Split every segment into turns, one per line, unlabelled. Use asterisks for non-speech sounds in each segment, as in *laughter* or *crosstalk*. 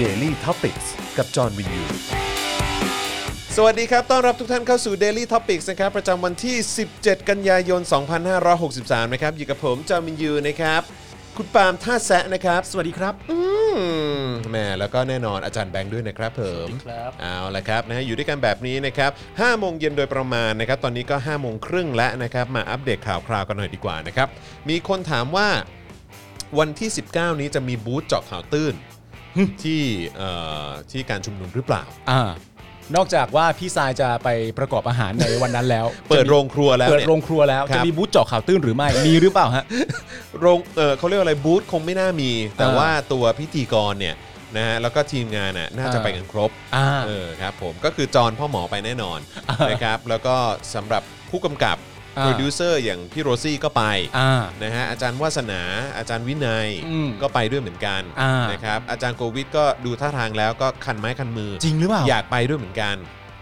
Daily t o p i c กกับจอห์นวินยู
สวัสดีครับ ต้อนรับทุกท่านเข้าสู่ Daily Topics นะครับ ประจำวันที่ 17 กันยายน 2563 นะครับ อยู่กับผม จอมินยูนะครับ คุณปาล์มท่าแซะนะครับ สวัสดีครับ อืมแหมแล้วก็แน่นอนอาจารย์แบงค์ด้วยนะครับเผม
ครับ
เอาละครับนะฮะอยู่ด้วยกันแบบนี้นะครับ5โมงเย็นโดยประมาณนะครับ ตอนนี้ก็5โมงครึ่งแล้วนะครับ มาอัปเดตข่าวคราวกันหน่อยดีกว่านะครับ มีคนถามว่าวันที่ 19 นี้จะมีบูธเจาะข่าวตื้นที่เอ่อที่การชุมนุมหรือเปล่า
อ่านอกจากว่าพี่ทรายจะไปประกอบอาหารในวันนั้น *laughs* แล้ว
เปิดโรงครัวแล้ว
เปิด
นี่ย
โรงครัวแล้ว
ครับ
จะมีบูธเจาะข่าวตื้นหรือไม่ มีหรือเปล่าฮะ
โรงเออเขาเรียกว่าอะไรบูธคงไม่น่ามี แต่
อ่า
ว่าตัวพิธีกรเนี่ยนะฮะแล้วก็ทีมงานน่ะน่าจะ
อ่า
ไปกันครบ
อ่า
เออครับผมก็คือจอห์นพ่อหมอไปแน่นอนนะครับแล้วก็สำหรับผู้กำกับ
อ่า
โปรดิวเซอร์อย่างพี่โรซี่ก็ไป
อ่า
นะฮะอาจารย์วาสนาอาจารย์วินัย
อืม
ก็ไปด้วยเหมือนกัน
อ่าน
นะครับอาจารย์โควิดก็ดูท่าทางแล้วก็คันไม้คันมือ
จริงหรือเปล่า
อยากไปด้วยเหมือนกัน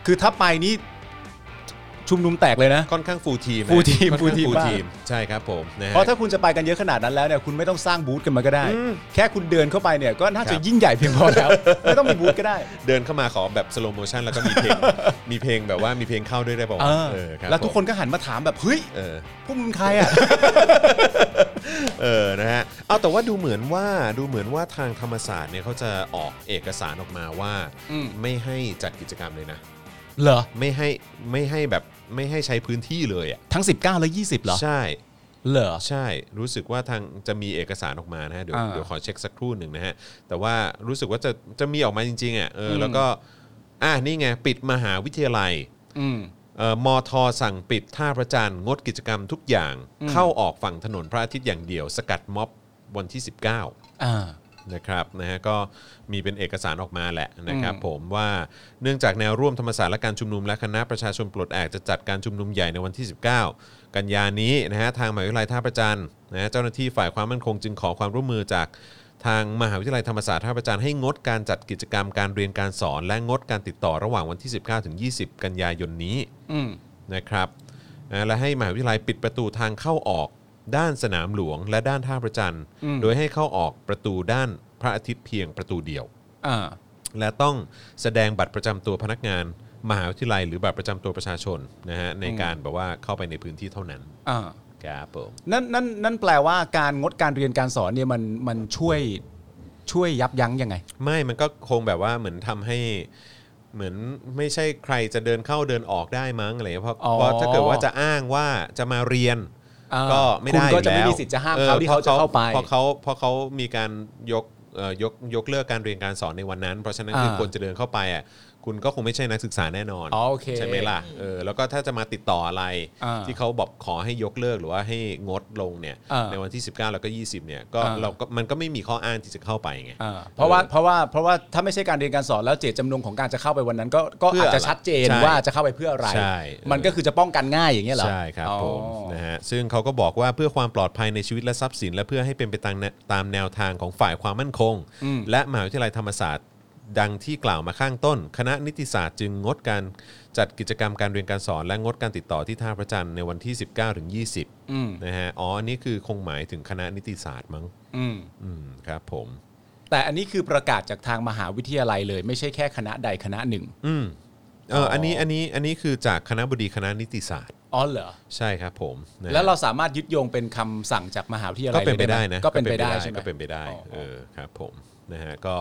คือถ้าไปนี่ชุมนุมแตกเลยนะ
ค่อนข้างฟูลทีม
full team full team
ฟูล
มาก
ทีมใช่ครับผมนะฮะ
เพราะถ้าคุณจะไปกันเยอะขนาดนั้นแล้วเนี่ยคุณไม่ต้องสร้างบูธกันมาก็ได้
อืม
แค่คุณเดินเข้าไปเนี่ยก็น่า
ครั
จะ
บ
ยิ่งใหญ่เพียงพอแล้ว *laughs* ไม่ต้องมีบูธก็ได้
เดินเข้ามาขอแบบสโลโมชันแล้วก็มีเพลง
*laughs*
มีเพลงแบบว่ามีเพลงเข้าด้วยได้ป่าวะ
เออ
เออรับ
แล้วทุกคน
ผม
ก็หันมาถามแบบเฮ้ย
เออ
พวกมึงใครอ่ะ
เออนะฮะเอาแต่ว่าดูเหมือนว่าดูเหมือนว่าทางธรรมศาสตร์เนี่ยเขาจะออกเอกสารออกมาว่า
อืม
ไม่ให้จัดกิจกรรมเลยนะ
เหรอ
ไม่ให้ไม่ให้แบบไม่ให้ใช้พื้นที่เลยอ่ะ
ทั้ง 19 และ 20เหรอ
ใช่
เหรอ
ใช่รู้สึกว่าทางจะมีเอกสารออกมานะฮะเดี๋ยว
อ่า
เดี๋ยวขอเช็คสักครู่หนึ่งนะฮะแต่ว่ารู้สึกว่าจะจะมีออกมาจริงๆอ่ะเอออ
ม
แล้วก็อ่ะนี่ไงปิดมหาวิทยาลัย
อืม
เอ่อมอทอสั่งปิดท่าพระจันทร์งดกิจกรรมทุกอย่าง
อืม
เข้าออกฝั่งถนนพระอาทิตย์อย่างเดียว สกัดม็อบวันที่ 19
อ่า
นะครับนะฮะก็มีเป็นเอกสารออกมาแหละนะครับ
อืม
ผมว่าเนื่องจากแนวร่วมธรรมศาสตร์และการชุมนุมและคณะประชาชนปลดแอกจะจัดการชุมนุมใหญ่ในวันที่ 19 กันยานี้นะฮะทางมหาวิทยาลัยท่าพระจันทร์นะฮะเจ้าหน้าที่ฝ่ายความมั่นคงจึงขอความร่วมมือจากทางมหาวิทยาลัยธรรมศาสตร์ท่าพระจันทร์ให้งดการจัดกิจกรรมการเรียนการสอน และงดการติดต่อระหว่างวันที่ 19ถึง20 กันยายนนี้
อืม
นะครับนะและให้มหาวิทยาลัยปิดประตูทางเข้าออกด้านสนามหลวงและด้านท่าประจันทร์
อืม
โดยให้เข้าออกประตูด้านพระอาทิตย์เพียงประตูเดียว
อ่า
และต้องแสดงบัตรประจำตัวพนักงาน มหาวิทยาลัยหรือบัตรประจำตัวประชาชนนะฮะในการแบบว่าเข้าไปในพื้นที่เท่านั้น
อ่า
ครับผม
นั่นนั่นนั่นแปลว่าการงดการเรียนการสอนเนี่ยมันมันช่วยช่วยยับยั้งยังไง
ไม่มันก็คงแบบว่าเหมือนทำให้เหมือนไม่ใช่ใครจะเดินเข้าเดินออกได้มั้งอะไรเงี้ยเพราะ
อ๋อ
เพราะถ้าเกิดว่าจะอ้างว่าจะมาเรียน
อ่า
ก็ไม่ได้
คุณ
อยู่
ก็จะไม่
แล้ว
มีสิทธิ์จะห้าม
ออ
เขาที่เขาจะเข้าไป
เพราะเขาเพราะเขามีการยกเอ่อยกยกเลิกการเรียนการสอนในวันนั้น เพราะฉะนั้นคือ
อ่า
คนจะเดินเข้าไปอ่ะคุณก็คงไม่ใช่นักศึกษาแน่นอน
อ๋อโอเค
ใช่ไหมล่ะเออแล้วก็ถ้าจะมาติดต่ออะไร
อ่า
ที่เขาบอกขอให้ยกเลิกหรือว่าให้งดลงเนี่ย
อ่า
ในวันที่ 19 แล้วก็ 20เนี่ยก็
อ่า
เราก็มันก็ไม่มีข้ออ้างที่จะเข้าไปไง
อ่าเพราะว่าเพราะว่าเพราะว่าถ้าไม่ใช่การเรียนการสอนแล้วเจตจำนงของการจะเข้าไปวันนั้นก็ก็
เพื่อ
อา
อะ
จ
ไร
จะชัดเจน
ใช่
ว่าจะเข้าไปเพื่ออะไร
ใช่
มันก็คือจะป้องกันง่ายอย่างเงี้ยเหรอ
ใช่ครับ
อ๋อ
ผมนะฮะซึ่งเขาก็บอกว่าเพื่อความปลอดภัยในชีวิตและทรัพย์สิน และเพื่อให้เป็นไปตามแนตามแนวทางของฝ่ายความมั่นคง
อืม
และมหาวิทยาลัยธรรมศาสตร์ ดังที่กล่าวมาข้างต้น คณะนิติศาสตร์จึงงดการจัดกิจกรรมการเรียนการสอน และงดการติดต่อที่ท่าพระจันทร์ในวันที่ 19ถึง20
อืม
นะฮะอ๋ออันนี้คือคงหมายถึงคณะนิติศาสตร์มั้ง
อืม
อืมครับผม
แต่อันนี้คือประกาศจากทางมหาวิทยาลัยเลย ไม่ใช่แค่คณะใดคณะหนึ่ง
อืมเออ
ออั
อันนี้อันนี้อันนี้คือจากคณะบดีคณะนิติศาสตร์
อ๋อเหรอ
ใช่ครับผมนะฮะ
แล้วเราสามารถยึดโยงเป็นคำสั่งจากมหาวิทยาลัย
ก็เป็นไปได้
ลยหม
นะ
ก็เป็นไปได้ใช่ไหม
ก็เป็นไปได้
อ๋อ
เออครับผมนะฮะก็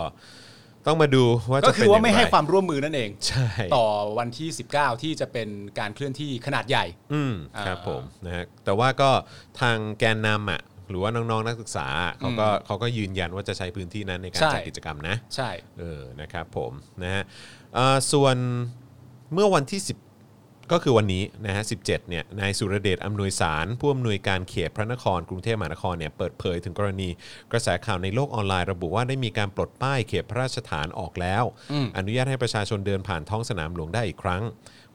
ต้องมาดูว่า
ก็
จะ
คื
เป็
อน ว่าไม่ให้
อย่งร
ความร่วมมือนั่นเอง
ใช่
ต่อวันที่ 19 ที่จะเป็นการเคลื่อนที่ขนาดใหญ่
อืมครับผมนะฮะแต่ว่าก็ทางแกนนำอ่ะหรือว่าน้องๆนักศึกษาอะเขาก็เขาก็ยืนยันว่าจะใช้พื้นที่นั้นในการ
ใช่
จัดกิจกรรมนะ
ใช่
เออนะครับผมนะฮะเอ่อส่วนเมื่อวันที่ 10 ก็คือวันนี้นะฮะ17เนี่ยนายสุรเดชอำนวยสารผู้อำนวยการเขตพระนครกรุงเทพมหานครเนี่ยเปิดเผยถึงกรณีกระแสข่าวในโลกออนไลน์ระบุว่าได้มีการปลดป้ายเขตพระราชฐานออกแล้ว
อืม
อนุญาตให้ประชาชนเดินผ่านท้องสนามหลวงได้อีกครั้ง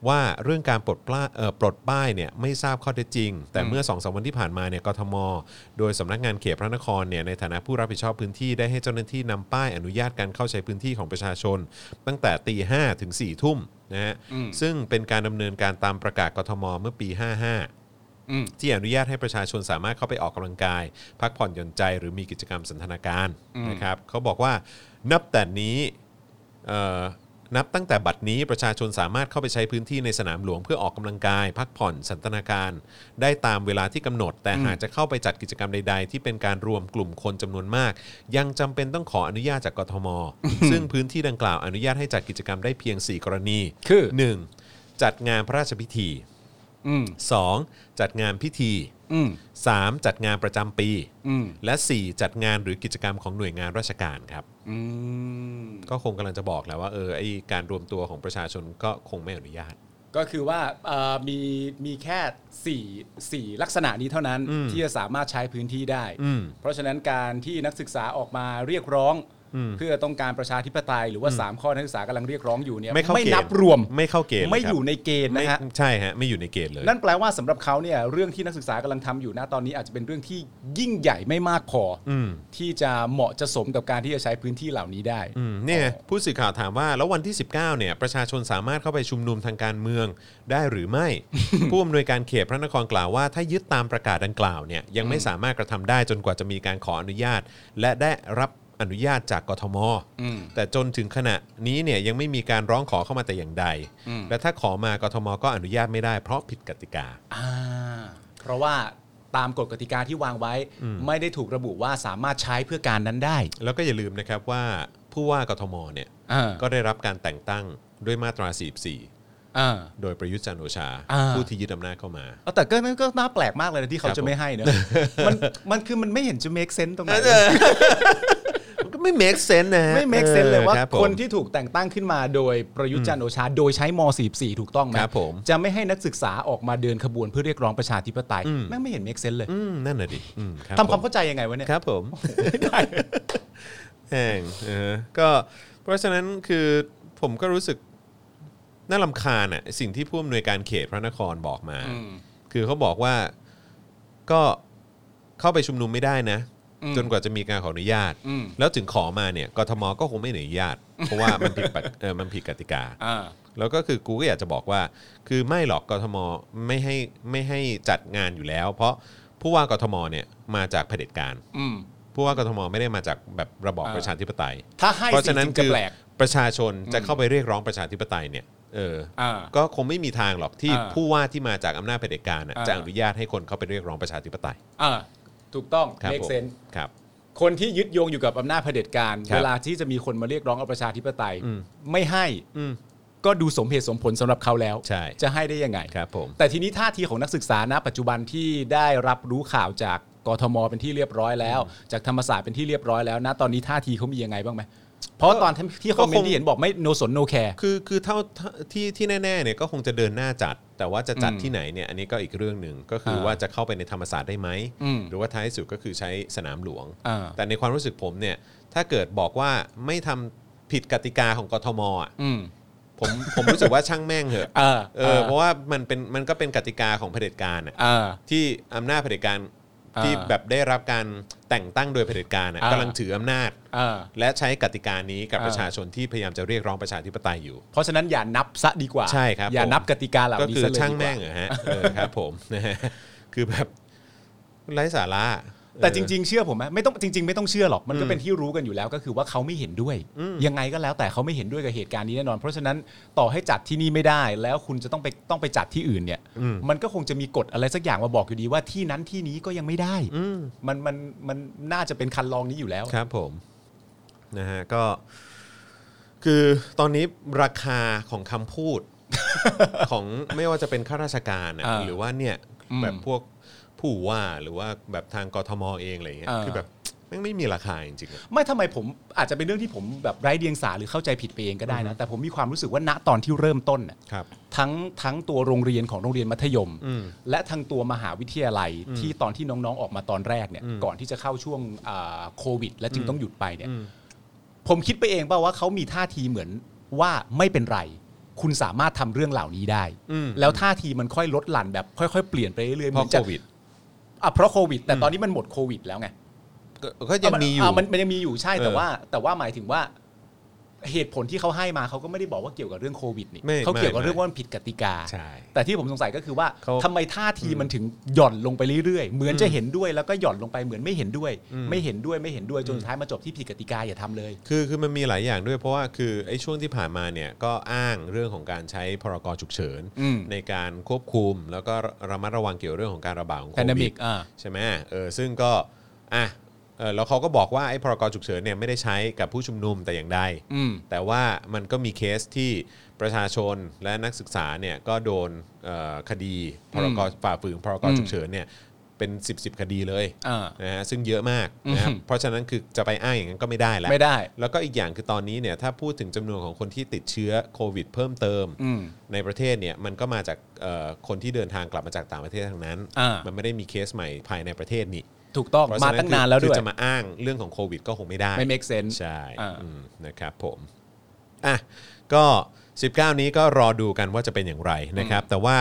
ว่าเรื่องการปลดปลาเอ่อปลดป้ายเนี่ยไม่ทราบข้อเท็จจริง แต่เมื่อสองสามวันที่ผ่านมาเนี่ยกทม โดยสำนักงานเขตพระนครเนี่ยในฐานะผู้รับผิดชอบพื้นที่ได้ให้เจ้าหน้าที่นำป้ายอนุญาตการเข้าใช้พื้นที่ของประชาชน ตั้งแต่ตีห้ถึง4ี่ทุ่มนะฮะซึ่งเป็นการดำเนินการตามประกาศกทมเมื่อปี 55
อืม
ที่อนุญาตให้ประชาชนสามารถเข้าไปออกกำลังกาย พักผ่อนหย่อนใจหรือมีกิจกรรมสันทนาการนะครับเขาบอกว่านับแต่นี้เอ่อนับตั้งแต่บัดนี้ประชาชนสามารถเข้าไปใช้พื้นที่ในสนามหลวงเพื่อออกกำลังกาย พักผ่อนสันทนาการ ได้ตามเวลาที่กำหนด แต่หากจะเข้าไปจัดกิจกรรมใด ๆ ที่เป็นการรวมกลุ่มคนจำนวนมาก ยังจำเป็นต้องขออนุญาตจากกทม ซึ่งพื้นที่ดังกล่าวอนุญาตให้จัดกิจกรรมได้เพียง 4 กรณี
คือ
หนึ่งจัดงานพระราชพิธี
อืม
2. จัดงานพิธี
อืม
3. จัดงานประจำปี
อืม
และ 4. จัดงานหรือกิจกรรมของหน่วยงานราชการครับ
อืม
ก็คงกำลังจะบอกแหล้วว่าเออไอการรวมตัวของประชาชนก็คงไม่อนุญาต
ก็คือว่าเอ่อมีมีแค่สี่สี่ลักษณะนี้เท่านั้น
อืม
ที่จะสามารถใช้พื้นที่ได้
อืม
เพราะฉะนั้นการที่นักศึกษาออกมาเรียกร้อง
อืม
เพื่อต้องการประชาธิปไตยหรือว่า 3 ข้อนักศึกษากำลังเรียกร้องอยู่เนี่ย
ไม่เข้าเกณฑ์
นับรวม
ไม่เข้าเกณฑ์
ไม่
ครับ
อยู่ในเกณฑ์นะฮะ
ไม่ใช่ฮะไม่อยู่ในเกณฑ์เลย
นั่นแปลว่าสำหรับเขาเนี่ยเรื่องที่นักศึกษากำลังทำอยู่นะตอนนี้อาจจะเป็นเรื่องที่ยิ่งใหญ่ไม่มากพออ
อืม
ที่จะเหมาะจะสมกับการที่จะใช้พื้นที่เหล่านี้ได้
อืมเนี่ยผู้สื่อข่าวถามว่า แล้ววันที่ 19เนี่ยประชาชนสามารถเข้าไปชุมนุมทางการเมืองได้หรือไม่
*laughs*
ผู้อำนวยการเขตพระนครกล่าวว่า ถ้ายึดตามประกาศดังกล่าวเนี่ยยังไม่สามารถกระทำได้จนกว่าจะมีการขออนุญาต และได้รับอนุญาตจากกทม
อืม
แต่จนถึงขณะนี้เนี่ยยังไม่มีการร้องขอเข้ามาแต่อย่างใด
อืม
และถ้าขอมากทมก็อนุญาตไม่ได้เพราะผิดกติกา
อ่าเพราะว่าตามกฎกติกาที่วางไว้ ไม่ได้ถูกระบุว่าสามารถใช้เพื่อการนั้นได้
แล้วก็อย่าลืมนะครับว่าผู้ว่ากทมเนี่ย
อ่า
ก็ได้รับการแต่งตั้งด้วยมาตรา 44
อ่า
โดยประยุทธ์จันทร์โอชา
อ่า
ผู้ที่ยึดอำนาจเข้ามา
เอาแต่ก็นั่นก็น่าแปลกมากเลยนะที่เขาจะไม่ให้เนอะ *laughs* มันมันคือมันไม่เห็นจะ make sense ตรงไหนเลย
มันก็ไม่ make sense นะฮะ
ไม่ make sense เลยว่า
ออรับผม
คนที่ถูกแต่งตั้งขึ้นมาโดยประยุทธ์จันทร์โอชา โดยใช้ม .44 ถูกต้องไหม
ครับผม
จะไม่ให้นักศึกษาออกมาเดินขบวนเพื่อเรียกร้องประชาธิปไตย
อืม
แม่งไม่เห็น make sense เลย
อืมนั่นน่ะดิอืมรับ
ทำความ
ผ
เข้าใจยังไงวะเนี่ย
ครับผมแหงเออก็เพราะฉะนั้นคือผมก็รู้สึกน่าลำคาญอ่ะสิ่งที่ผู้อำนวยการเขตพระนครบอกมา คือเขาบอกว่าก็เข้าไปชุมนุมไม่ได้นะ
อืม
จนกว่าจะมีการขออนุญาต
อืม
แล้วถึงขอมาเนี่ยกทมก็คงไม่อนุญาต เพราะว่ามันผิดปกเออมันผิดกติกา
อ่า
แล้วก็คือกูก็อยากจะบอกว่า คือไม่หรอกกทมไม่ให้ไม่ให้จัดงานอยู่แล้ว เพราะผู้ว่ากทมเนี่ยมาจากเผด็จการ
อืม
ผู้ว่ากทมไม่ได้มาจากแบบระบอบ
อ่า
ประชาธิปไตย
ถ้าให้
เพราะ
สิ
ฉะนั้น
จะ
คือ
แปลก
ประชาชนจะเข้าไปเรียกร้องประชาธิปไตยเนี่ยเออ
อ่า
ก็คงไม่มีทางหรอกที่
อ่า
ผู้ว่าที่มาจากอำนาจเผด็จการน่ะ
อ่า
จะอนุญาตให้คนเข้าไปเรียกร้องประชาธิปไตย
อ่าถูกต้อง
ครับ
make
ผม
sense
ครับ
คนที่ยึดโยงอยู่กับอำนาจเผด็จการ
ครับ
เวลาที่จะมีคนมาเรียกร้องเอาประชาธิปไตย
อืม
ไม่ให้
อืม
ก็ดูสมเหตุสมผลสำหรับเขาแล้ว
ใช่
จะให้ได้ยังไง
ครับผม
แต่ทีนี้ท่าทีของนักศึกษาณปัจจุบันที่ได้รับรู้ข่าวจากกทมเป็นที่เรียบร้อยแล้ว จากธรรมศาสตร์เป็นที่เรียบร้อยแล้วนะตอนนี้ท่าทีเขามียังไงบ้างไหมเพราะตอนที่คอมเมนต์ที่เห็นบอกไม่ no สน no care
คือคือเท่าที่ที่แน่ๆเนี่ยก็คงจะเดินหน้าจัด แต่ว่าจะจัด
อืม
ที่ไหนเนี่ยอันนี้ก็อีกเรื่องหนึ่งก็คืออา ว่าจะเข้าไปในธรรมศาสตร์ได้ไหม
อืม
หรือว่าท้ายสุดก็คือใช้สนามหลวง
อ่า
แต่ในความรู้สึกผมเนี่ยถ้าเกิดบอกว่าไม่ทำผิดกติกาของกทมอ่ะ
อืม
ผมผมรู้สึกว่าช่างแม่งเหอะ
เออ
เออเพราะว่ามันเป็นมันก็เป็นกติกาของเผด็จการอ่ะ
เออ
ที่อำนาจเผด็จการ
อ่า
ที่แบบได้รับการแต่งตั้งโดยเผด็จการน่ะ
อ่าก
กำลังถืออำนาจ
เออ
และใช้กติกานี้กับ
อ่า
ประชาชนที่พยายามจะเรียกร้องประชาธิปไตยอยู่
เพราะฉะนั้นอย่านับซะดีกว่า
ใช่ครับ
อย่า
ผม
นับกติกาเหล่า
ก็
นี้
คือ
ซะเลย
ช่าง
ดีก
แม่
ว่าง
เหรอฮะเออครับผม *laughs* นะฮะคือแบบไร้สาระ
แต่
เออ
จริง ๆ เชื่อผมไหมไม่ต้องจริง ๆ ไม่ต้องเชื่อหรอกมันก็
อืม
เป็นที่รู้กันอยู่แล้วก็คือว่าเขาไม่เห็นด้วย
อืม
ยังไงก็แล้วแต่เขาไม่เห็นด้วยกับเหตุการณ์นี้แน่นอน เพราะฉะนั้นต่อให้จัดที่นี่ไม่ได้ แล้วคุณจะต้องไปต้องไปจัดที่อื่นเนี่ย
อืม
มันก็คงจะมีกฎอะไรสักอย่างมาบอกอยู่ดีว่าที่นั้นที่นี้ก็ยังไม่ได้
อืม
มันมันมันน่าจะเป็นคันลองนี้อยู่แล้ว
ครับผมนะฮะก็คือตอนนี้ราคาของคำพูด ของไม่ว่าจะเป็นข้าราชการอะ
อ่า
หรือว่าเนี่ย
อืม
แบบพวกผู้ว่าหรือว่าแบบทางกทมเองอะไรเงี้ย
อ่า
คือแบบแม่งไม่มีราคาจริงๆอะ
ไม่ทำไมผมอาจจะเป็นเรื่องที่ผมแบบไร้เดียงสาหรือเข้าใจผิดไปเองก็ได้นะ แต่ผมมีความรู้สึกว่าณตอนที่เริ่มต้นน่ะทั้งทั้งตัวโรงเรียนของโรงเรียนมัธยม
อืม
และทั้งตัวมหาวิทยาลัยที่ตอนที่น้องๆออกมาตอนแรกเนี่ย
อืม
ก่อนที่จะเข้าช่วงอ่าโควิด และจึงต้องหยุดไปเนี่ย
อืม
ผมคิดไปเองเปล่าว่าเขามีท่าทีเหมือนว่าไม่เป็นไร คุณสามารถทำเรื่องเหล่านี้ได้
อืม
แล้วท่าทีมันค่อยลดหลั่นแบบค่อยๆเปลี่ยนไปเรื่อยๆ
เพราะ
หมือน
โค
จะ
วิด
อ่ะเพราะโควิด แต่ตอนนี้มันหมดโควิดแล้วไง
ก็ก็ยังมีอยู่
ะมันมันยังมีอยู่ใช่แต่
เออ
ว่า แต่ว่าหมายถึงว่า เหตุผลที่เขาให้มาเขาก็ไม่ได้บอกว่าเกี่ยวกับเรื่องโควิดนี่
ไม่
เขาเกี่ยวกับ
ไม่
เรื่องว่ามันผิดกติกา
ใช่
แต่ที่ผมสงสัยก็คือว่า
เขา
ทำไมท่าทีมันถึงหย่อนลงไปเรื่อยๆ เหมือนจะเห็นด้วยแล้วก็หย่อนลงไปเหมือนไม่เห็นด้วย
อืม
ไม่เห็นด้วยไม่เห็นด้วยจนสุดท้ายมาจบที่ผิดกติกาอย่าทำเลย
คือคือมันมีหลายอย่างด้วยเพราะว่าคือไอ้ช่วงที่ผ่านมาเนี่ยก็อ้างเรื่องของการใช้พรกฉุกเฉิน
อืม
ในการควบคุม แล้วก็ระมัดระวังเกี่ยวเรื่องของการระบาดของโค
แพนดมิ
วิ
ก
ด
อ่า
ใช่ไหมเออซึ่งก็อ่ะเออแล้วเขาก็บอกว่าไอ้พรกฉุกเฉินเนี่ยไม่ได้ใช้กับผู้ชุมนุมแต่อย่างใด
อืม
แต่ว่ามันก็มีเคสที่ประชาชนและนักศึกษาเนี่ยก็โดนเอ่อคดีพรกฝ่าฝืนพรก
อืม
ฉุกเฉินเนี่ยเป็น 10บสคดีเลย
อ่า
นะฮะซึ่งเยอะมากนะครั
อื
บ
ม
เพราะฉะนั้นคือจะไปอ้างอย่างนั้นก็ไม่ได้แล้ว
ไม่ได้
แล้วก็อีกอย่างคือตอนนี้เนี่ยถ้าพูดถึงจำนวนของคนที่ติดเชื้อโควิดเพิ่มเติม
อืม
ในประเทศเนี่ยมันก็มาจากเอ่อคนที่เดินทางกลับมาจากต่างประเทศทั้งนั้น
อ่ามั
มันไม่ได้มีเคสใหม่ภายในประเทศนี่
ถูกต้อง
เพระ
มา
ฉะ
ตั้งนานแล้ว
คือ
ด้วย
จะมาอ้างเรื่องของโควิด ก็คงไม่ได้
ไม่ make sense
ใช่
อ่า
อืมนะครับผม อ่ะ ก็ 19 นี้ก็รอดูกันว่าจะเป็นอย่างไรนะครับ แต่ว่า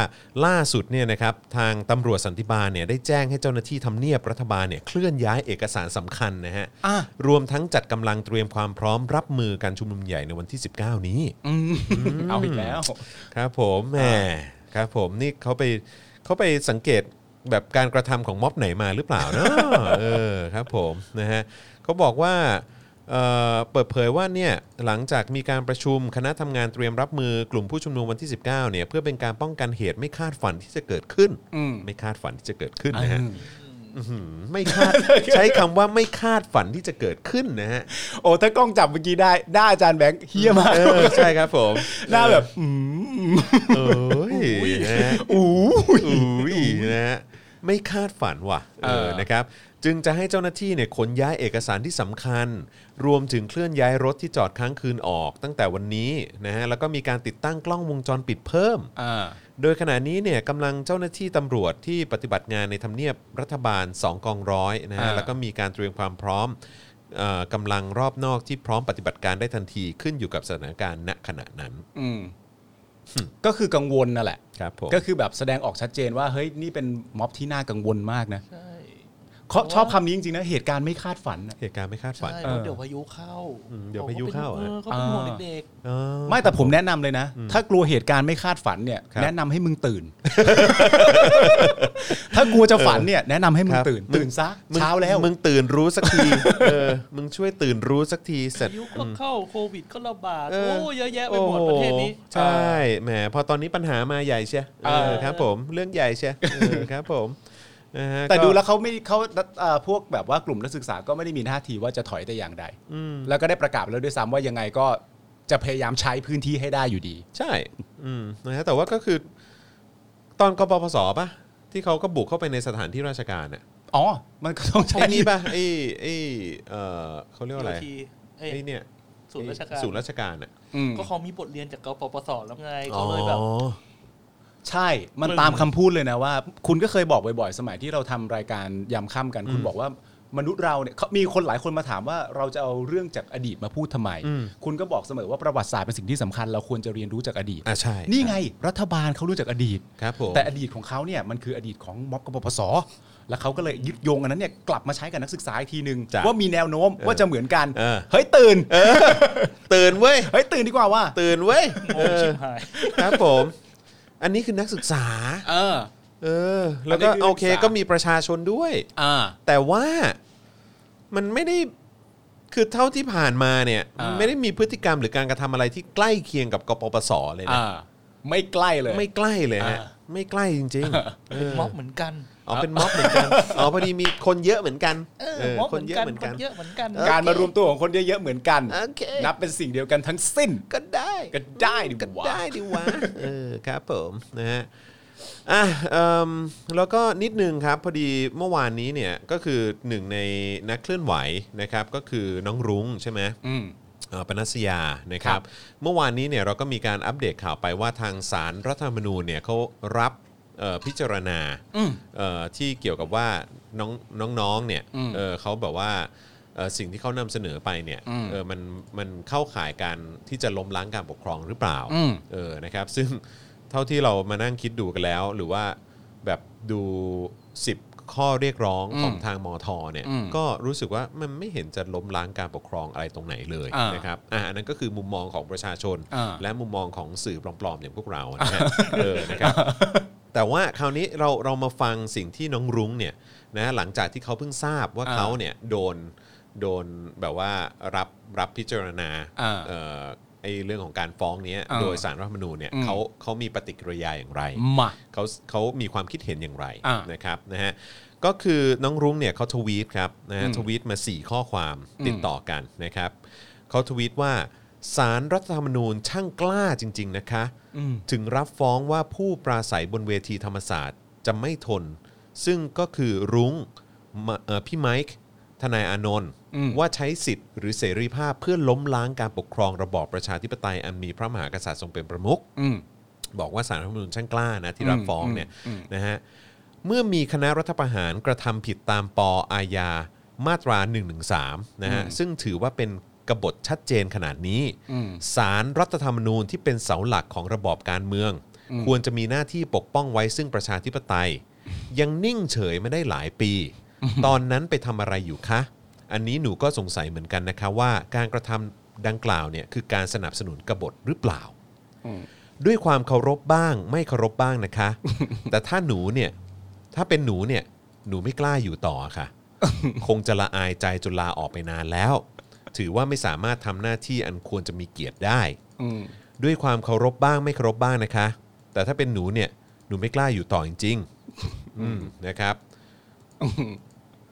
ล่าสุดเนี่ยนะครับ ทางตำรวจสันติบาลเนี่ยได้แจ้งให้เจ้าหน้าที่ทำเนียบรัฐบาลเนี่ยเคลื่อนย้ายเอกสารสำคัญนะฮะ
อ่ะ
รวมทั้งจัดกำลังเตรียมความพร้อมรับมือการชุมนุมใหญ่ในวันที่ 19 นี้
อืมเอาอีกแล้ว
ครับผมแหมครับผมนี่เขาไปเขาไปสังเกตแบบการกระทำของม็อบไหนมาหรือเปล่า
*laughs*
เนอะ เออครับผมนะฮะเขาบอกว่าเอ่อเปิดเผยว่าเนี่ยหลังจากมีการประชุมคณะทำงานเตรียมรับมือกลุ่มผู้ชุมนุมวันที่ 19เนี่ยเพื่อเป็นการป้องกันเหตุไม่คาดฝันที่จะเกิดขึ้น
อืม
ไม่คาดฝันที่จะเกิดขึ้นนะฮะ
อืม
อื้อหือไม่คาด ใช้คำว่าไม่คาดฝันที่จะเกิดขึ้นนะฮะ
โอ้ถ้ากล้องจับเมื่อกี้ได้ได้อาจารย์แบงค์เฮี้ยมาก
เออใช่ครับผม
หน้าแบบอืม
เออโอ้ยนะฮะ
อู้
อุ้ยนะฮะไม่คาดฝันว่ะเออ
เออ
นะครับจึงจะให้เจ้าหน้าที่เนี่ยขนย้ายเอกสารที่สำคัญ รวมถึงเคลื่อนย้ายรถที่จอดค้างคืนออก ตั้งแต่วันนี้นะฮะแล้วก็มีการติดตั้งกล้องวงจรปิดเพิ่ม
อ่า
โดยขณะนี้เนี่ยกำลังเจ้าหน้าที่ตำรวจที่ปฏิบัติงานในทำเนียบรัฐบาล 2 กองร้อยนะฮะ
อ่า
แล้วก็มีการเตรียมความพร้อมเอ่อกำลังรอบนอกที่พร้อมปฏิบัติการได้ทันทีขึ้นอยู่กับสถานการณ์ณขณะนั้น
อืมก็คือกังวลนั่นแหละ
ครับผม
ก็คือแบบแสดงออกชัดเจนว่าเฮ้ยนี่เป็นม็อบที่น่ากังวลมากนะเขาชอบคำนี้จริงๆนะเหตุการณ์ไม่คาดฝันน่ะ
เหตุการณ์ไม่คาดฝัน
ใช่เพราะเดี๋ยวพายุเข้า
อืมเดี๋ยวพายุเข้า
เอ
อ่ะ
อเขาเป็นห่วงเด็ก
อ๋อ
ไม่แต่ผมแนะนำเลยนะ ถ้ากลัวเหตุการณ์ไม่คาดฝันเนี่ย
ครับ
แนะนำให้มึงตื่น *laughs* ถ้ากลัวจะฝันเนี่ย แนะนำให้มึงตื่น
ครับ
ตื่นซะ
มึง
เช้าแล้ว
มึงตื่นรู้สักที เออ มึงช่วยตื่นรู้สักทีเส
ๆ
ร็จ
พายุก็เข้าโควิดก็ระบาด
เ
โอ้เยอะแยะไปหมดประเทศนี้
โอ้โหใช่แหมพอตอนนี้ปัญหามาใหญ่เชียเออ
เออ
ครับผมเรื่องใหญ่เชียเออครับผมนะฮะ
แต่
ก็
ดูแล้วเขาไม่เขาเอ่อพวกแบบว่ากลุ่มนักศึกษาก็ไม่ได้มีท่าทีว่าจะถอยแต่อย่างใด
อืม
แล้วก็ได้ประกาศแล้วด้วยซ้ำว่ายังไงก็จะพยายามใช้พื้นที่ให้ได้อยู่ดี
ใช่อืมนะฮะแต่ว่าก็คือ ตอนกปปสป่ะ ที่เขาก็บุกเข้าไปในสถานที่ราชการอ่ะ
อ๋อ มันก็ต้องใช้
ไอ้นี่ป่ะไอ้ไอ้เออเขาเรียกว่าอะไร
โยธีเอ้ย
ไอ้เนี่ย
ศูนย์ราชการ
ศูนย์ราชการอ่ะ
อืม
ก็เขามีบทเรียนจากกปปสแล้วไงก็เลยแบบ
อ๋อ
ใช่ มันตามคำพูดเลยนะว่า คุณก็เคยบอกบ่อยๆ สมัยที่เราทำรายการยามค่ำกัน คุณบอกว่ามนุษย์เราเนี่ยเขามีคนหลายคนมาถามว่าเราจะเอาเรื่องจากอดีตมาพูดทำไม
อืม
คุณก็บอกเสมอว่าประวัติศาสตร์เป็นสิ่งที่สำคัญเราควรจะเรียนรู้จากอดีต
อ่ะใช่
นี่ไงรัฐบาลเขารู้จักอดีต
ครับผม
แต่อดีตของเขาเนี่ยมันคืออดีตของม็อบกบปส แล้วเขาก็เลยยึดโยงอันนั้นเนี่ยกลับมาใช้กับนักศึกษาอีกทีหนึ่ง
จ้ะ
ว่ามีแนวโน้มว่าจะเหมือนกัน
เออ
เฮ้ยตื่น
ตื่นเว้ย
เฮ้ยตื่นดีกว่าว่า
ตื่นเว้ย
โอ้ชิบหาย
ครับผม อันนี้คือนักศึกษา
เออ
เออ แล้วก็
อันนี้คือนักศึกษา
โอเคก็มีประชาชนด้วย
อ่า
แต่ว่ามันไม่ได้คือเท่าที่ผ่านมาเนี่ย
อ่ามั
นไม่ได้มีพฤติกรรมหรือการกระทำอะไรที่ใกล้เคียงกับกปปสเลยนะ
อ่า ไม่ใกล้เลย
ไม่ใกล้เลยฮะ
อ่า
ไม่ใกล้จริงๆเอ
เป็น
อ
ม็อบเหมือนกัน
อ๋อเป็นม็อบเหมือนกันอ๋อพอดีมีคนเยอะเหมือนกัน
เออ
เออ
ม็อ
ค
บเหมื
น
อน
เยอะ
กัน
เหมือน
ค
กัน น
เยอะเหมือนกัน
การมารวมตัวของคนเยอะๆเหมือนกัน
โอเค
นับเป็นสิ่งเดียวกันทั้งสิ้น
ก็ได้
ก็ได้ดิ
ก็
วะ
ได้ดิวะ เออครับผมนะฮะอ่ะเอิ่มแล้วก็นิดนึงครับ พอดีเมื่อวานนี้เนี่ยก็คือหนึ่งในนักเคลื่อนไหวนะครับก็คือน้องรุ้งใช่ไหม
อืม
เอ่อปนัสยานะครับ เมื่อวานนี้เนี่ยเราก็มีการอัปเดตข่าวไปว่าทางสารรัฐธรรมนูญเนี่ยเขารับเอ่อพิจารณา
อืม
เอ่อที่เกี่ยวกับว่าน้องน้องๆเนี่ย
อืม
เอ่อเขาแบบว่าเอ่อสิ่งที่เขานำเสนอไปเนี่ย
อืม
เออมันมันเข้าข่ายการที่จะล้มล้างการปกครองหรือเปล่า
อืม
เออ นะครับ ซึ่งเท่าที่เรามานั่งคิดดูกันแล้ว หรือว่าแบบดู 10 ข้อเรียกร้องของ
อืม
ทางมทเนี่ย
อืม
ก็รู้สึกว่ามันไม่เห็นจะล้มล้างการปกครองอะไรตรงไหนเลย
อ่าน
นะครับอ่าอันนั้นก็คือมุมมองของประชาชน
อ่า
และมุมมองของสื่อปลอมๆอย่างพวกเรานะฮะเออนะครับ แต่ว่าคราวนี้เราเรามาฟังสิ่งที่น้องรุ้งเนี่ยนะหลังจากที่เขาเพิ่งทราบว่า
อ่า
เขาเนี่ยโดนโดนแบบว่ารับรับพิจารณา
อ่า
เอ่อไอเรื่องของการฟ้องเนี้ย
อ่า
โดยสารรัฐธรรมนูญเนี่ย
อืม
เขาเขามีปฏิกิริยาอย่างไร
มา
เขาเขามีความคิดเห็นอย่างไร
อ่า
นะครับนะฮะก็คือน้องรุ้งเนี่ยเขาทวีตครับนะฮะ
อืม
ทวีตมา 4 ข้อความ
อืม
ติดต่อกันนะครับเขาทวีตว่าสารรัฐธรรมนูญช่างกล้าจริง ๆ นะคะ
อืม
ถึงรับฟ้องว่าผู้ปราศัยบนเวทีธรรมศาสตร์จะไม่ทน ซึ่งก็คือรุ้งมาเอ่อพี่ไมค์ทนายอานนท์
อืม
ว่าใช้สิทธิ์หรือเสรีภาพเพื่อล้มล้างการปกครองระบอบประชาธิปไตยอันมีพระมหากษัตริย์ทรงเป็นประมุข
อืม
บอกว่าสารรัฐธรรมนูญช่างกล้านะที่รับ
อืม
ฟ้องเนี่ย
อืมอืม
นะฮะเมื่อมีคณะรัฐประหารกระทำผิดตามปออาญามาตรา1นึนะฮะซึ่งถือว่าเป็นกบฏชัดเจนขนาดนี้
อืม
สารรัฐธรรมนูญที่เป็นเสาหลักของระบอบการเมือง
อืม
ควรจะมีหน้าที่ปกป้องไว้ซึ่งประชาธิปไตย ยังนิ่งเฉยไม่ได้หลายปี ตอนนั้นไปทำอะไรอยู่คะ อันนี้หนูก็สงสัยเหมือนกันนะคะว่าการกระทำดังกล่าวเนี่ยคือการสนับสนุนกบฏหรือเปล่า
อืม
ด้วยความเคารพบ้างไม่เคารพบ้างนะคะ *laughs* แต่ถ้าหนูเนี่ยถ้าเป็นหนูเนี่ยหนูไม่กล้าอยู่ต่อค่ะ *laughs* คงจะละอายใจจนลาออกไปนานแล้ว ถือว่าไม่สามารถทำหน้าที่อันควรจะมีเกียรติได้
อืม
ด้วยความเคารพบ้างไม่เคารพบ้างนะคะ แต่ถ้าเป็นหนูเนี่ยหนูไม่กล้าอยู่ต่อจริงๆอืมนะครับ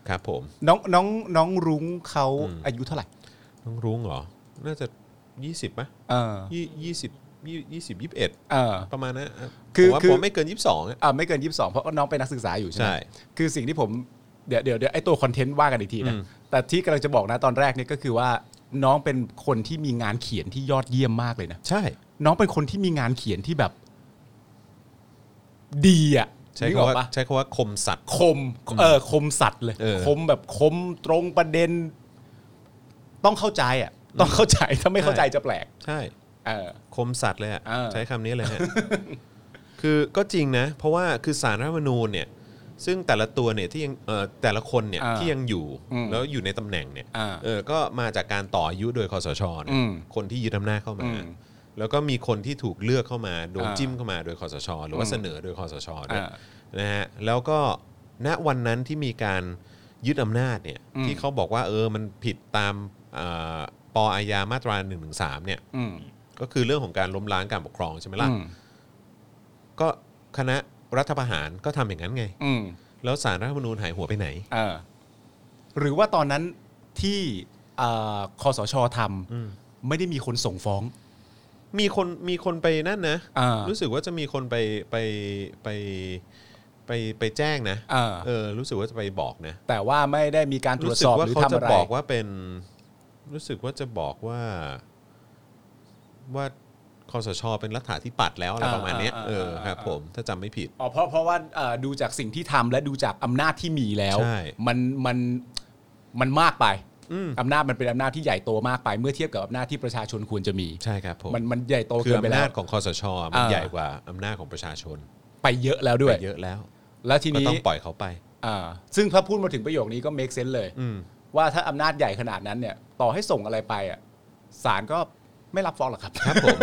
ครับผม
น้องน้องน้องรุ้งเขา
อืม
อายุเท่าไหร่
น้องรุ้งเหรอ น่าจะ 20ป่ะ
เออ
ยี่ยี่สิบยี่ยี่สิบยี่สิบเอ็ด
เออ
ประมาณนะั้น
คือ
ผมว่า
คือ
ผมไม่เกินยี่สิบสองอะ
อ่าไม่เกิน 22 เพราะว่าน้องเป็นนักศึกษาอยู่ใช่ไหม
ใช่
คือสิ่งที่ผมเดี๋ยวเดี๋ยวเดี๋ยวไอ้ตัวคอนเทนต์ว่ากันอีกทีนะ
อืม
แต่ที่กำลังจะบอกนะตอนแรกเนี่ยก็คือว่าน้องเป็นคนที่มีงานเขียนที่ยอดเยี่ยมมากเลยนะ
ใช่
น้องเป็นคนที่มีงานเขียนที่แบบ ดีอ่ะ
ใช้
นึกอ
คำ
อก
ว่า
ปะ
ใช้คำว่าคมสัตว์
คมเออคมสัตว์เลย
เออ
คมแบบคมตรงประเด็น ต้องเข้าใจอ่ะ ต้องเข้าใจถ้าไม่เข้าใจจะแปลก
ใช่
เออ
คมสัตว์เลยอะ
เออ
ใช้คำนี้เลย
*laughs*
ฮะ คือก็จริงนะ เพราะว่าคือสารรัฐธรรมนูญเนี่ย ซึ่งแต่ละตัวเนี่ยที่ยังเอ่อแต่ละคนเนี่ย
อ่า
ที่ยังอยู่
อืม
แล้วอยู่ในตำแหน่งเนี่ย
อ่า
เออก็มาจากการต่ออายุโดยคอสชนะ
อืม
คนที่ยึดอำนาจเข้ามา
อืม
แล้วก็มีคนที่ถูกเลือกเข้ามาโดน
อ่า
จิ้มเข้ามาโดยคอสช หรือว่า
อืม
เสนอโดยคอสชด้วย
อ่า
นะฮะแล้วก็ณวันนั้นที่มีการยึดอำนาจเนี่ย
อืม
ที่เขาบอกว่าเออมันผิดตามเอ่อปออาญามาตรา1นึเนี่ย
อืม
ก็คือเรื่องของการล้มล้างการปกครองใช่ไหมล่ะ
อืม
ก็คณะรัฐประหารก็ทำอย่างนั้นไง
อืม
แล้วสารรัฐธรรมนูญหายหัวไปไหน
เออหรือว่าตอนนั้นที่เอ่อคอสชท
อืม
ำไม่ได้มีคนส่งฟ้อง
มีคนมีคนไปนั่นนะ
อ่า
รู้สึกว่าจะมีคนไปไปไปไปไปแจ้งนะ
อ่า
เออ รู้สึกว่าจะไปบอกนะ
แต่ว่าไม่ได้มีการตรว
รู้
จ
สึ
ส
ก
อบ
ว่า
หรือ
เขา
ทำ
จะ
อะไร
บอกว่าเป็น รู้สึกว่าจะบอกว่าว่าคอสชเป็นรัฐาธิปัตย์แล้วอะไรประมาณเนี้ยเออครับผมถ้าจำไม่ผิด
อ๋อเพราะเพราะว่าเอ่อดูจากสิ่งที่ทำและดูจากอำนาจที่มีแล้ว
ใช่
มันมันมันมากไป
อืม
อำนาจมันเป็นอำนาจที่ใหญ่โตมากไป เมื่อเทียบกับอำนาจที่ประชาชนควรจะมี
ใช่ครับผม
มันมันใหญ่โต
คือ
เกินไป
อำ
แล้
นาว จของคอสชมัน
อ่า
ใหญ่กว่าอำนาจของประชาชน
ไปเยอะแล้วด้วย
ไปเยอะแล้ว
แล้วที
ก็
นี้
ต้องปล่อยเขาไป
อ่าซึ่งถ้าพูดมาถึงประโยคนี้ก็เมคเซนส์เลย
อืม
ว่าถ้าอำนาจใหญ่ขนาดนั้นเนี่ย ต่อให้ส่งอะไรไปอ่ะศาลก็ไม่รับฟ้องหรอกครับ
ครับผม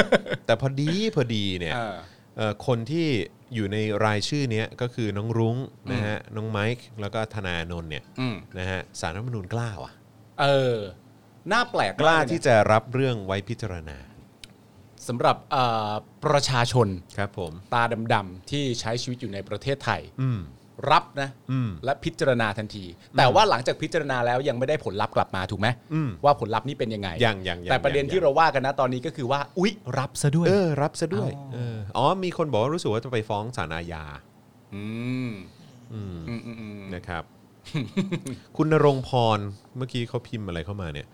แต่พอดีพอดีเนี่ย
เออ
เอ่อคนที่อยู่ในรายชื่อเนี้ยก็คือน้องรุ้งนะฮะน้องไมค์แล้วก็ธนาโนนเนี่ย
อืม
นะฮะสารรัฐธรรมนูญกล้าว่ะ
เออน่าแปลก
กล้า
เยนะ
ที่จะรับเรื่องไว้พิจารณา
สำหรับเอ่อประชาชน
ครับผม
ตาดำๆที่ใช้ชีวิตอยู่ในประเทศไทย
อืม
รับนะ
อืม
และพิจารณาทันที แต่ว่าหลังจากพิจารณาแล้วยังไม่ได้ผลลัพธ์กลับมาถูกไหม
อืม
ว่าผลลัพธ์นี่เป็นยังไง
ยังยังยัง
แต่ประเด็น
ยัง
ที่เราว่ากันนะตอนนี้ก็คือว่า อุ๊ย รับซะด้วย
เออ รับซะด้วยเอออ๋อ มีคนบอกว่ารู้สึกว่าจะไปฟ้องศาลอาญา
อืม
อืม
อืมอืมอืม
นะครับ *laughs* คุณนรงค์พรเมื่อกี้เขาพิมพ์อะไรเข้ามาเนี่ย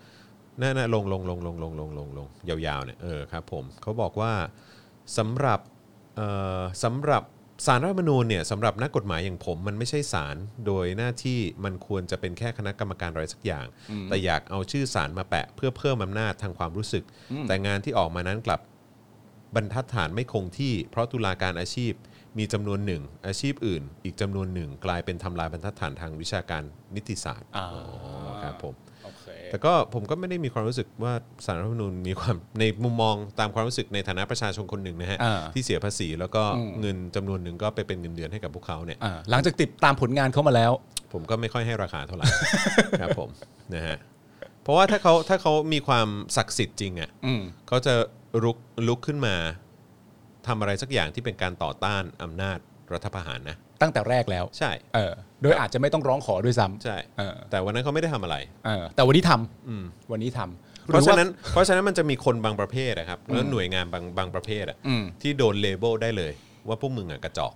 น่าน่าลงลงลงลงลงลงลงลงยาวๆเนี่ยเออครับผมเขาบอกว่าสำหรับเอ่อสำหรับสารรัฐธรรมนูญเนี่ยสำหรับนักกฎหมายอย่างผม มันไม่ใช่สารโดยหน้าที่มันควรจะเป็นแค่คณะกรรมการอะไรสักอย่าง แต่อยากเอาชื่อสารมาแปะเพื่อเพิ่มอำนาจทางความรู้สึก แต่งานที่ออกมานั้นกลับ บรรทัดฐานไม่คงที่ เพราะตุลาการอาชีพมีจำนวนหนึ่ง อาชีพอื่น อีกจำนวนหนึ่ง กลายเป็นทำลายบรรทัดฐานทางวิชาการนิติศาสตร์
อ่า
ครับผม
โอเค
แต่ก็ผมก็ไม่ได้มีความรู้สึกว่าสารรัฐธรรมนูญมี *laughs* ความในมุมมองตามความรู้สึกในฐานะประชาชนคนหนึ่งนะฮะ
อ่า
ที่เสียภาษีแล้วก็
อืม
เงินจำนวนหนึ่งก็ไปเป็นเงินเดือนให้กับพวกเขาเนี่ย
อ่าหลังจากติดตามผลงานเขามาแล้ว
ผมก็ไม่ค่อยให้ราคาเท่าไหร่ ครับ
*laughs*
ผมนะฮะเพราะว่าถ้าเขาถ้าเขามีความศักดิ์สิทธิ์จริงอ่ะ
อืม
เขาจะลุกลุกขึ้นมาทำอะไรสักอย่างที่เป็นการต่อต้านอำนาจรัฐประหารนะ
ตั้งแต่แรกแล้ว
ใช่
เออ โดยอาจจะไม่ต้องร้องขอด้วยซ้ำ
ใช่
เออ
แต่วันนั้นเขาไม่ได้ทำอะไร
เออ แต่วันนี้ทำ
อืม
วันนี้ทำ
เพราะฉะนั้น
หอว่
เพราะฉะนั้นมันจะมีคนบางประเภทนะครับ
อืม
แล้วหน่วยงานบางบางประเภทอะ
อืม
ที่โดนเลเบลได้เลย ว่าพวกมึงอ่ะกระจอก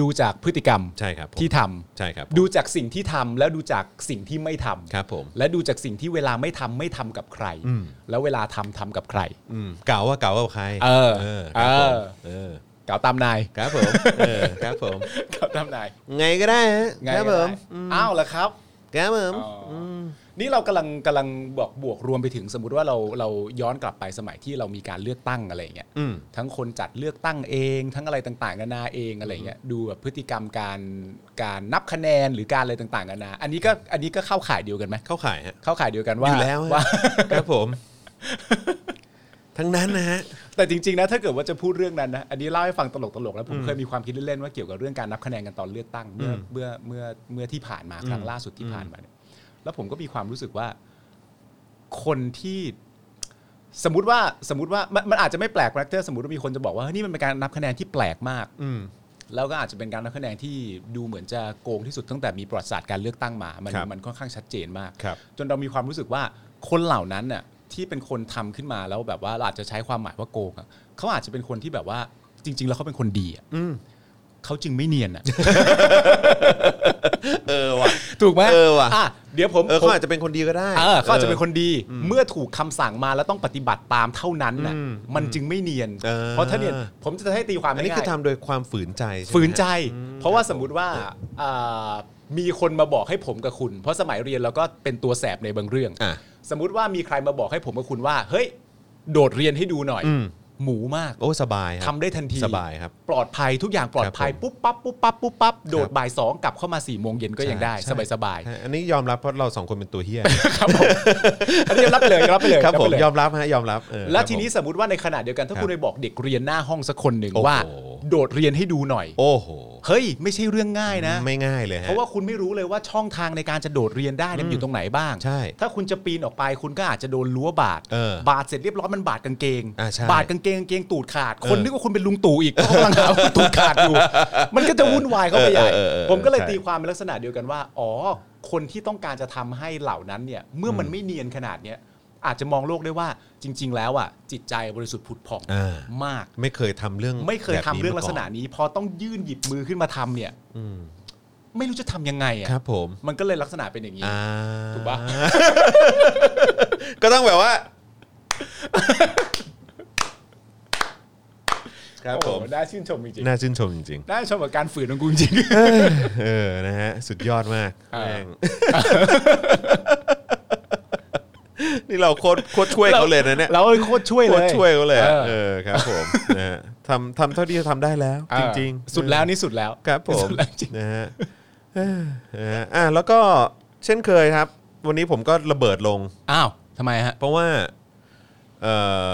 ดูจากพฤติกรรม
ใช่ครับผม
ที่ทำ
ใช่ครับผม
ดูจากสิ่งที่ทำแล้วดูจากสิ่งที่ไม่ทำ
ครับผม
และดูจากสิ่งที่เวลาไม่ทำไม่ทำกับใคร
อืม
แล้วเวลาทำทำกับใคร
อืมเก่าว่าเก่าว่าใคร
เออ
เออครับผม
เออ
เออ
เก่าตาม
*laughs*
นาย
ครับผมเออครับผม
เก่าตามนาย
ไงก็ได้ฮะ
ไง
ครับ
ก็
ผ
ได้
ม
อ้าวเหรอครับ
ครับผม
อ๋ออื
ม
นี่เรากำลังกำลังบอกบวกรวมไปถึงสมมติว่าเราเราย้อนกลับไปสมัยที่เรามีการเลือกตั้งอะไรอย่างเงี้ย
อืม
ทั้งคนจัดเลือกตั้งเอง ทั้งอะไรต่างๆนานาเองอะไรอย่างเงี้ยดูแบบพฤติกรรมการการนับคะแนนหรือการอะไรต่างๆนานาอันนี้ก็อันนี้ก็เข้าข่ายเดียวกันไหม
เข้าข่ายฮะ
เข้าข่ายเดียวกัน
อ
ว่า
ยู่แล้วฮะ
ว่า
ครับผม
*laughs*
ทั้งนั้นนะฮะ
แต่จริงๆนะถ้าเกิดว่าจะพูดเรื่องนั้นนะอันนี้เล่าให้ฟังตลกๆแล้วผมเคยมีความคิดเล่นๆว่าเกี่ยวกับเรื่องการนับคะแนนกันตอนเลือกตั้งเมื่อ
อืม
เมื่อเมื่อเมื่อที่ผ่านมาครั้งล่าสุดที่ผ่านมาเนี่ยแล้วผมก็มีความรู้สึกว่า คนที่สมมติว่าสมมติว่ามันมันอาจจะไม่แปลกนะถ้าสมมติว่ามีคนจะบอกว่าเฮ้ยนี่มันเป็นการนับคะแนนที่แปลกมาก
อืม
แล้วก็อาจจะเป็นการนับคะแนนที่ดูเหมือนจะโกงที่สุดตั้งแต่มีประวัติศาสตร์การเลือกตั้งมามัน
ครับ
มันค่อนข้างชัดเจนมาก
ครับ
จนเรามีความรู้สึกว่าคนเหล่านั้นน่ะที่เป็นคนทำขึ้นมาแล้วแบบว่าเราอาจจะใช้ความหมายว่าโกงอะเขาอาจจะเป็นคนที่แบบว่าจริง ๆ แล้วเขาเป็นคนดีอะ
อืม
เขาจึงไม่เนียน
*laughs*
อะ
เออว่ะ
ถูกไหม
เออว่ะ
ะเดี๋ยวผม
เออ
ผม
เขาอาจจะเป็นคนดีก็ได้
เออเขาอาจจะเป็น
อ
คนดี เมื่อถูกคำสั่งมาแล้วต้องปฏิบัติตามเท่านั้นน่ะ
อืม
มันจึงไม่เนียน
เออ
เพราะถ้าเนียนผมจะให้ตีความ
อันนี้คือ
ง่ายๆ
ทำโดยความฝืนใจช่ไหม
ฝืนใจ
ฮะ
เพราะว่าสมมุติว่าอ่ามีคนมาบอกให้ผมกับคุณ เพราะสมัยเรียนเราก็เป็นตัวแสบในบางเรื่อง
อ่ะ
สมมุติว่ามีใครมาบอกให้ผมกับคุณว่า เฮ้ย โดดเรียนให้ดูหน่อย
อืม
หมูมาก
โอ้สบายครับ
ทำได้ทันที
สบายครับ
ปลอดภัยทุกอย่างปลอดภัย
ครับผม
ปุ๊บปั๊บปุ๊บปั๊บปุ๊บปั๊บโด
ค
ด
รับ
บ่ายสองกลับเข้ามาสี่โมงเย็นก็ยังได้
ใช่
สบาย
ใช่อันนี้ยอมรับเพราะเราสองคนเป็นตัวเฮี้ย
ๆครับผมอันนี้ยอมรับไปเลยยอมรับไปเลย
ครับ
ยอ
ผม
ไปเลย
ยอมรับฮะยอมรับเออ
แล้ว
ครับ
ทีนี้
ผม
สมมติว่าในขณะเดียวกันถ้าคุณ
ครับ
ไปบอกเด็กเรียนหน้าห้องสักคนหนึ่ง
โอ้โห
ว่า โดดเรียนให้ดูหน่อย
โอ้โห
เฮ้ย ไม่ใช่เรื่องง่ายนะ
ไม่ง่ายเลยฮะ
เพราะว่าคุณไม่รู้เลยว่าช่องทางในการจะโดดเรียนได้เนี่ยมันอยู่ตรงไหนบ้าง
ใช่
ถ้าคุณจะปีนออกไปคุณก็อาจจะโดนรั้วบาด
เออบ
าดเสร็จเรียบร้อยมันบาดกางเกง
อ่าใช่
บาดกางเกงกางเกงตูดขาด
เออ
คนนึกว่าคุณเป็นลุงตู่อีกเพราะกำลังหาว่าคุณตูดขาดอยู่ มันก็จะวุ่นวายเข้าไปใหญ่
เออเออเออ
ผมก็เลย
ใช่
ตีความเป็นลักษณะเดียวกันว่า อ๋อ คนที่ต้องการจะทำให้เหล่านั้นเนี่ย เมื่อมันไม่เนียนขนาดเนี้ยอาจจะมองโลกได้ว่าจริง ๆ แล้วอ่ะจิตใจบริสุทธิ์ผุดผ่อง
อ่าม
าก
ไม่เคยทำเรื่อง
ไม่เคยทำเรื่องลักษณะ
แบบนี้มา
นี้พอต้องยื่นหยิบมือขึ้นมาทำเนี่ย
ก่อนอืม
ไม่รู้จะทำยังไงอ่ะ
ครับผม
มันก็เลยลักษณะเป็นอย่างนี้
อ่า
ถูกปะ
ก็ต้องแบบว่า ครับผม
โอ้โหน่าชื่นชมจริง
น่าชื่นชมจริง
ๆน่าชมกับการฝืนของกูจริง
ๆ เออนะฮะ สุดยอดมาก
อ่า
แม่ง *laughs* นี่เราโคตรโคตรช่วยเขาเลยนะเนี่ย
*laughs* เราโคตรช่วยเลย
โคตรช่วยเขาเลยอะ
ออ
เออครับผมนะฮะทำทำเท่าที่จะทำได้แล้ว จริง ๆ
สุดแล้วนี่สุดแล้ว
ครับผม
สุดแล้วจริง
นะฮะเอ้อนะฮะอ่ะแล้วก็เช่นเคยครับ วันนี้ผมก็ระเบิดลง
อ้าวทำไมฮะ
เพราะว่าเอ่อ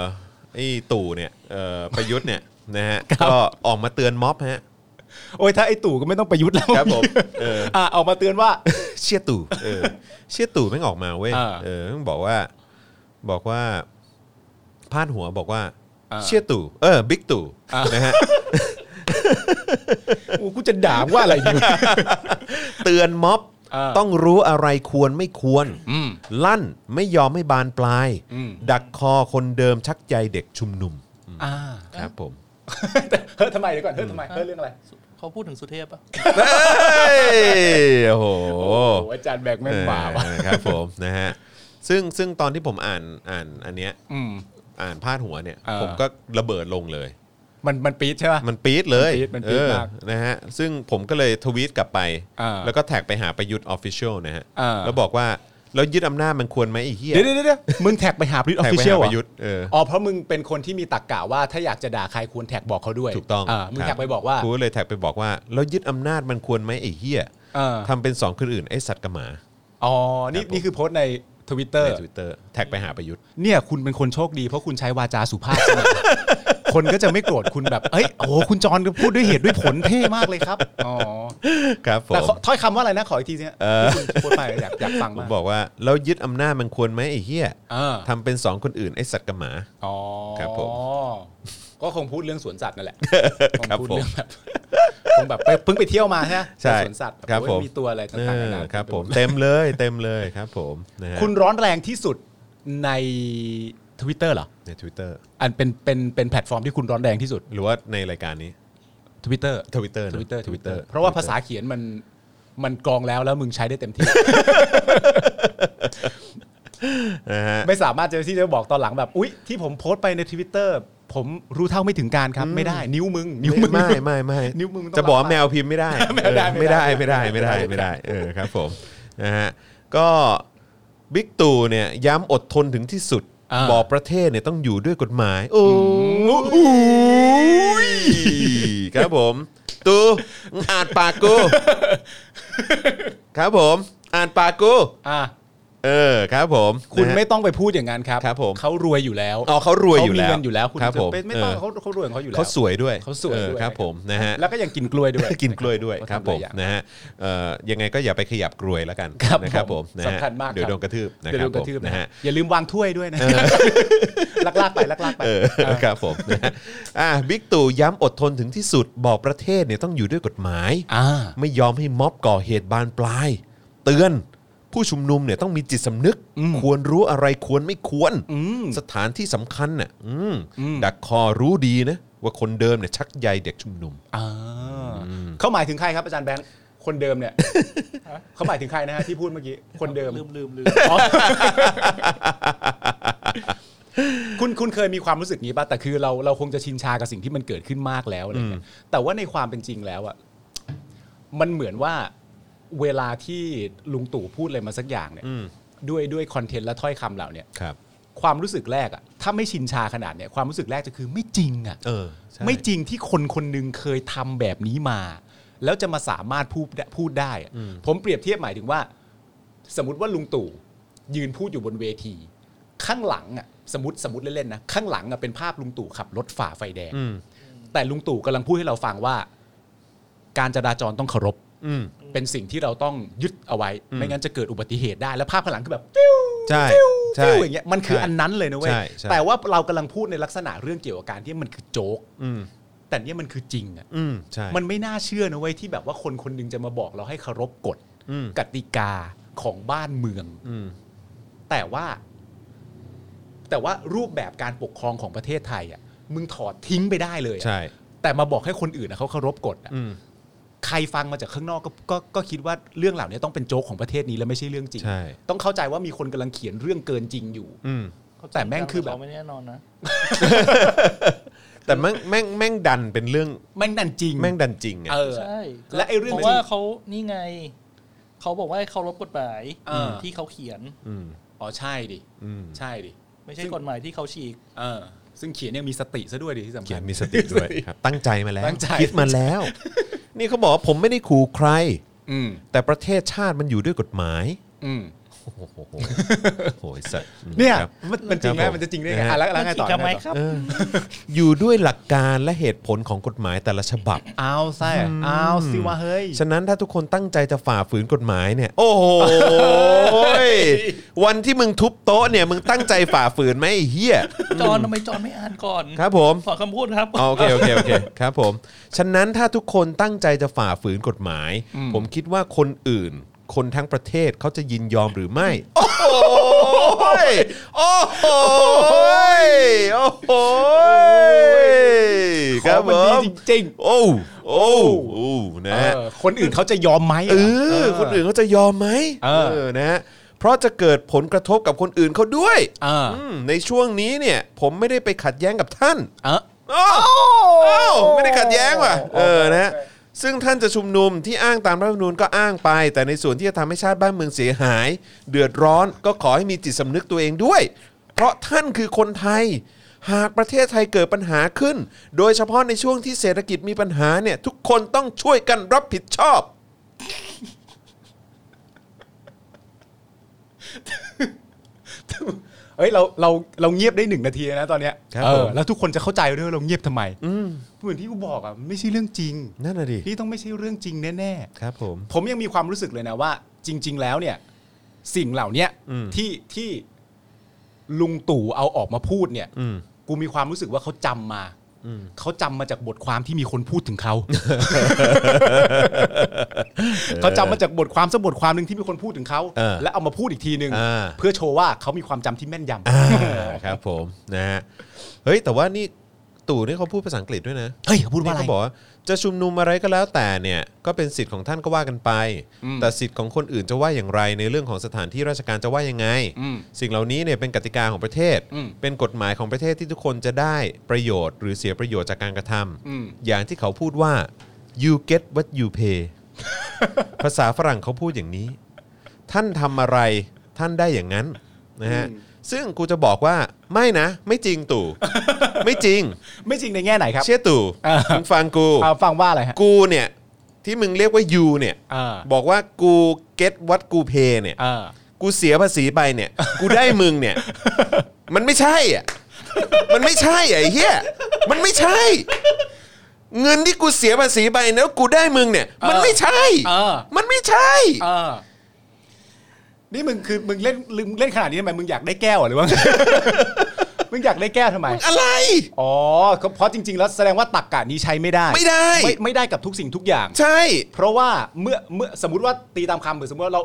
ไอ้ตู่เนี่ยเอ่อประยุทธ์เนี่ย นะฮะ
ครับ
ก็ออกมาเตือนม็อบฮะ
โอ้ยถ้าไอ้ตู่ก็ไม่ต้องประยุทธ์แล้ว
ครับผมเออ
อ่ะออกมาเตือนว่า
เชี่ยตู่เออเชี่ยตู่ไม่งออกมาเว้ย
อ่า
เออมันบอกว่าบอกว่าพาดหัวบอกว่า
อ่า
เชี่ยตู่เออบิ๊กตู่นะฮะ
โอ้กูจะด่าว่าอะไรอยู่
เตือนม็อบ
อ่า
ต้องรู้อะไรควรไม่ควร
อืม
ลั่นไม่ยอมให้บานปลาย
อืม
ดักคอคนเดิมชักใยเด็กชุมนุม
อ่า
ครับผม
เฮ้ยทำไมเดี๋ยวก่อนเฮ้ยทำไมเฮ้ยเรื่องอะไร
เขาพูดถึงสุเทพปะ
เฮ้ยโอ้โห
หอาจารย์แบกแม่งบ่าว่ะ
เออครับผมนะฮะซึ่งซึ่งตอนที่ผมอ่านอ่านอันเนี้ย
อืม
อ่านพาดหัวเนี่ย
เออ
ผมก็ระเบิดลงเลย
มันมันปี๊ดใช่ไหม
มันปี๊ดเลย
มันปี๊ดมันปี๊ดมาก
เออนะฮะซึ่งผมก็เลยทวีตกลับไป
อ่า
แล้วก็แท็กไปหาประยุทธ์ออฟฟิเชียลนะฮะ
อ่า
แล้วบอกว่า แล้วยึดอำนาจมันควรไหมไอ้เหี้ย
เดี๋ยวเดี๋ยวเดี๋ยวมึงแท็กไปหาพลิตออ
แท็ก
ฟฟิ
ไป
เชีย
หา
ล
ประยุทธ์เออ
อ๋อเพราะมึงเป็นคนที่มีตักกะว่าถ้าอยากจะด่าใครควรแท็กบอกเขาด้วย
ถูกต้อง
ามึง
ค
แท็
รั
กไปบอกว่า
กูเลยแท็กไปบอกว่าแล้วยึดอำนาจมันควรไหมไอ้เหี้ย
เออ
ทำเป็นสองคนอื่นไอ้สัตว์กระหมา
อ๋อนี่
ครับผม
นี่คือโพสต์ในทวิตเตอร์
ในทวิตเตอร์แท็กไปหาประยุทธ์
เนี่ยคุณเป็นคนโชคดีเพราะคุณใช้วาจาสุภาพ *laughs* เสมอคนก็จะไม่โกรธคุณแบบเอ้ยโอ้โหคุณจอนก็พูดด้วยเหตุด้วยผลเท่มากเลยครับอ๋อ
ครับผม
แต่ขอถ้อยคำว่าอะไรนะขออีกทีเนี่ยที่คุณโพสต์ไปอยากอยากฟัง
ผม
มาก
บอกว่าแล้วยึดอำนาจมันควรไหมไอ้เหี้ย
เออ
ทำเป็นสองคนอื่นไอ้สัตว์กระหมา
อ๋อ
ครับผม
ก็คงพูดเรื่องสวนสัตว์นั่นแหละ
ครับ
งพูด
ผม
เรื่องแบบคงแบบไปเพิ่งไปเที่ยวมาใช่ไหม
ใช่
ไปสวนสัตว์
ครับ
โอ้ย
ผม
มีตัวอะไร
เอ
ต่างๆนา
อ
นา
ครับผมเต็มเลยเต็มเลยครับผมนะฮะ
คุณร้อนแรงที่สุดใน Twitter เหรอ
ใน Twitter
อันเป็นเป็นเป็นแพลตฟอร์มที่คุณร้อนแรงที่สุด
หรือว่าในรายการนี้
Twitter
Twitter นะ
Twitter
Twitter
เพราะว่าภาษาเขียนมันมันกรองแล้วแล้วมึงใช้ได้เต็มที่
นะฮะ
ไม่สามารถจะที่จะบอกตอนหลังแบบ อุ๊ย ที่ผมโพสต์ไปใน Twitter ผมรู้เท่าไม่ถึงการครับ ไม่ได้นิ้วมึงนิ้วมึง
ไม่ไม่ไม่
นิ้วมือมันต้อง
จะบอกว่า
รับ
แมวพิมพ์ไม่ได้
*laughs* ไม่ได้
เออ
ไม่
ไม่
ได้
ได้ไม่ได้ไม่ได้ไม่ได้เออครับผมนะฮะก็บิ๊กตู่เนี่ยย้ำอดทนถึงที่สุด บอกประเทศเนี่ยต้องอยู่ด้วยกฎหมาย โอ้ยครับผม ตูมึงอ่านปากกู ครับผม อ่านปากกู
อ่ะ
เออครับผม
คุณ
นะฮะ
ไม่ต้องไปพูดอย่างนั้นครับ
ครับผม
เขารวยอยู่แล้ว
อ๋อเขารวยอยู่
มี
แล้ว
เงินอยู่แล้วคุณ
ครับ
จะ
ผม
ไปไม่ต้อง
เออ
เขาเขารวยของเขาอยู่แล้ว
เขาสวยด้วย
เขาสวย
ออ
ด้วย
ครับผมนะฮะ
แล้วก็ยังกินกล้วยด้วย
กินกล้วยด้วย
เขาทำ
ครับผม
หลายอย่าง
นะฮะเอ่อยังไงก็อย่าไปขยับกลวยแล้วกัน
ครับ
นะครับผ
ผม ม
นะฮะ
สำคัญมากครับ
เดี๋ยวโดนกระทืบนะ
เดี๋ยว
ครั
ดู
บผ
กระ
ม
ทืบ
นะ
นะ
ฮะ
อย่าลืมวางถ้วยด้วยนะลักลากไปลักลากไป
เออครับผมนะฮะอ่ะบิ๊กตู่ย้ำอดทนถึงที่สุดบอกประเทศเนี่ยต้องอยู่ด้วยกฎหมาย
อ่า
ไม่ยอมให้ม็อบก่อเหตุบานปลาย เตือนผู้ชุมนุมเนี่ยต้องมีจิตสำนึก ควรรู้อะไรควรไม่ควร สถานที่สำคัญน่ะอืมดักคอรู้ดีนะว่าคนเดิมเนี่ยชักใยเด็กชุมนุม
อ่าเขาหมายถึงใครครับอาจารย์แบงค์คนเดิมเนี่ยเขาหมายถึงใครนะฮะที่พูดเมื่อกี้คนเดิม
ลืมลืมลืม
อ๋อ *laughs* คุณคุณเคยมีความรู้สึกนี้ป่ะแต่คือเราเราคงจะชินชากับสิ่งที่มันเกิดขึ้นมากแล้วอะไรเงี้ยแต่ว่าในความเป็นจริงแล้วอะ มันเหมือนว่าเวลาที่ลุงตู่พูดอะไรมาสักอย่างเนี่ย
อืม
ด้วยด้วยคอนเทนต์และถ้อยคำเหล่าเนี้ย
ครับ
ความรู้สึกแรกอะถ้าไม่ชินชาขนาดเนี่ยความรู้สึกแรกจะคือไม่จริงอะ
เออใช่
ไม่จริงที่คนคนหนึงเคยทำแบบนี้มา แล้วจะมาสามารถพูดได้พูดได้อะผมเปรียบเทียบหมายถึงว่า สมมติว่าลุงตู่ยืนพูดอยู่บนเวที ข้างหลังอะสมมติสมมติเล่นๆนะข้างหลังอะเป็นภาพลุงตู่ขับรถฝ่าไฟแดง
อืม
แต่ลุงตู่กำลังพูดให้เราฟังว่า การจราจรต้องเคารพ
อืม
เป็นสิ่งที่เราต้องยึดเอาไว้ ไม่งั้นจะเกิดอุบัติเหตุได้ และภาพข้างหลังคือแบบติ้ว
ใช่ใช่
ติ้วอย่างเงี้ยมันคืออันนั้นเลยนะเว้ย
ใช่ใช่
แต่ว่าเรากำลังพูดในลักษณะเรื่องเกี่ยวกับการที่มันคือโจ๊ก
อืม
แต่เนี่ยมันคือจริงอ่ะ
อืมใช่
มันไม่น่าเชื่อนะเว้ยที่แบบว่าคนคนหนึงจะมาบอกเราให้เคารพกฎ
อืม
กติกาของบ้านเมือง
อืม
แต่ว่า แต่ว่ารูปแบบการปกครองของประเทศไทยอ่ะมึงถอดทิ้งไปได้เลยอะ
ใช่
แต่มาบอกให้คนอื่นนะเขาเคารพกฎอะ
อืม
ใครฟังมาจากข้างนอกก็ก็ก็คิดว่าเรื่องเหล่านี้ต้องเป็นโจ๊กของประเทศนี้แล้วไม่ใช่เรื่องจริง
ใช่
ต้องเข้าใจว่ามีคนกำลังเขียนเรื่องเกินจริงอยู่
อืม
แต่แม่งคือแบบ
เขาไม่แน่นอนนะ
แต่แม่งแม่งแม่งดันเป็นเรื่อง
แม่งนั่นจริง
แม่งดันจริงอ่ะ
เออ
ใช่
และไอ้เรื่อง
เพราะว่าเขานี่ไง เขาบอกว่าเคารพกฎหมาย
เออ
ที่เขาเขียน
อืม
อ๋อใช่ดิ
อืม
ใช่ดิ
ไม่ใช่กฎหมายที่เขาฉีก
เออ ซึ่งเขียนยังมีสติซะด้วยดิที่สำ
เขี
คั
ย
ญ
นมีสติด้วยครับตั้งใจมาแล้ว
ตั้งใจ
คิดมาแล้ว นี่เขาบอกว่าผมไม่ได้ขู่ใคร
อืม
แต่ประเทศชาติมันอยู่ด้วยกฎหมาย
อืม
โอ้โหโอ้โหไอ้สัตว์อืม
เนี่ย
ครับ
มันมันจริงไหม
ครับผม
มันจะจริงได้ไง
นะฮะ
อ่ะแล้วแล้วไงต่อ
มันฉีกทำไม
งต่อ
ครับ
เอออยู่ด้วยหลักการและเหตุผลของกฎหมายแต่ละฉบับ
เอาใช่เอาสิว่าเฮ้ย
ฉะนั้นถ้าทุกคนตั้งใจจะฝ่าฝืนกฎหมายเนี่ย โอ้โหยวันที่มึงทุบโต๊ะเนี่ยมึงตั้งใจฝ่าฝืนไหมไอ้เฮีย
จอนทำไมจอนไม่อ่านก่อน
ครับผม
ขอคำพูดครับ
อ๋อโอเคโอเคโอเคครับผม ฉะนั้นถ้าทุกคนตั้งใจจะฝ่าฝืนกฎหมาย
อืม
ผมคิดว่าคนอื่น คนทั้งประเทศเขาจะยินยอมหรือไม่ โอ้โหยโอ้โหยโอ้โหยครับ
ของ
ผ
มันดี
ม
จริง
โอ้โอ้โอ้
ๆ
นะ
เอ
ฮะ
อคนอื่นเขาจะยอมไหมะ
เออคนอื่นเขาจะยอมไหม
เออ
นะฮะเพราะจะเกิดผลกระทบกับคนอื่นเขาด้วย
เออ
มในช่วงนี้เนี่ย ผมไม่ได้ไปขัดแย้งกับท่าน
เออ
อ้าวอ้าวไม่ได้ขัดแย้งว่ะเออนะฮะ ซึ่งท่านจะชุมนุมที่อ้างตามรัฐธรรมนูญก็อ้างไป แต่ในส่วนที่จะทำให้ชาติบ้านเมืองเสียหาย เดือดร้อนก็ขอให้มีจิตสำนึกตัวเองด้วย เพราะท่านคือคนไทย หากประเทศไทยเกิดปัญหาขึ้น โดยเฉพาะในช่วงที่เศรษฐกิจมีปัญหาเนี่ย ทุกคนต้องช่วยกันรับผิดชอบ
เอ้ยเราเราเราเงียบได้หนึ่งนาทีนะตอนเนี้ย
ครับ
เอ
ผ
อ
ม
แล้วทุกคนจะเข้าใจด้วยว่าเราเงียบทำไมเหมือนที่กูบอกอ่ะมันไม่ใช่เรื่องจริง
นั่นน่ะดิ
นี่ต้องไม่ใช่เรื่องจริงแน่
ครับผม
ๆผมยังมีความรู้สึกเลยนะว่า จริง ๆ แล้วเนี่ย สิ่งเหล่าเนี้ย
อืม
ที่ที่ลุงตู่เอาออกมาพูดเนี่ย
อืม
กูมีความรู้สึกว่าเขาจำมา
อืม
เขาจำมาจากบทความที่มีคนพูดถึงเขา เขาจำมาจากบทความสักบทความหนึ่งที่มีคนพูดถึงเขา
เออ
และเอามาพูดอีกทีหนึ่ง
อ่า
เพื่อโชว์ว่าเขามีความจำที่แม่นยำ
อ่าครับผมนะฮะเฮ้ยแต่ว่านี่ตู่นี่เขาพูดภาษาอังกฤษด้วยนะ
เฮ้ยเขาพูดว่า
นี่
อะไร
เขาบอกว่าจะชุมนุมอะไรก็แล้วแต่เนี่ยก็เป็นสิทธิ์ของท่านก็ว่ากันไป
อืม
แต่สิทธิ์ของคนอื่นจะว่าอย่างไร ในเรื่องของสถานที่ราชการจะว่ายังไง
อืม
สิ่งเหล่านี้เนี่ยเป็นกติกาของประเทศ
อืม
เป็นกฎหมายของประเทศที่ทุกคนจะได้ประโยชน์ หรือเสียประโยชน์จากการกระทำ
อืม
อย่างที่เขาพูดว่า you get what you pay *laughs* ภาษาฝรั่งเขาพูดอย่างนี้ ท่านทำอะไรท่านได้อย่างนั้นนะฮะซึ่งกูจะบอกว่าไม่นะ ไม่จริงตู่ *laughs* ไม่จริง
ไม่จริงในแง่ไหนครับ
เชี่ยตู่
อ่ามึ
มึงฟังกู
เอาฟังว่าอะไรฮะ
กูเนี่ยที่มึงเรียกว่ายูเนี่ย
เออ
บอกว่ากูเก็ตวัดกูเพเนี่ย
เออ
กูเสียภาษีไป
*laughs*
เนี่ย กูได้มึงเนี่ย มันไม่ใช่อ่ะมันไม่ใช่อ่ะไอ้เหี้ยมันไม่ใช่ เงินที่กูเสียภาษีไปแล้วกูได้มึงเนี่ย มันไม่ใช่
เออ
มันไม่ใช่
เออนี่มึงคือมึงเล่นมึงเล่นขนาดนี้ทำไมมึงอยากได้แก้วเหรอหรือ *laughs* ว่า มึงอยากได้แก้วทำไม
อะไร
อ๋อก็เพราะจริง ๆ แล้วแสดงว่าตักกะนี้ใช้ไม่ได้
ไม่ได้
ไม่ไม่ได้กับทุกสิ่งทุกอย่าง
ใช่
เพราะว่าเมื่อเมื่อสมมติว่าตีตามคำหรือสมมติว่าเรา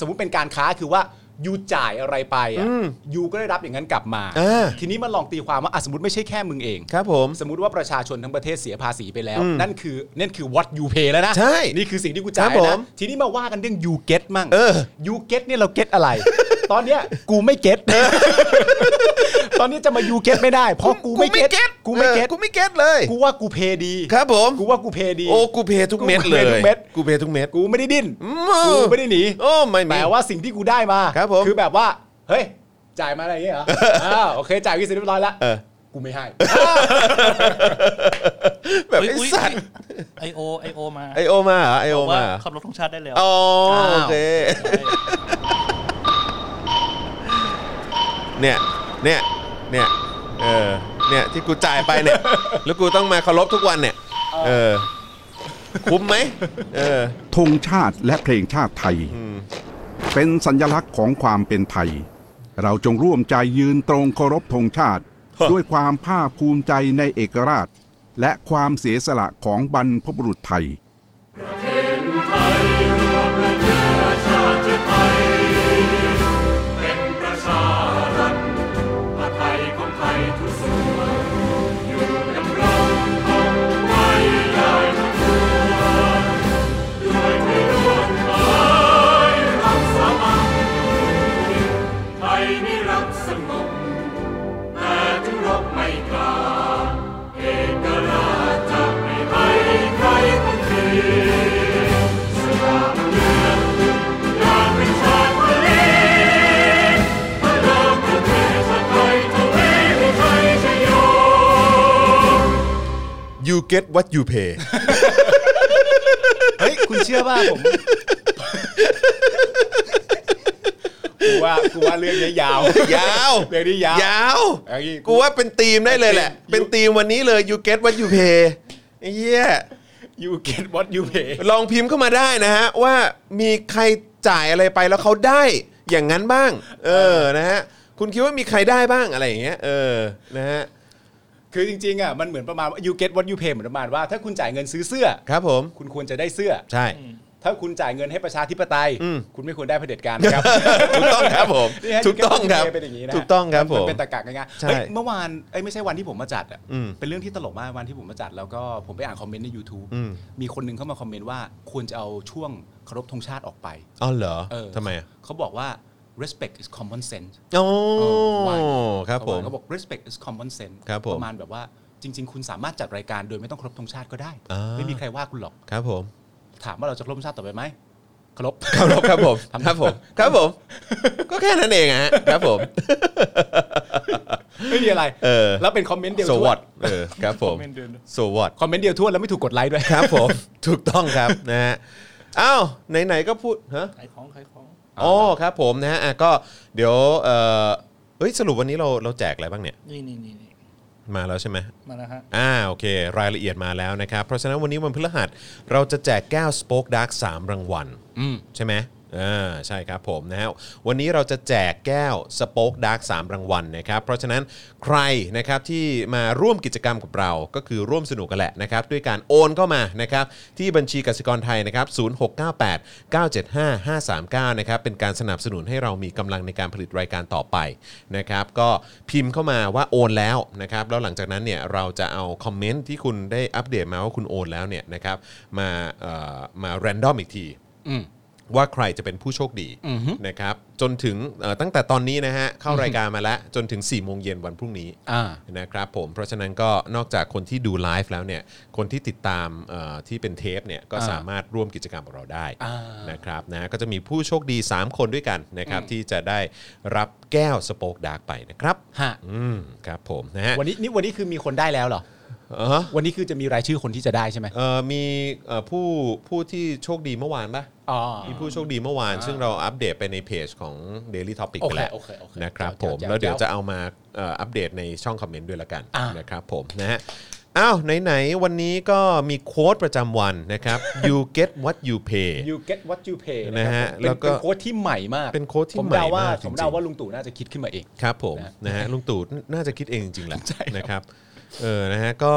สมมติเป็นการค้าคือว่ายูจ่ายอะไรไปอ่ะ
อืม
ยูก็ได้รับอย่างนั้นกลับมา
อ่า
ทีนี้มันลองตีความว่าอ่ะสมมติไม่ใช่แค่มึงเอง
ครับผม
สมมติว่าประชาชนทั้งประเทศเสียภาษีไปแล้ว
อืม
นั่นคือนั่นคือ what you pay แล้วนะ
ใช่
นี่คือสิ่งที่กู
ครั
จ่าย
บผม
นะทีนี้มาว่ากันเรื่อง you get มั่ง
เออ
you get เนี่ยเราเก็ตอะไร *laughs* ตอนเนี้ยกูไม่เก็ต *laughs* ตอนนี้จะมา you get ไม่ได้ เพราะกูไม่เก็ตกูไม่เก็ต
ออกูไม่เก็ตเลย
กูว่ากูเพดี
ครับผม
กูว่ากูเพดี
โอ้กูเพทุกเม็ดเลย
กูเพทุกเม็ด
กูเพทุกเม็ด
กูไม่ได้ดิ้น
อื
กูไม่ได้หนี
โอ้ไม่มี
แต่ว่าสิ่งที่กูได้มา
ครับผม
อแบบว่า เฮ้ย จ่ายมาอะไรอย่างเงี้ยเหรอ อ้าวโอเค จ่ายกี่สิบเรียบร้อยแล้ว
เออ
กูไม่ให้ *laughs*
แบบ
เฮ้ย
ไอ้
อุ๊ย
สัตว์
ไอโอไอโอมา
ไอโอมาเหรอไอโอบ
ก
มา
ว่า
เหรอ
ขับรถของชาติได้แล้ว
อ๋อโอเคเนี่ยเนี่ยเนี่ยเออเนี่ยที่กูจ่ายไป
*laughs*
เนี่ย แล้วกูต้องมาเคารพทุกวันเนี่ย เออ คุ้มไหมเออ
ธงชาติและเพลงชาติไทย เป็นสัญลักษณ์ของความเป็นไทย เราจงร่วมใจยืนตรงเคารพธงชาติ
ฮะ
ด้วยความภาคภูมิใจในเอกราช และความเสียสละของบรรพบุรุษไทย
ไทยนิรักสงบแต่ถึงรบไม่กล้าเอกราชจะไม่ให้ใครคนทีสยามเมืองอยากเป็นชาติทะเลพระรามประเทศไทยทะเลให้ไทยชโย
you get what you
*laughs*
pay
เฮ้ย คุณเชื่อป่ะผม กูว่ากูว่าเรื่องนี้ยาว
ยาว
*laughs* เรื่องนี้ยาวย
าว
อย่างงี้
กูว่าเป็นธีมได้เลยแหละ
เป็
เป็น
นธีม
ธีมวันนี้เลย you get what you pay ไอ้เหี้ย
you get what you pay
ลองพิมพ์เข้ามาได้นะฮะ ว่ามีใครจ่ายอะไรไปแล้วเขาได้อย่างนั้นบ้าง เออนะฮะ คุณคิดว่ามีใครได้บ้างอะไรอย่างเงี้ยเออนะฮะ
คือจริงๆอ่ะมันเหมือนประมาณว่า you get what you pay เหมือนประมาณว่าถ้าคุณจ่ายเงินซื้อเสื้อ
ครับผม
คุณควรจะได้เสื้อ
ใช่
ถ้าคุณจ่ายเงินให้ประชาธิปไตย
อืม
คุณไม่ควรได้เผด็จการนะครับ
ถูกต้องครับ *laughs* ผม
นี่ฮะ
ถูกต้องครับ
เป็นอย่างนี้นะ
ถูกต้องครับผม
นเป็นตะกะง่ายๆ
ใช่
เฮ้ยเมื่อวานเอ้ยไม่ใช่วันที่ผมมาจัดอ่ะ
อืม
เป็นเรื่องที่ตลกมากวันที่ผมมาจัด แล้วก็ผมไปอ่านคอมเมนต์ใน YouTube
อืม
มีคนหนึงเข้ามาคอมเมนต์ว่าควรจะเอาช่วงเคารพธงชาติออกไป
อ๋อเหรอ
เออ
ทำไมอ่ะ
เขาบอกว่า respect is common sense
โอ้
เออว่าอย่างนั้น
ครับผม
เขาบอก respect is common sense
ครับผม
ประมาณแบบว่า จริง ๆ คุณสามารถจัดรายการโดยไม่ต้องเคารบธงชาติก็ได้
อ่า
ไม่มีใครว่าคุณหรอก
ครับผม
ถามว่าเราจะเคารบธงชาติต่อไปไหมเคารบ
ครับผมครับผม
ทำ
ครับผมครับผม ก็แค่นั้นเอง
*laughs*
อะฮะครับผม
ไม่มีอะไร
เออ
แล้วเป็นคอมเมนต์เดียว
so
ทั่ว
what เออครับผม
คอมเมนต์เดิมด้วย
so what
คอมเมนต์เดียวทั่วแล้วไม่ถูกกดไลค์ด้วย
ครับผมถูกต้องครับนะฮะอ้าวไหนๆก็พูดฮะ
ขายของขายของ
อ๋อครับผมนะฮะอ่ะก็เดี๋ยวเออเอ้ยสรุปวันนี้เราเราแจกอะไรบ้างเนี่ย
นี่นี่นี่นี่
มาแล้วใช่ไหม
มาแล้วฮะ
อ่าโอเค รายละเอียดมาแล้วนะครับ เพราะฉะนั้นวันนี้วันพฤหัสเราจะแจกแก้ว Spoke Dark 3รางวัลใช่ไหมอ่าใช่ครับผมนะฮะวันนี้เราจะแจกแก้ว Spoke Dark 3รางวัลนะครับเพราะฉะนั้นใครนะครับที่มาร่วมกิจกรรมกับเราก็คือร่วมสนุกกันแหละนะครับด้วยการโอนเข้ามานะครับที่บัญชีกสิกรไทยนะครับ0698 975 539นะครับเป็นการสนับสนุนให้เรามีกำลังในการผลิตรายการต่อไปนะครับก็พิมพ์เข้ามาว่าโอนแล้วนะครับแล้วหลังจากนั้นเนี่ยเราจะเอาคอมเมนต์ที่คุณได้อัปเดตมาว่าคุณโอนแล้วเนี่ยนะครับมาเอ่อมาแรนดอมอีกที
อืม
ว่าใครจะเป็นผู้โชคดีนะครับจนถึงเอ่อตั้งแต่ตอนนี้นะฮะเข้ารายการมาแล้วจนถึง4ี่โมงเย็นวันพรุ่งนี้
อ่า
นะครับผมเพราะฉะนั้นก็นอกจากคนที่ดูไลฟ์แล้วเนี่ยคนที่ติดตามเอ่อที่เป็นเทปเนี่ยก็
อ่า
สามารถร่วมกิจกรรมกับเราได้
อ่า
นะครับนะก็จะมีผู้โชคดี 3 คนด้วยกันนะครับที่จะได้รับแก้วสโปกดาร์กไปนะครับ
ฮะ
อืมครับผมนะฮะ
วันนี้นี่วันนี้คือมีคนได้แล้วเหรอ
เออ
วันนี้คือจะมีรายชื่อคนที่จะได้ใช่ไหม
เอ่อมีเอ่อผู้ผู้ที่โชคดีเมื่อวานปะ
อ๋อ
มีผู้โชคดีเมื่อวาน ซึ่งเราอัปเดตไปในเพจของ Daily Topic
โอ
ไป
เค
แล้ว
โอเคโอเค
นะครับผ
แจ๋ว
ม
แจ๋ว
แล้วเดี๋ยว
แจ๋ว
จะเอามาเอ่ออัปเดตในช่องคอมเมนต์ด้วยละกัน
อ่าน
นะครับผมนะฮะอ้าวไหนๆวันนี้ก็มีโค้ดประจำวันนะครับ *laughs* you get what you pay
you get what you pay
นะฮะ
ครับผมเป็น
แล้วก็
เป็นโค้ดที่ใหม่มาก
เป็นโค้ดที่
ผม
ใหม่
เดาว่าม
ากจริงๆ
ผมเดาว่าลุงตู่น่าจะคิดขึ้นมาเอง
ครับผม
นะ
นะฮะลุงตู่น่าจะคิดเองจริงๆ *laughs* แหละ
ใช่ครับ
นะครับเออนะฮะก็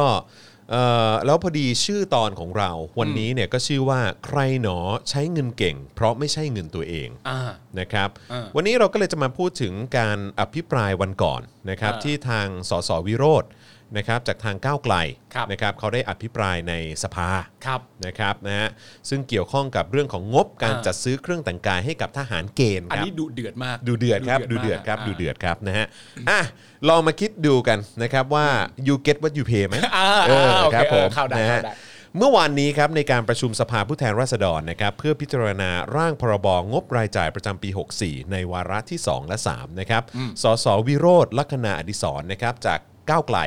เอ่อแล้วพอดีชื่อตอนของเราวันนี้เนี่ยก็ชื่อว่าใครหนอใช้เงินเก่ง เพราะไม่ใช่เงินตัวเอง
อ่า
นะครับ
อ่า
วันนี้เราก็เลยจะมาพูดถึงการอภิปรายวันก่อนนะครับ
อ่า
ที่ทางสสวิโรจน์นะครับจากทางก้าวไกล
ครับ
นะครับเขาได้อภิปรายในสภา
ครับ
นะครับนะฮะซึ่งเกี่ยวข้องกับเรื่องของงบการ
อ่า
จัดซื้อเครื่องแต่งกายให้กับทหารเกณฑ์
อัน
ครับ
นี้ดูเดือดมาก
ดูเดือดครับดูเดือดครับดูเดือดครับนะฮะอ่ะลองมาคิดดูกันนะครับว่า you get what you pay ไหม
อ่า
เออ
โอ
ค
เครับ
ผม
เข้าได้
นะ
เข้า
ฮะ
ได้
เมื่อวานนี้ครับในการประชุมสภาผู้แทนราษฎรนะครับเพื่อพิจารณาร่างพรบงบรายจ่ายประจำปี 64 ในวาระที่ 2 และ 3 นะครับสสวิโรธลักษณาอดิศรณ์นะครับจากก้าวไกล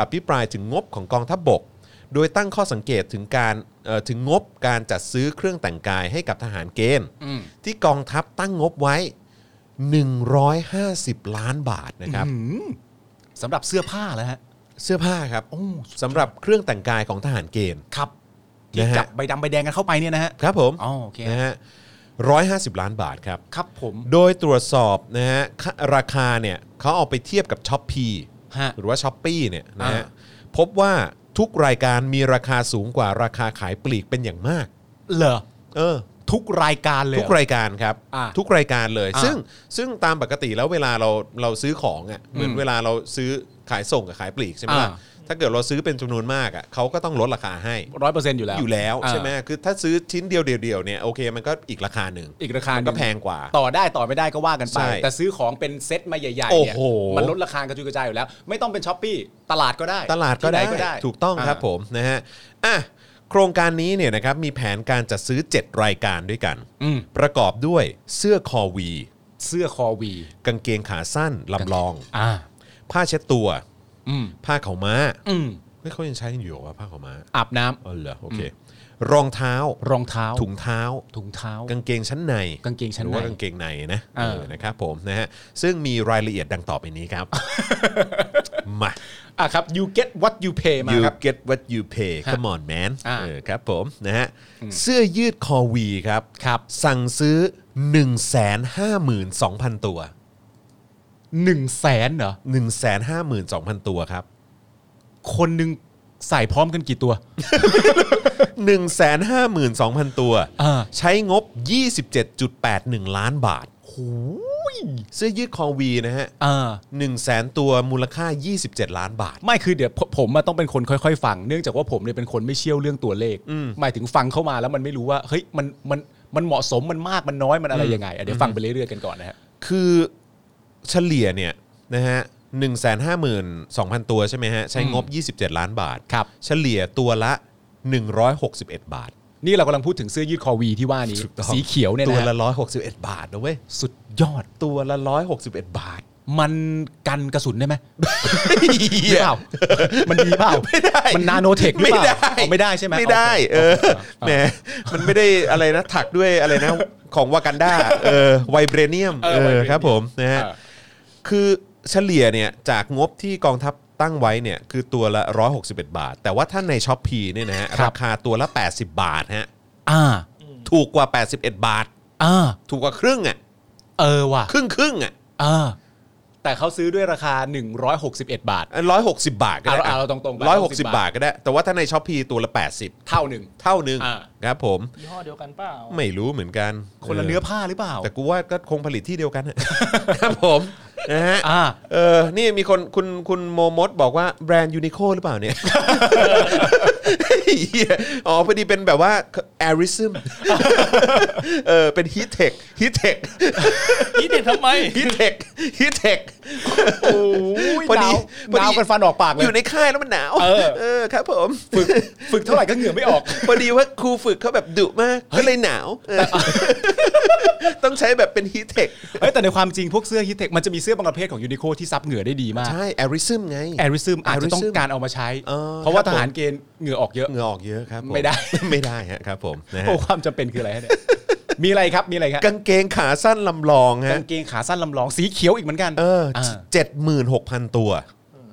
อภิปรายถึงงบของกองทัพบก โดยตั้งข้อสังเกตถึงการเอ่อถึงงบการจัดซื้อเครื่องแต่งกายให้กับทหารเกณฑ์ ที่กองทัพตั้งงบไว้ 150 ล้านบาทนะครับ
สำหรับเสื้อผ้าแล้วฮะ
เสื้อผ้าครับสำหรับเครื่องแต่งกายของทหารเกณฑ์
ครับที่
นะฮะ
จับใบดำใบแดงกันเข้าไปเนี่ยนะฮะ
ครับผม
อ๋อโอเค
นะฮะร้อยห้าสิบล้านบาทครับ
ครับผม
โดยตรวจสอบนะฮะค่าราคาเนี่ยเขาเอาไปเทียบกับช้อปปี
ฮะ
หรือว่าช้อปปีเนี่ยนะฮะ
อ่า
พบว่าทุกรายการมีราคาสูงกว่าราคาขายปลีกเป็นอย่างมาก
เหรอ
เออ
ทุกรายการเลยเห
ทุ
รอ
กรายการครับ
อ่ะ
ทุกรายการเลย
อ่ะ
ซึ่งซึ่งตามปกติแล้วเวลาเราเราซื้อของอ่ะเหมือน
อืม
เวลาเราซื้อขายส่งกับขายปลีกใช่ไหมล่ะ
อ่า
ถ้าเกิดเราซื้อเป็นจำนวนมากอ่ะเขาก็ต้องลดราคาให้
ร้อยเปอร์เซ็นต์อยู่แล้ว
อยู่แล้ว
า
ใช่ไหมคือถ้าซื้อชิ้นเดียวเดียวๆเนี่ยโอเคมันก็อีกราคาหนึ่ง
อีกราคา
มันก็แพงกว่า
ต่อได้ต่อไม่ได้ก็ว่ากันไป
ใช่
แต่ซื้อของเป็นเซ็ตมาใหญ่ๆ
โอ้
เนี่ย
โห
มันลดราคากระจุยกระจายอยู่แล้ว ไม่ต้องเป็นช้อปปี้ตลาดก็ได้
ตลาดก็ได้
ที่หนได้
ถูกต้องครับผมนะฮะอ่ะโครงการนี้เนี่ยนะครับมีแผนการจัดซื้อ 7 รายการด้วยกัน
อืม
ประกอบด้วยเสื้อคอวี
เสื้อคอวี
กางเกงขาสั้นลำลอง
อ่า
ผ้าเช็ดตัว
อืม
ผ้าขาวม้า
อืม
เฮ้ยเขายังใช้กันอยู่เหรอว่าผ้าขาวม้า
อาบน้ำ
อ๋อเหรอโอเค รองเท้าร
องเท้า
ถุงเท้า
ถุงเท้า
กางเกงชั้นใน
กางเกงชั้น
ห
ใน
รือว่ากางเกงในนะ
เอ
เอ
อ
อนะครับผมนะฮะซึ่งมีรายละเอียดดังต่อไปนี้ครับ *laughs* มา
อ่ะครับ you get what you pay มา
you
ครับ
get what you pay
ฮะ
come on man
อ่า
เออครับผมนะฮะเสื้อยืดคอวีครับ
ครับ
สั่งซื้อ 152,000 ตัว
หนึ่งแสนเหรอ
152,000 ตัวครับ
คนหนึ่งใส่พร้อมกันกี่ตัว
152,000 ตัว
อ่า
ใช้งบ 27.81 ล้านบาท
หูย
เสื้อยืดคอวีนะฮะ
อ่า
หนึ่งแสนตัวมูลค่า 27 ล้านบาท
ไม่คือเดี๋ยวผมผมอะต้องเป็นคนค่อยๆ ฟัง เนื่องจากว่าผมเนี่ยเป็นคนไม่เชี่ยวเรื่องตัวเลข หมายถึงฟังเข้ามาแล้วมันไม่รู้ว่าเฮ้ยมันมันมันเหมาะสมมันมากมันน้อยมันอะไรยังไงอ่ะเดี๋ยวฟังไปเรื่อยๆกันก่อนนะฮะ
คือเฉลี่ยเนี่ยนะฮะ 152,000 ตัวใช่ไหมฮะ ใช้งบ 27 ล้านบาท
ครับ
เฉลี่ยตัวละ 161 บาท
นี่เรากำลังพูดถึงเสื้อยืดคอวีที่ว่านี้
ถูกต้อง
สีเขียวเนี่ย
ตัว
นะ
ละ
ฮะ
161 บาทนะเว้ย
สุดยอด
ตัวละ 161 บาท
มันกันกระสุนได้ไหมหรือเปล่า มันดีเปล่า
ไม่ได้
มันนาโนเทคหรือ
ไม่
เปล่า
ได้
อ๋อไม่ได้ใช่ไหม
ไม่ได้ เออแหมมันไม่ได้อะไรนะถักด้วยอะไรนะ ของวากันดาเออไวเบรเนียม
เออ
เออ
vibranium
ครับผมนะฮะ
เออ
คือเฉลี่ยเนี่ยจากงบที่กองทัพตั้งไว้เนี่ยคือตัวละ 161 บาท แต่ว่าถ้าในช้อปปีเนี่ยนะฮะ
ครั
รา
บ
คาตัวละ 80 บาทฮะ
อ่า
ถูกกว่า 81 บาท
อ่า
ถูกกว่าครึ่งอ่ะ
เออว่ะ
ครึ่งครึ่งอ่ะ
อ่าแต่เขาซื้อด้วยราคา 161 บาท
ร้อยหกสิบบาทก็ได้
เอาเอาตรงๆไป
ร้อยหกสิบ
160
บาทก็ได้ แต่ว่าถ้าในช้อปปีตัวละ 80
เท่าหนึ่ง
เท่าหนึง
อ่า
ครับผม
ยี่ห้อเดียวกันเปล่า
ไม่รู้เหมือนกัน
คนละเนื้อผ้าหรือเปล่า
แต่กูว่าก็คงผลิตที่เดียว
*laughs*
กันอะ ครับผมนะฮะ
อ่า
เออนี่มีคนคุณคุณโมมดบอกว่าแบรนด์ยูนิโคหรือเปล่าเนี่ย เหี้ยอ๋อพอดีเป็นแบบว่าแอริซึม *laughs* เออเป็นฮีเทคฮีเทค
นี่เด็กทำไม
ฮีเทคฮีเทค
โอ้ย
พอดี
หนาวห
พอ
นาว
ดี
กันฟันออกปากเล
อย ยู่ในค่ายแล้วมันหนาว
เออ
เออครับผม
ฝึกฝึกเท่าไหร่ก็เหงื่อไม่ออก
พอดีว่าครูฝึกเขาแบบดุมากก็เลยหนาวเออต้องใช้แบบเป็นฮีเทค
เฮ้ยแต่ในความจริงพวกเสื้อฮิตเทคมันจะมีเสื้อบางประเภทของยูนิโคที่ซับเหงื่อได้ดีมาก
ใช่แอริซึมไง
แอริซึมอาจจะ
Aerism
ต้องการเอามาใช้
เออ
เพราะว่า
ครับ
ท
ผม
หารเกณฑ์เหงื่อออกเยอะ
เหงื่อออกเยอะครับผ
ไม่ได้
*laughs* ไม่ได้ฮะครับผมนะฮะ
โอ้ความจำเป็นคืออะไรฮะเนี่ย มีอะไรครับมีอะไรครับ
กางเกงขาสั้นลำลองฮะ
กางเกงขาสั้นลำลองสีเขียวอีกเหมือนกัน
เออ
อ่า
เจ็ดหมื่นหกพันตัว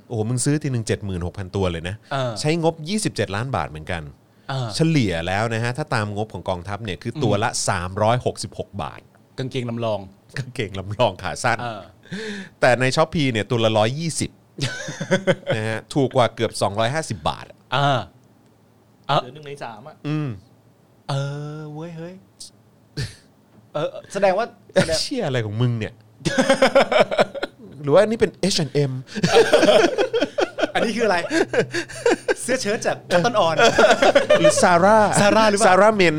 โอ้โหมึงซื้อทีหนึ่งเจ็ดหมื่นหกพันตัวเลยนะ
เออ
ใช้งบ 27 ล้านบาทเหมือนกัน
เออ
เฉลี่ยแล้วนะฮะ ถ้าตามงบของกองทัพเนี่ยคือตัวละ 366 บาท
กางเกงลำลอง
กางเกงลำลองขาสั้น
เออ
แต่ในช้อปปีเนี่ยตัวละ
*laughs*
120 นะฮะถูกกว่าเกือบ 250 บาทอะ
เออ
หรือหนึ่งในสามอ่ะ
อืม
เออเว้ยเฮ้ยเออแสดงว่าแสดง
เชี่ยอะไรของมึงเนี่ย *laughs* หรือว่านี่เป็น H&M
อันนี้คืออะไร เสื้อเชิ้ตจากคัตตอนออน
หรือซาร่า
Zara หรือเปล่า
ซาร่าเมน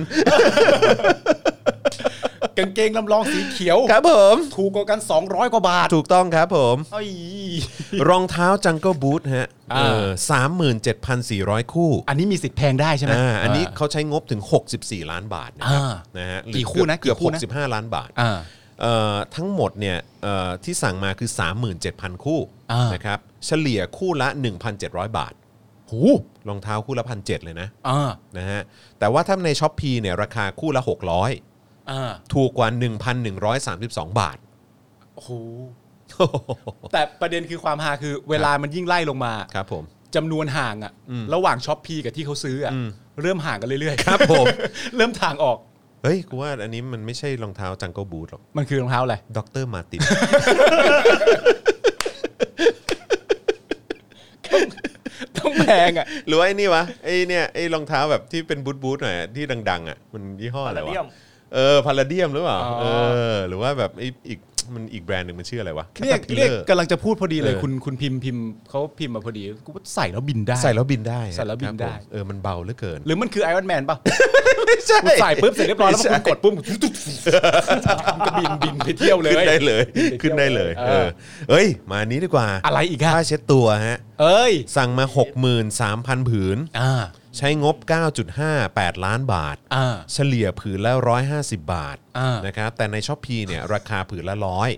กางเกงลำลองสีเขียว
ครับผม
ถูกกว่ากัน 200 กว่าบาท
ถูกต้องครับผม
เอ้ย
รองเท้าจังเกิลบูทฮะ
อ่า
สามหมื่นเจ็ดพันสี่ร้อยคู่
อันนี้มีสิทธิ์แพงได้ใช่ไหม
อ่าอันนี้เขาใช้งบถึง 64 ล้านบาทนะค
อ่า
รับนะฮะ
กี่คู่นะ
เกือบ
กี่คู่นะ
เกือบ65 ล้านบาท
อ่า
เอ่อทั้งหมดเนี่ยเอ่อที่สั่งมาคือ 37,000 คู่
อ่าน
นะครับเฉลี่ยคู่ละ 1,700 บาท
หู
รองเท้าคู่ละ 1,700 เลยนะ
อ่า
นะฮะแต่ว่าถ้าในช้อปปีเนี่ยราคาคู่ละ 600
อ่า
ถูกกว่า 1,132 บาท
โอ้โหแต่ประเด็นคือความฮาคือเวลามันยิ่งไล่ลงมา
*laughs* ครับผม
จำนวนห่างอะระหว่างช็อปพีกับที่เขาซื้ออะ
อืม
เริ่มห่างกันเรื่อยๆ
ครับผม
*laughs* เริ่มทางออก
*laughs* เฮ้ยกูว่าอันนี้มันไม่ใช่รองเท้าจังเกิลบูทหรอก
มันคือรองเท้าอะไร
ด็อกเตอร์มาติน
ต้องแพงอะ
*laughs* หรือว่าไอ้นี่วะไอ้เนี่ยไอ้รองเท้าแบบที่เป็นบูทบูทหน่อยอะที่ดัง ๆ อ่ะ มันยี่ห้ออะไรวะ
Palladium
เออพาราเดียมหรือเปล่าเออหรือว่าแบบไอ้อีกมันอีกแบรนด์หนึ่งมันชื่ออะไรวะ
เรียก
Caterpillar
เรียกกำลังจะพูดพอดีเลย
เออ
คุณคุณพิมพ์พิมพ์เขาพิมพ์มาพอดีกูว่าใส่แล้วบินได้
ใส่แล้วบินได้
ใส่แล้วบินได้
ครับผมเออมันเบาเหลือเกิน
หรือมันคือไอรอนแมนป่ะ
ไม่ใช่
คุณใส่ปุ๊บเสร็จเรียบร้อยแล้วพอคุณกดปุ๊บมันก็ *laughs* บินบินไปเที่ยวเลย
ขึ้นได้เลยขึ้นได้เลย
เอ
เอ
อ
อเอ้ย มาอันนี้ดีกว่า
อะไรอีกฮะ
ผ้าเช็ดตัวฮะ
เอ้ย
สั่งมา 63,000 ผืน
อ่า
ใช้งบ 9.58 ล้านบาท
อ่า
เฉลี่ยผืนละ 150 บาท
อ่าน
นะครับแต่ในช้อปปีเนี่ยราคาผืนละร้อย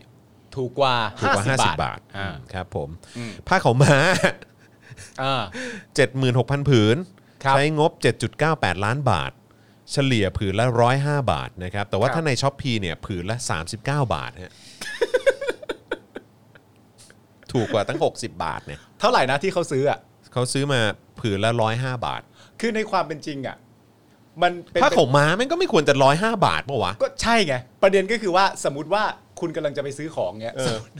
ถูกกว่า
ถูกกว่า 50 บาท
อ่า
อืมครับผม ผ้าขาวม้า *laughs*
อ่า
76,000 ผืน
ครับ
ใช้งบ 7.98 ล้านบาท เฉลี่ยผืนละ 105 บาทนะครับแต่ว่าถ้าในช้อปปีเนี่ยผืนละ 39 บาท
*laughs*
ฮะ ถูกกว่าตั้ง 60 บาทเนี่ย
เท่าไหร่นะที่เขาซื้ออ่ะ
เขาซื้อมาผืนละ 105 บาท
คือในความเป็นจริงอ่ะมันเป็น
ผ้าขาวม้าแมันก็ไม่ควรจะ 105 บาทปะวะ
ก็ใช่ไง ประเด็นก็คือว่าสมมติว่าคุณกำลังจะไปซื้อของเงี้ย
เออ
สมมุติ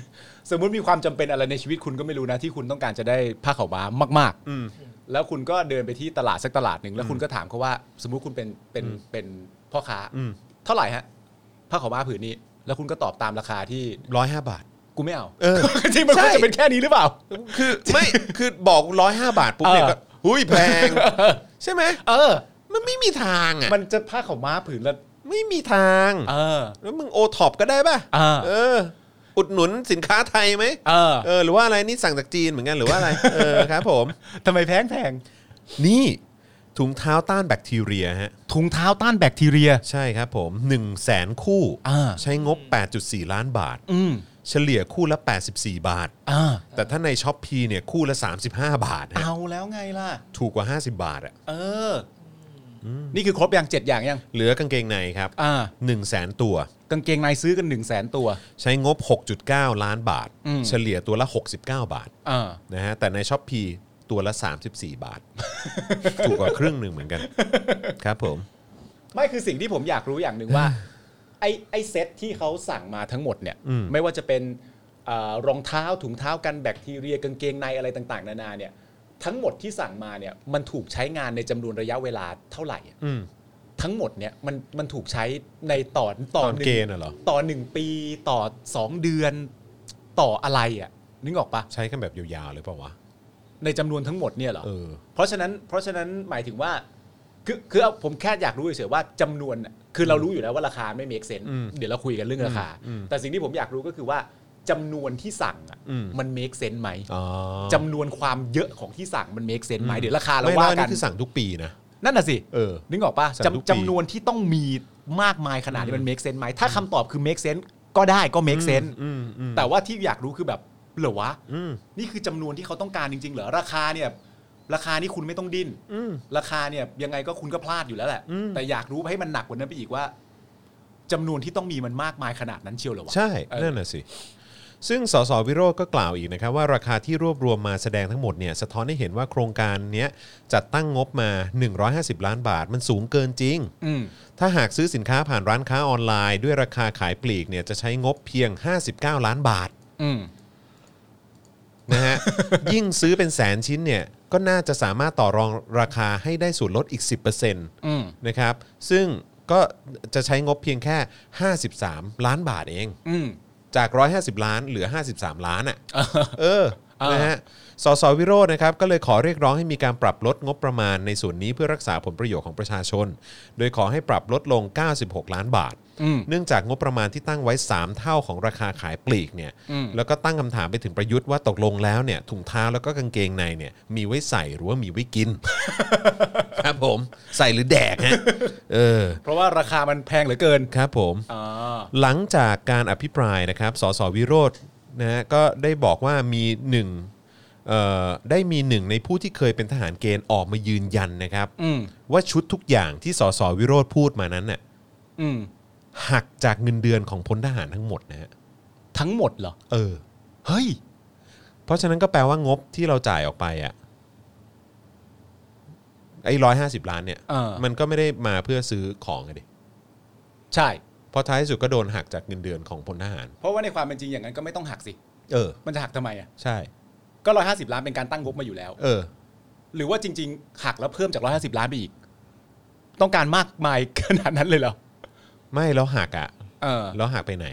สมมติมีความจำเป็นอะไรในชีวิตคุณก็ไม่รู้นะที่คุณต้องการจะได้ผ้าขาวม้ามาก
อืม
ๆ แล้วคุณก็เดินไปที่ตลาดสักตลาดหนึ่งแล้วคุณก็ถามเขาว่า สมมุติคุณเป็นเป็นเป็นพ่อค้า
อืม
เท่าไหร่ฮะผ้าขาวม้าผืนนี้ แล้วคุณก็ตอบตามราคาที่
105 บาท
กูไม่เอา
เออ
จริงมันควรจะเป็นแค่นี้ *laughs* หรือเปล่า
คือไม่
*laughs*
คือบอกร้อยห้าบาทปุ๊บเนี่ย
เออ
ก็หุยแพ
*laughs*
ง ใช่ไหม
เออ
มันไม่มีทางอ่ะ
มันจะผ้าขาวม้าผืนละ
ไม่มีทาง
เออ
แล้วมึงโอท็อปก็ได้ป่ะ
เออ
เออ อุดหนุนสินค้าไทยไหม
เออ
เออหรือว่าอะไรนี่สั่งจากจีนเหมือนกันหรือว่าอะไรเออครับผม
ทำไมแพงแพง
นี่ถุงเท้าต้านแบคทีเรียฮะ
ถุงเท้าต้านแบคทีเรีย
ใช่ครับผม1 0 0 0 0 0 คู่
อ่า
ใช้งบ 8.4 ล้านบาท
อืม
เฉลี่ยคู่ละ 84 บาท
อ่า
แต่ถ้าในช้อปพีเนี่ยคู่ละ 35 บาทฮะ
เอาแล้วไงล่ะ
ถูกกว่า 50 บาทอะ
เอออนี่คือครบอย่างเจ็ดอย่างยัง
เหลือกางเกงในครับ
อ่า
1 0 0 0 0 0 ตัว
กางเกงในซื้อกันหนึ่งแสนตัว
ใช้งบ 6.9 ล้านบาท
อืม
เฉลี่ยตัวละ 69 บาท
อ่า
นะฮะแต่ในช้อปพีตัวละ 34 บาท *laughs* ถูกกว่าครึ่งหนึ่งเหมือนกัน ครับผม
ไม่คือสิ่งที่ผมอยากรู้อย่างหนึ่งว่า ไอไอเซ็ตที่เขาสั่งมาทั้งหมดเนี่ย
อืม
ไม่ว่าจะเป็นเอ่อรองเท้าถุงเท้ากันแบคทีเรียกางเกงในอะไรต่างๆ นานาเนี่ย ทั้งหมดที่สั่งมาเนี่ยมันถูกใช้งานในจำนวนระยะเวลาเท่าไหร่อะ
อืม
ทั้งหมดเนี่ยมันมันถูกใช้ในต่อต่อ
ตอน
หง
เกณฑ์อะเหรอ
ต่อหนึ่งปีต่อสองเดือนต่ออะไรอ่ะนึกออกปะ
ใช้กันแบบยาวๆเลยเปล่าวะ
ในจำนวนทั้งหมดเนี่ยเหรอ
เออ
เพราะฉะนั้นเพราะฉะนั้นหมายถึงว่า คือคือเอาผมแค่อยากรู้เฉยๆว่าจำนวนน่ะคือเรารู้อยู่แล้วว่าราคาไม่ make sense
อืม
เดี๋ยวเราคุยกันเรื่องราคา
อืม
แต่สิ่งที่ผมอยากรู้ก็คือว่าจำนวนที่สั่งอ่ะ
อืม
มัน make sense ไหม
อ๋อ
จำนวนความเยอะของที่สั่งมัน make sense ไหม
อืม
เดี๋ยวราคาเรา
ไม่
ว่า
แล้วอัน
กั
นี่
น
คือสั่งทุกปีนะ
นั่นน่ะสิ
เออ
นึกออกปะ
สั่งทุกปี
จำจำนวนที่ต้องมีมากมายขนาดที่มัน make sense ไหมถ้าคำตอบคือ make sense ก็ได้ก็ make sense
อืมอืม
แต่ว่าที่อยากรู้คือแบบเหรอวะ
อืม
นี่คือจำนวนที่เขาต้องการจริงๆเหรอราคาเนี่ยราคานี่คุณไม่ต้องดิ้น
อืม
ราคาเนี่ยยังไงก็คุณก็พลาดอยู่แล้วแหละ
อืม
แต่อยากรู้ให้มันหนักกว่านั้นไปอีกว่าจำนวนที่ต้องมีมันมากมายขนาดนั้นเชียวเหรอวะ
ใช่
เออ
นั่นน่ะสิ ซึ่งสสวิโรจน์ก็กล่าวอีกนะครับ ว่าราคาที่รวบรวมมาแสดงทั้งหมดเนี่ยสะท้อนให้เห็นว่าโครงการเนี้ยจัดตั้งงบมา 150 ล้านบาทมันสูงเกินจริง
อืม
ถ้าหากซื้อสินค้าผ่านร้านค้าออนไลน์ ด้วยราคาขายปลีกเนี่ยจะใช้งบเพียง 59 ล้านบาท
อืม
นะฮะ ยิ่งซื้อเป็นแสนชิ้นเนี่ยก็น่าจะสามารถต่อรองราคาให้ได้ส่วนลดอีก 10%
อืม
นะครับซึ่งก็จะใช้งบเพียงแค่ 53 ล้านบาทเอง
อืม
จาก 150 ล้านเหลือ 53 ล้านอ่ะ เออ
อ่าน
นะฮะ สสวิโรจน์นะครับ ก็เลยขอเรียกร้องให้มีการปรับลดงบประมาณในส่วนนี้เพื่อรักษาผลประโยชน์ของประชาชน โดยขอให้ปรับลดลง 96 ล้านบาท
อืม
เนื่องจากงบประมาณที่ตั้งไว้ 3 เท่าของราคาขายปลีกเนี่ย
อืม
แล้วก็ตั้งคำถามไปถึงประยุทธ์ว่าตกลงแล้วเนี่ยถุงเท้าแล้วก็กางเกงในเนี่ยมีไว้ใส่หรือว่ามีไว้กิน *laughs* ครับผม ใส่หรือแดกฮะ เออ
เพราะว่าราคามันแพงเหลือเกิน
ครับผม
อ่า
หลังจากการอภิปรายนะครับ สสวิโรธนะฮะก็ได้บอกว่ามีหนึ่งเอ่อได้มีหนึ่งในผู้ที่เคยเป็นทหารเกณฑ์ออกมายืนยันนะครับ
อืม
ว่าชุดทุกอย่างที่สสวิโรธพูดมานั้นน่ะ
อืม
หักจากเงินเดือนของพลทหารทั้งหมดนะฮะ
ทั้งหมดเหรอ
เออ
เฮ้ย
เพราะฉะนั้นก็แปลว่างบที่เราจ่ายออกไปอ่ะไอ้ร้อยห้าสิบล้านเนี่ย
เออ
มันก็ไม่ได้มาเพื่อซื้อของอะดิ
ใช่
เพราะท้ายสุดก็โดนหักจากเงินเดือนของพลทหาร
เพราะว่าในความเป็นจริงอย่างนั้นก็ไม่ต้องหักสิ
เออ
มันจะหักทำไมอ่ะ
ใช่
ก็ร้อยห้าสิบล้านเป็นการตั้งงบมาอยู่แล้ว
เออ
หรือว่าจริง ๆ หักแล้วเพิ่มจากร้อยห้าสิบล้านไปอีก ต้องการมากมายขนาดนั้นเลยเหรอ
ไม่แล้วหักอ่ะ
เออ
แล้วหักไปไหน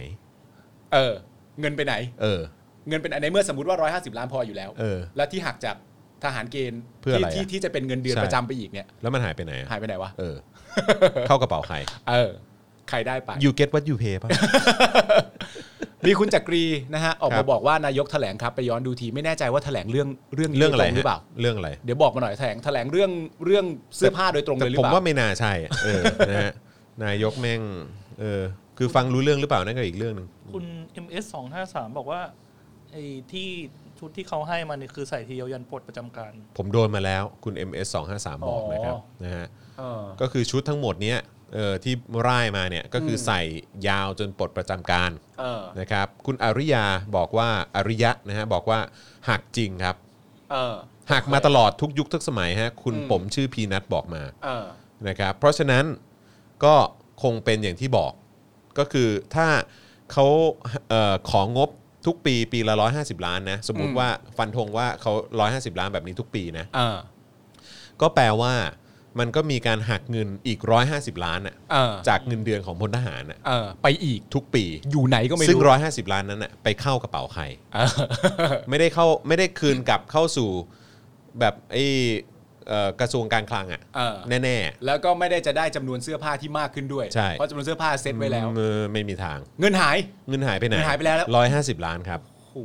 เออ เงินไปไหน
เออ
เงินเป็นในเมื่อสมมติว่า 150 ล้านพออยู่แล้ว
เออ
แล้วที่หักจากทหารเกณฑ์
เพื่ออะไร
ที่
อะ
ที่ที่จะเป็นเงินเดือน
ใช่
ประจำไปอีกเนี่ย
แล้วมันหายไปไหนอะ
หายไปไหนวะ
เออ เข้ากระเป๋าใคร
เออ ใครได้ไป
you get what you pay ป่ะ
มีคุณจักรีนะฮะ ออก
ครั
มา
บ
บอกว่านายกถแถลงครับ ไปย้อนดูทีไม่แน่ใจว่าถแถลงเรื่องเรื่องนี้
เรื่องอะไร
ตหรือเปล่า
ฮะเรื่องอะไร
เดี๋ยวบอกมาหน่อยถแถลงถแถลงเรื่องเรื่องเสื้อผ้าโดยตรงเลยหรือ
ผม
เปล่า
ว่าไม่น่าใช่อะเออ นะฮะ นายกแม่ง เออ คือฟังรู้เรื่องหรือเปล่านั่นก็อีกเรื่องหนึ่ง
คุณ MS 2 5 3บอกว่าไอ้ที่ชุดที่เขาให้มาเนี่ยคือใส่ทีเดียวยันปลดประจำการ
ผมโดนมาแล้ว คุณ ms 2 5 3บอกนะครับ
อ๋อ
นะฮะ
เออ
ก็คือชุดทั้งหมดเนี้ย เออ ที่ร่ายมาเนี่ย ก็คืออ
ม
ใส่ยาวจนปลดประจำการ
เออ
นะครับ คุณอริยาบอกว่า อริยะนะฮะ บอกว่าหักจริงครับ
เออ
หักมาตลอดทุกยุคทุกสมัยฮะ คุณ
อืม
ผมชื่อพีนัทบอกมา
เออ
นะครับเพราะฉะนั้นก็คงเป็นอย่างที่บอกก็คือถ้าเขาเออของงบทุกปีปีละ 150 ล้านนะ สมมุติ
อืม
ว่าฟันธงว่าเขา 150 ล้านแบบนี้ทุกปีนะ
เออ
ก็แปลว่ามันก็มีการหักเงินอีก 150 ล้านน่ะ
เออ
จากเงินเดือนของพลทหารน่ะ
เออไปอีก
ทุกปี
อยู่ไหนก็ไม่
ซึ่ง
รู้
150 ล้านนั้นน่ะไปเข้ากระเป๋าใคร
เออ *laughs*
ไม่ได้เข้าไม่ได้คืนกลับเข้าสู่แบบไอ้ เอ่อกระทรวงการคลังอะ
เออ
แน่
แล้วก็ไม่ได้จะได้จำนวนเสื้อผ้าที่มากขึ้นด้วย
ใช่
เพราะจำนวนเสื้อผ้าเซ็ต
ๆ
ไว้แล้ว
เออไม่มีทาง
เงินหาย
เงินหายไปไหน
เงินหายไปแล้วแล้ว
ร้อยห้าสิบล้านครับ
โอ้โห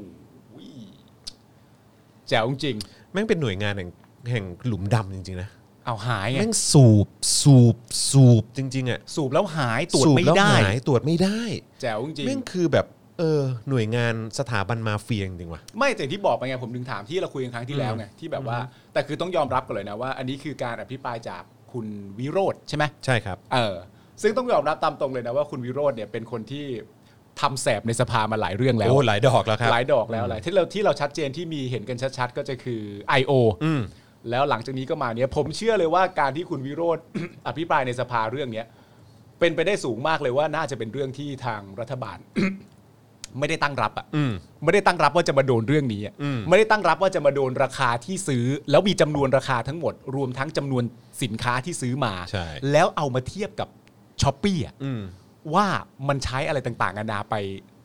แจ๋วจริง
แม่งเป็นหน่วยงานแห่งแห่งหลุมดำจริงๆนะ
ๆเอาหายไง
แม่งสูบสูบสูบจริง ๆอะ
สูบแล้วหายตรวจ
สูบ
ไม่
แล้ว
ได้
หายตรวจไม่ได้
แจ๋วจริง
แม่งคือแบบเออหน่วยงานสถาบันมาเฟียจริงๆว่ะ
ไม่แต่ที่บอกไปไงผมถึงถามที่เราคุยกันครั้งที่แล้วไงที่แบบว่า แต่คือต้องยอมรับกันเลยนะว่า อันนี้คือการอภิปรายจากคุณวิโรธใช่ไหม
ใช่ครับ
เออซึ่งต้องยอมรับตามตรงเลยนะว่าคุณวิโรจน์เนี่ยเป็นคนที่ทำแสบในสภามาหลายเรื่องแล้ว
โอ้หลายดอกแล้วครับ
หลายดอกแล้วอะไรที่เราที่เราชัดเจนที่มีเห็นกันชัดๆ ก็จะคือ I.O.
อืม
แล้วหลังจากนี้ก็มาเนี่ยผมเชื่อเลยว่าการที่คุณวิโรธ *coughs* อภิปรายในสภาเรื่องเนี้ยเป็นไปได้สูงมากเลยว่าน่าจะเป็นเรื่องที่ทางรัฐบาล *coughs* ไม่ได้ตั้งรับอ่ะ
อืม
ไม่ได้ตั้งรับว่าจะมาโดนเรื่องนี้อะ
อืม
ไม่ได้ตั้งรับว่าจะมาโดนราคาที่ซื้อ แล้วมีจำนวนราคาทั้งหมด รวมทั้งจำนวนสินค้าที่ซื้อมา
ใช่
แล้วเอามาเทียบกับช้อปปี้อะ
อืม
ว่ามันใช้อะไรต่างๆนานาไป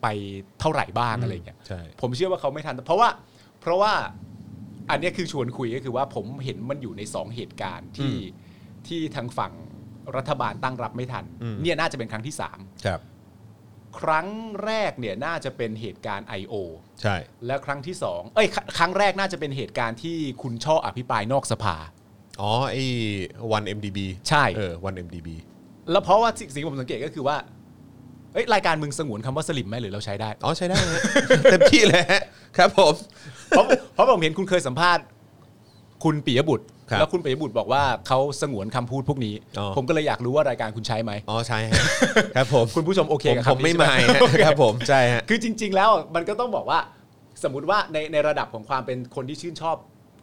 ไปเท่าไหร่บ้างอะไรเงี้ย
ใช่
ผมเชื่อว่าเขาไม่ทัน เพราะว่า เพราะว่าอันเนี้ยคือชวนคุยก็คือว่าผมเห็นมันอยู่ในสองเหตุการณ์ที่ที่ทางฝั่งรัฐบาลตั้งรับไม่ทัน
อืม
เนี่ยน่าจะเป็นครั้งที่สาม
ครับ
ครั้งแรกเนี่ยน่าจะเป็นเหตุการณ์ I.O.
ใช่
และครั้งที่สองเอ้ยครัครั้งแรกน่าจะเป็นเหตุการณ์ที่คุณช่ออภิปรายนอกสภา
อ๋อไอ้วัน MDB
ใช่
เออวัน MDB
แล้วเพราะว่าสิ่งสิ่งที่ผมสังเกตก็คือว่าเอ้ยรายการมึงสงวนคำว่าสลิมไหมหรือเราใช้ได้
อ๋อใช้ได้ฮะ *laughs* เต็มที่เลยฮะครับผม
เพราะเพราะผมเห็นคุณเคยสัมภาษณ์ คุณปิยบุตร
ครับ
แล้วคุณปิยบุตรบอกว่าเขาสงวนคำพูดพวกนี้
อ๋อ
ผมก็เลยอยากรู้ว่ารายการคุณใช้ไหม
อ๋อใช่ฮะครับผม
คุณผู้ชมโอเค
ผม
กับ
ผม
คำนี้
ไม่ห
ใช่ไหม
มายฮะครับผมใช่ฮะ
คือจริง ๆ แล้วมันก็ต้องบอกว่า สมมติว่าในในระดับของความเป็นคนที่ชื่นชอบ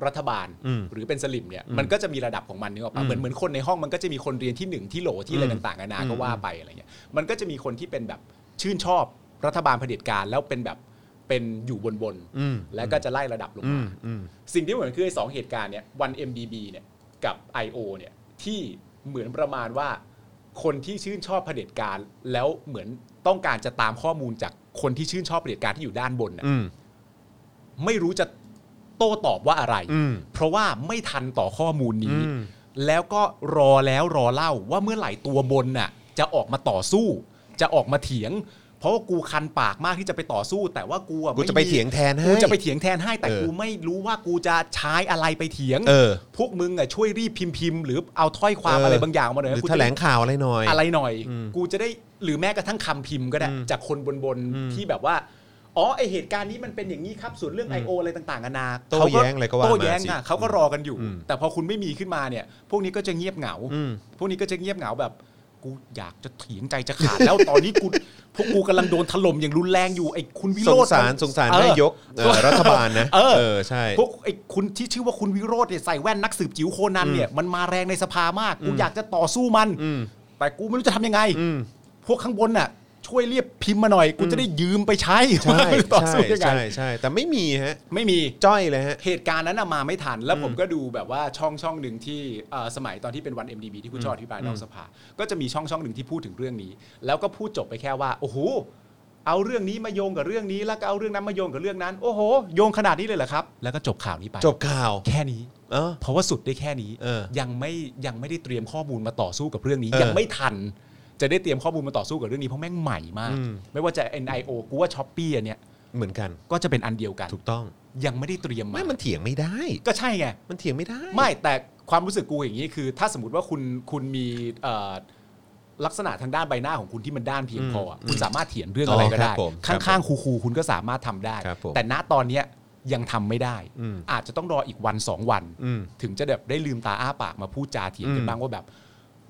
รัฐบาล
อืม
หรือเป็นสลิมเนี่ยมันก็จะมีระดับของมันนึกออกปะเหมือนเหมือนคนในห้องมันก็จะมีคนเรียนที่หนึ่งที่โหลที่อะไร
อืม
ต่างๆนานาก็ว่าไปอะไรเงี้ยมันก็จะมีคนที่เป็นแบบชื่นชอบรัฐบาลเผด็จการแล้วเป็นแบบเป็นอยู่บน
อืม
ๆแล้วก็จะไล่ระดับลง
อื
มา
มอืม
สิ่งที่เหมือนคือไอ้สองเหตุการณ์เนี่ยวัน MDB เนี่ยกับ IO เนี่ยที่เหมือนประมาณว่า คนที่ชื่นชอบเผด็จการแล้วเหมือนต้องการจะตามข้อมูลจากคนที่ชื่นชอบเผด็จการที่อยู่ด้านบนน่ะ
อืม
ไม่รู้จะโต้ตอบว่าอะไร
อืม
เพราะว่าไม่ทันต่อข้อมูลนี้
อืม
แล้วก็รอแล้วรอเล่าว่าเมื่อไหร่ตัวบนน่ะ จะออกมาต่อสู้ จะออกมาเถียง เพราะว่ากูคันปากมากที่จะไปต่อสู้ แต่ว่ากูอ
กูจะไปเถียงแทนให้
กูจะไปเถียงแทนให้แต่
เออ
กูไม่รู้ว่ากูจะใช้อะไรไปเถียง
เออ
พวกมึงอ่ะช่วยรีบพิมพ์พิมพ์หรือเอาถ้อยความ
เอออ
อะไรบางอย่างมาหน่อย
หรือ
กู
แถ
จะ
ลงข่าวอะไรหน่อย
อะไรหน่อย
อืม
กูจะได้หรือแม้กระทั่งคำพิมพ์ก็ได้
อืม
จากคนบนบนๆ
อืม
ที่แบบว่า อ๋อไอเหตุการณ์นี้มันเป็นอย่างนี้ครับ ส่วนเรื่อง I.O. อะไรต่างๆนานา
โต้แย้งอะไรก็ว่ามา
โต้แย้งอ่ะ
สิ
เขาก็รอกันอยู่
อืม
แต่พอคุณไม่มีขึ้นมาเนี่ย พวกนี้ก็จะเงียบเหงา
อืม
พวกนี้ก็จะเงียบเหงาแบบ กูอยากจะเถียงใจจะขาด แล้ว *laughs* ตอนนี้กูพวกกูกำลังโดนถล่มอย่างรุนแรงอยู่ไอ้คุณวิ
ส
โรง จน์
สารสงสารนายกเอ่อรัฐบาลนะ
เออ
ใช่
พวกไอ้คุณที่ชื่อว่าคุณวิโรธเนี่ยใส่แว่นนักสืบจิ๋วโคนันเนี่ยมันมาแรงในสภามาก กูอยากจะต่อสู้มัน
อืม
แต่กูไม่รู้จะทำยังไง
อืม
พวกข้างบนน่ะ ช่วยเรียบพิมพ์มาหน่อย กูจะได้ยืมไปใช้
ใช่
*laughs* ว่าต่อ
ใช่
สู้ยังไง
ใช่ใช่แต่ไม่มีฮะ
ไม่มี
จ้อยเลยฮะ
เหตุการณ์นั้นน่ะมาไม่ทัน แล้วผมก็ดูแบบว่าช่องช่องหนึ่งที่เอ่อสมัยตอนที่เป็นวัน MDB ที่คุณชออธิบายนอกสภา ก็จะมีช่องช่องหนึ่งที่พูดถึงเรื่องนี้ แล้วก็พูดจบไปแค่ว่า โอ้โห เอาเรื่องนี้มาโยงกับเรื่องนี้ แล้วก็เอาเรื่องนั้นมาโยงกับเรื่องนั้น โอ้โห โยงขนาดนี้เลยเหรอครับ แล้วก็จบข่าวนี้ไป
จบข่าว
แค่นี้
เออ
เพราะว่าสุดได้แค่นี้
เออ
ยังไม่ยังไม่ได้เตรียมข้อมูลมาต่อสู้กับเรื่องนี้
เออ
ยังไม่ทัน จะได้เตรียมข้อมูลมาต่อสู้กับเรื่องนี้เพราะแม่งใหม่มาก
อืม
ไม่ว่าจะ NIO กูว่าช้อปปี้อันเนี้ย
เหมือนกัน
ก็จะเป็นอันเดียวกัน
ถูกต้อง
ยังไม่ได้เตรียมมา
ไม่มันเถียงไม่ได้
ก็ใช่ไง
มันเถียงไม่ได้
ไม่แต่ความรู้สึกกูอย่างนี้คือ ถ้าสมมติว่าคุณคุณมีเอ่อลักษณะทางด้านใบหน้าของคุณที่มันด้านเพียงพออะคุณสามารถเถียงเรื่องอะไร
ค
ก็
รั
ได้
บผม
ข้างๆ
ค
คูคูคุณก็สามารถทำได้
ครับผม
แต่ณตอนเนี้ยยังทำไม่ได้
อืม
อาจจะต้องรออีกวันสองวัน
ๆอืม
ถึงจะแบบได้ลืมตาอ้าปากมาพูดจาเถียง
อื
กัน
ม
บ้างว่าแบบ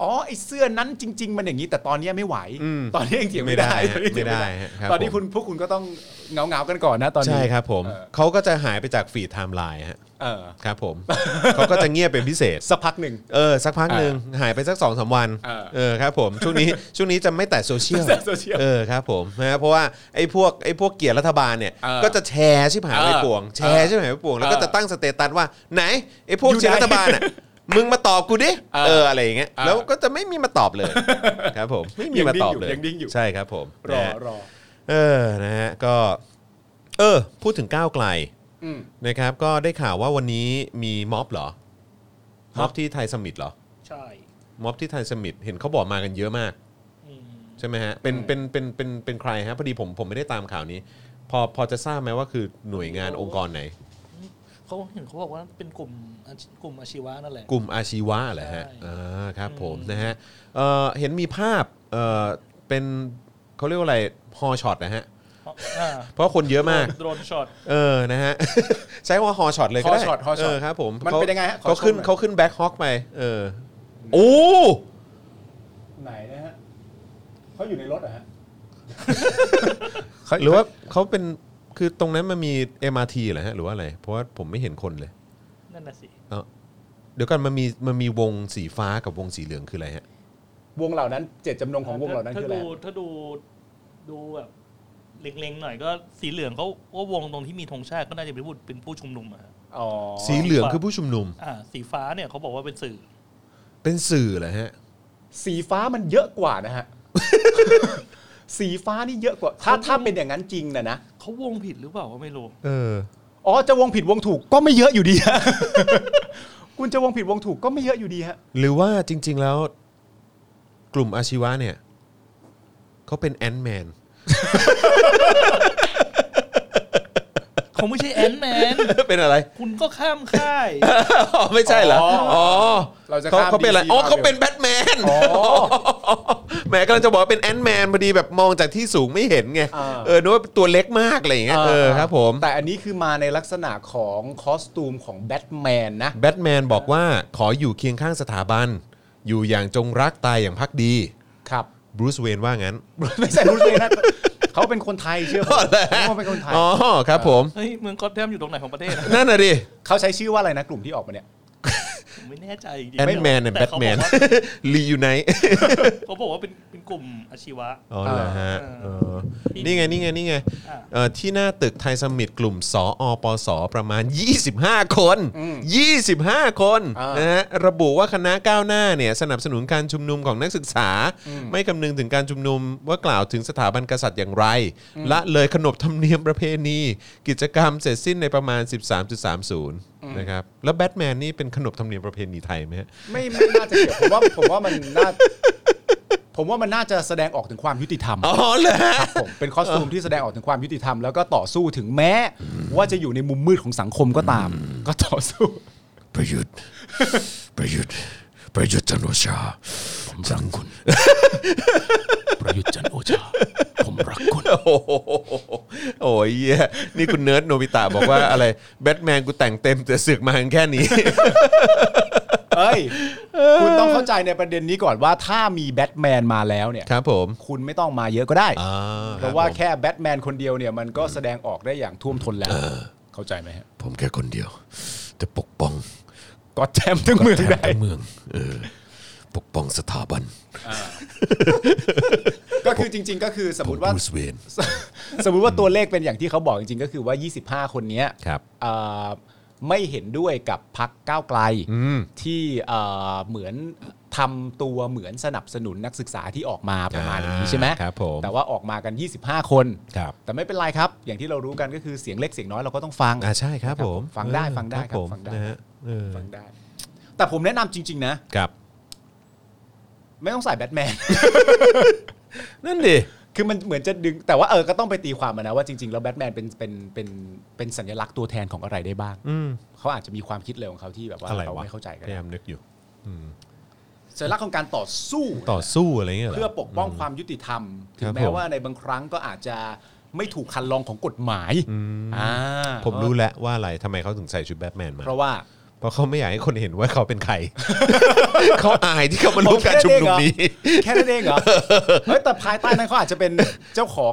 อ๋อไอเสื้อนั้นจริง ๆ มันอย่างนี้ แต่ตอนเนี้ยไม่ไหว
อืม
ตอนนี้ยังเถียงไม่ได้
ไม่ได้ฮะไม่ได้ฮะค
ตอนนี้เถียง
รับ
ตอนนี้
ผม
คุณพวกคุณก็ต้องเงาเงาๆกันก่อนนะตอนนี้
ใช่ครับผม
เออ
เขาก็จะหายไปจากฟีดไทม์ไลน์ฮะ
เออ
ครับผม *laughs* เขาก็จะเงียบเป็นพิเศษ
สักพักหนึ่ง
เออ สักพักหนึ่งหายไปสักสองสามวัน
เออ
เออครับผมช่วงนี้ *laughs* ช่วงนี้จะไม่แตะโซเชียล
*laughs* ไม่แตะโซเชียล
เออครับผมนะฮะเพราะว่าไอ้พวกไอ้พวกเกียรติรัฐบาลเนี่ย
เออ
ก็จะแชร์ชิบหายไปป่วง
เออ
แชร์ชิบหายไปป่วง แล้วก็
เออ
จะตั้งสเตตัสว่าไหนไอ้พวก
อยู่
เกียร
ไห
ติ
น
รัฐบาลอ่ะ *laughs* มึงมาตอบกูดิ
เออ
เอออะไรอย่างเงี้ย
เออ
แล้วก็จะไม่มีมาตอบเลย ครับผมไม่มี
ยัง
มา
ดิ้
ต
ง
อบ
อยู่
เลย
ยังดิ้งอยู่
ใช่ครับผม
ร
นะ
อ
ฮะ
รอ
เออนะฮะก็ เออ พูดถึงก้าวไกล
อืม
นะครับ ก็ได้ข่าวว่าวันนี้มีม็อบเหรอ ม็อบที่ไทยสมิตเหรอ
ใช่
ม็อบที่ไทยสมิตเห็นเขาบอกมากันเยอะมาก
อืม
ใช่ไหมฮะ เป็น เป็น เป็น เป็น เป็นใครฮะ พอดีผมผมไม่ได้ตามข่าวนี้ พอ พอจะทราบไหมว่าคือหน่วยงานองค์กรไหน
เขาเห็นเขาบอกว่าเป็นกลุ่มอาชีกลุ่มอาชีวะนั่นแหละ
กลุ่มอาชีวะเหรอฮะ
ใช่
อ่าครับผมนะฮะเอ่อเห็นมีภาพเอ่อเป็นเขาเรียกว่าอะไรฮอช็อตนะฮะ
เพราะอ่า
เพราะคนเยอะมาก
โดรนช็อต
เออ นะฮ *laughs* ะ ใช้ว่าฮอช็อตเลยก็ได้
ฮอช็อตฮอช็อต
เครับผม
มันเป็นยังไงฮะขอชม
เขาขึ้น
หน่อย
เขาขึ้นแบ็คฮอคไป เออ โอ้
ไหนนะฮะเขาอยู่ในรถอะฮะ
หรือว่าเขาเป็น คือตรงนั้นมันมี MRT เหรอฮะ หรือว่าอะไร เพราะว่าผมไม่เห็นคนเลย
นั่นน่ะสิ
เอ้าเดี๋ยวก่อนมันมีมันมีวงสีฟ้ากับวงสีเหลืองคืออะไรฮะ
วงเหล่านั้นเจตจำนงของวงเหล่านั้น
ถ้
คืออะไร
ดูถ้าดูดูแบบเล็งๆหน่อยก็สีเหลืองเขาว่าวงตรงที่มีธงชาติก็น่าจะเป็นผู้เป็นผู้ชุมนุมอะฮะ
อ๋อ
สีเหลืองคือผู้ชุมนุม
อ่า สีฟ้าเนี่ยเขาบอกว่าเป็นสื่อ
เป็นสื่อเหรอฮะ
สีฟ้ามันเยอะกว่า
*laughs*
นะฮะ สีฟ้านี่เยอะกว่า ถ้าถ้าเป็นอย่างนั้นจริงนะนะ
เขาวงผิดหรือเปล่าก็ไม่รู้
เออ
อ๋อจะวงผิดวงถูกก็ไม่เยอะอยู่ดีฮะ *laughs* คุณจะวงผิดวงถูกก็ไม่เยอะอยู่ดีฮะ
หรือว่าจริง ๆ แล้วกลุ่มอาชีวะเนี่ยเขาเป็นแอนด์แม
*laughs*
น
เขาไม่ใช่แอนแมน
เป็นอะไร
คุณก็ข้าม
*laughs*
ค่าย
อ๋อ ไม่ใช่เหรอ
อ๋ออ๋
อ๋อ
เราจะ
เขา
ข้าม
เขาเป็นอะไร
DC
อ๋อ
Marvel
เขาเป็นแบทแมน
อ๋อ
แหมกำลังจะบอกว่าเป็นแอนด์แมนพอดีแบบมองจากที่สูงไม่เห็นไง
อ่า
เออนึกว่าตัวเล็กมากอะไรอย่างเงี้ย เออครับผม
แต่อันนี้คือมาในลักษณะของคอสตูมของแบทแมนนะ
แบทแมนบอกว่าขออยู่เคียงข้างสถาบัน อยู่อย่างจงรักตายอย่างพักดี
ครับ
บรูซเวนว่างั้น
ไม่ใช่รู้เลยนะเขาเป็นคนไทยเชื่อผมเขาเป็นคนไทย
อ๋อครับผม
เฮ้ยเมืองกอตแทมอยู่ตรงไหนของประเทศอะ
นั่นน่ะดิ
เขาใช้ชื่อว่าอะไรนะกลุ่มที่ออกมาเนี่ย
ผมไม่แน่ใจจริง
แอน
ๆ
ด์แมนเนี่ยแบทแมน *laughs* รีอยู่ไหน
เขาบอกว่าเป็นเป็นกลุ่มอาชีวะ
อ๋อเหรอฮะเออ
นี่
นี่ไง นี่ไง นี่ไง
อ่ะ
เอ่อที่หน้าตึกไทยสมิตกลุ่มสออปสประมาณ 25 คน 25 คน
อ่าน
นะฮะระบุว่าคณะก้าวหน้าเนี่ยสนับสนุนการชุมนุมของนักศึกษา ไม่คำนึงถึงการชุมนุมว่ากล่าวถึงสถาบันกษัตริย์อย่างไร ละเลยขนบธรรมเนียมประเพณี กิจกรรมเสร็จสิ้นในประมาณ 13.30นะครับแล้วแบทแมนนี่เป็นขนบธรรมเนียมประเพณีไทยไหมฮะ
ไม่ไม่น่าจะเกี่ยวผมว่าผมว่ามันน่าผมว่ามันน่าจะแสดงออกถึงความยุติธรรม
อ๋อเหรอฮะ
ครับผมเป็นคอสตูมที่แสดงออกถึงความยุติธรรม แล้วก็ต่อสู้ถึงแม้ ว่าจะอยู่ในมุมมืดของสังคมก็ตาม ก็ต่อสู้
ประยุทธ์ ประยุทธ์ ประยุทธ์จันทร์โอชา ผมรักคุณ ประยุทธ์จันทร์โอชา ผมรักคุณ
โอ้โหโอ้ยเหี้ยนี่คุณเนิร์ดโนบิตะบอกว่าอะไรแบทแมนกูแต่งเต็มแต่เสือกมากันแค่นี้
เอ้ย คุณต้องเข้าใจในประเด็นนี้ก่อนว่าถ้ามีแบทแมนมาแล้วเนี่ย
ครับผม
คุณไม่ต้องมาเยอะก็ได้
อ่า
เพราะว่าแค่แบทแมนคนเดียวเนี่ยมันก็แสดงออกได้อย่างท่วมท้นแล้ว เข้าใจไหมฮะ
ผมแค่คนเดียว แต่ปกป้อง
ก็แทมทั้งเมือง
แทบ
ได้
ทั้งเมือง เออ ปกป้องสถาบัน
ก็คือจริง ๆ ก็คือสม
ผม ม
ติว่า
บรูซเวน
*laughs* สมมุติว่าตัวเลขเป็นอย่างที่เขาบอกจริงๆ ก็คือว่า 25 คนเนี้ย
ครับ
เอ่อไม่เห็นด้วยกับพักก้าวไกล
อืม
ที่เอ่อเหมือนทำตัวเหมือนสนับสนุนนักศึกษาที่ออกมาประมาณอย่างนี้ใช่ไหม
ครับผม
แต่ว่าออกมากัน 25 คน
ครับ
แต่ไม่เป็นไรครับ อย่างที่เรารู้กันก็คือเสียงเล็กเสียงน้อยเราก็ต้องฟัง
อ่าใช่ครับผม
ฟังได้
เออ
ฟังได้
ครับผม
ครับฟังได้
นะฮะเออ
ฟังได้ แต่ผมแนะนำจริง ๆ นะ
ครับ
ไม่ต้องใส่แบทแมน
นั่นดิ
คือมันเหมือนจะดึง แต่ว่าเออก็ต้องไปตีความมานะว่าจริง ๆ แล้วแบทแมนเป็นเป็นเป็นเป็นสัญลักษณ์ตัวแทนของอะไรได้บ้าง
อืม
เขาอาจจะมีความคิดเร็วของเขาที่แบบว่า
อะไร
เรา
วะ
ไม่เข้าใจกัน
พยายามนึกอยู่
สัญลักษณ์ของการต่อสู้
ต่อสู้อะไรเงี้ยหร
เพื่อปกป้องความยุติธรรมถึ
ครับ
งแม้
ผม
ว่าในบางครั้งก็อาจจะไม่ถูกคันลองของกฎหมายอ่า
ผมรู้แล้วว่าอะไรทำไมเขาถึงใส่ชุดแบทแมนมา
เพราะว่า
เพราะเขาไม่อยากให้คนเห็นว่าเขาเป็นใคร เขาอายที่เขามาร่วมการชุมนุมนี้
แค่นั้นเอง
*laughs*
เหรอ เฮ้ยแต่ภายใต้นั้นเขาอาจจะเป็นเจ้าของ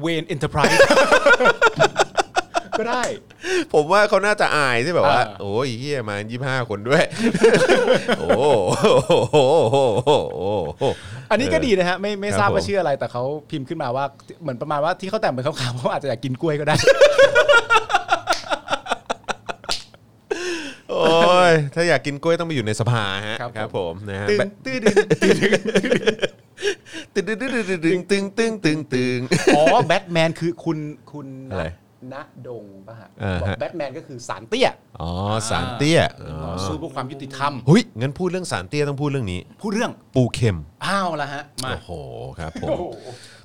เวนเอ็นเตอร์ไพรส์ *laughs* ก็ได้
ผมว่าเขาน่าจะอายที่แบบว่า
อ่า
โอ้ยเฮียมายี่ห้าคน
*laughs*
ด้วย โอ้โห
อันนี้ก็ดี
เ
นะฮะไม่ไม่
ครับ
ทราบ
ผ
ว่า
ม
ชื่ออะไรแต่เขาพิมพ์ขึ้นมาว่าเหมือนประมาณว่าที่เขาแต่งเป็นขาวๆเพราะอาจจะอยากกินกล้วยก็ได้
*laughs* โอ้ยถ้าอยากกินกล้วยต้องไปอยู่ในสภาฮะ
ครับผม
ครับผมนะฮะ
ตึง
แบะ
ตื้อดึงตื้อดึง
ตึงตึงตึงตึงตึงตึงตึงตึง
อ๋อแบทแมนคือคุณคุณ
อะไร
ณดงป่ะฮะ
อ่าฮะ
บอกแบทแมนก็คือสารเตี้ย
อ๋อสารเตี้ยอ๋อ
ต่อสู้เพื่อความยุติธรรม
หุ้ยงั้นพูดเรื่องสารเตี้ยต้องพูดเรื่องนี้
พูดเรื่อง
ปูเข็ม
อ้าวละฮะ มา
โอ้โหครับผ
โอ้
ม
โห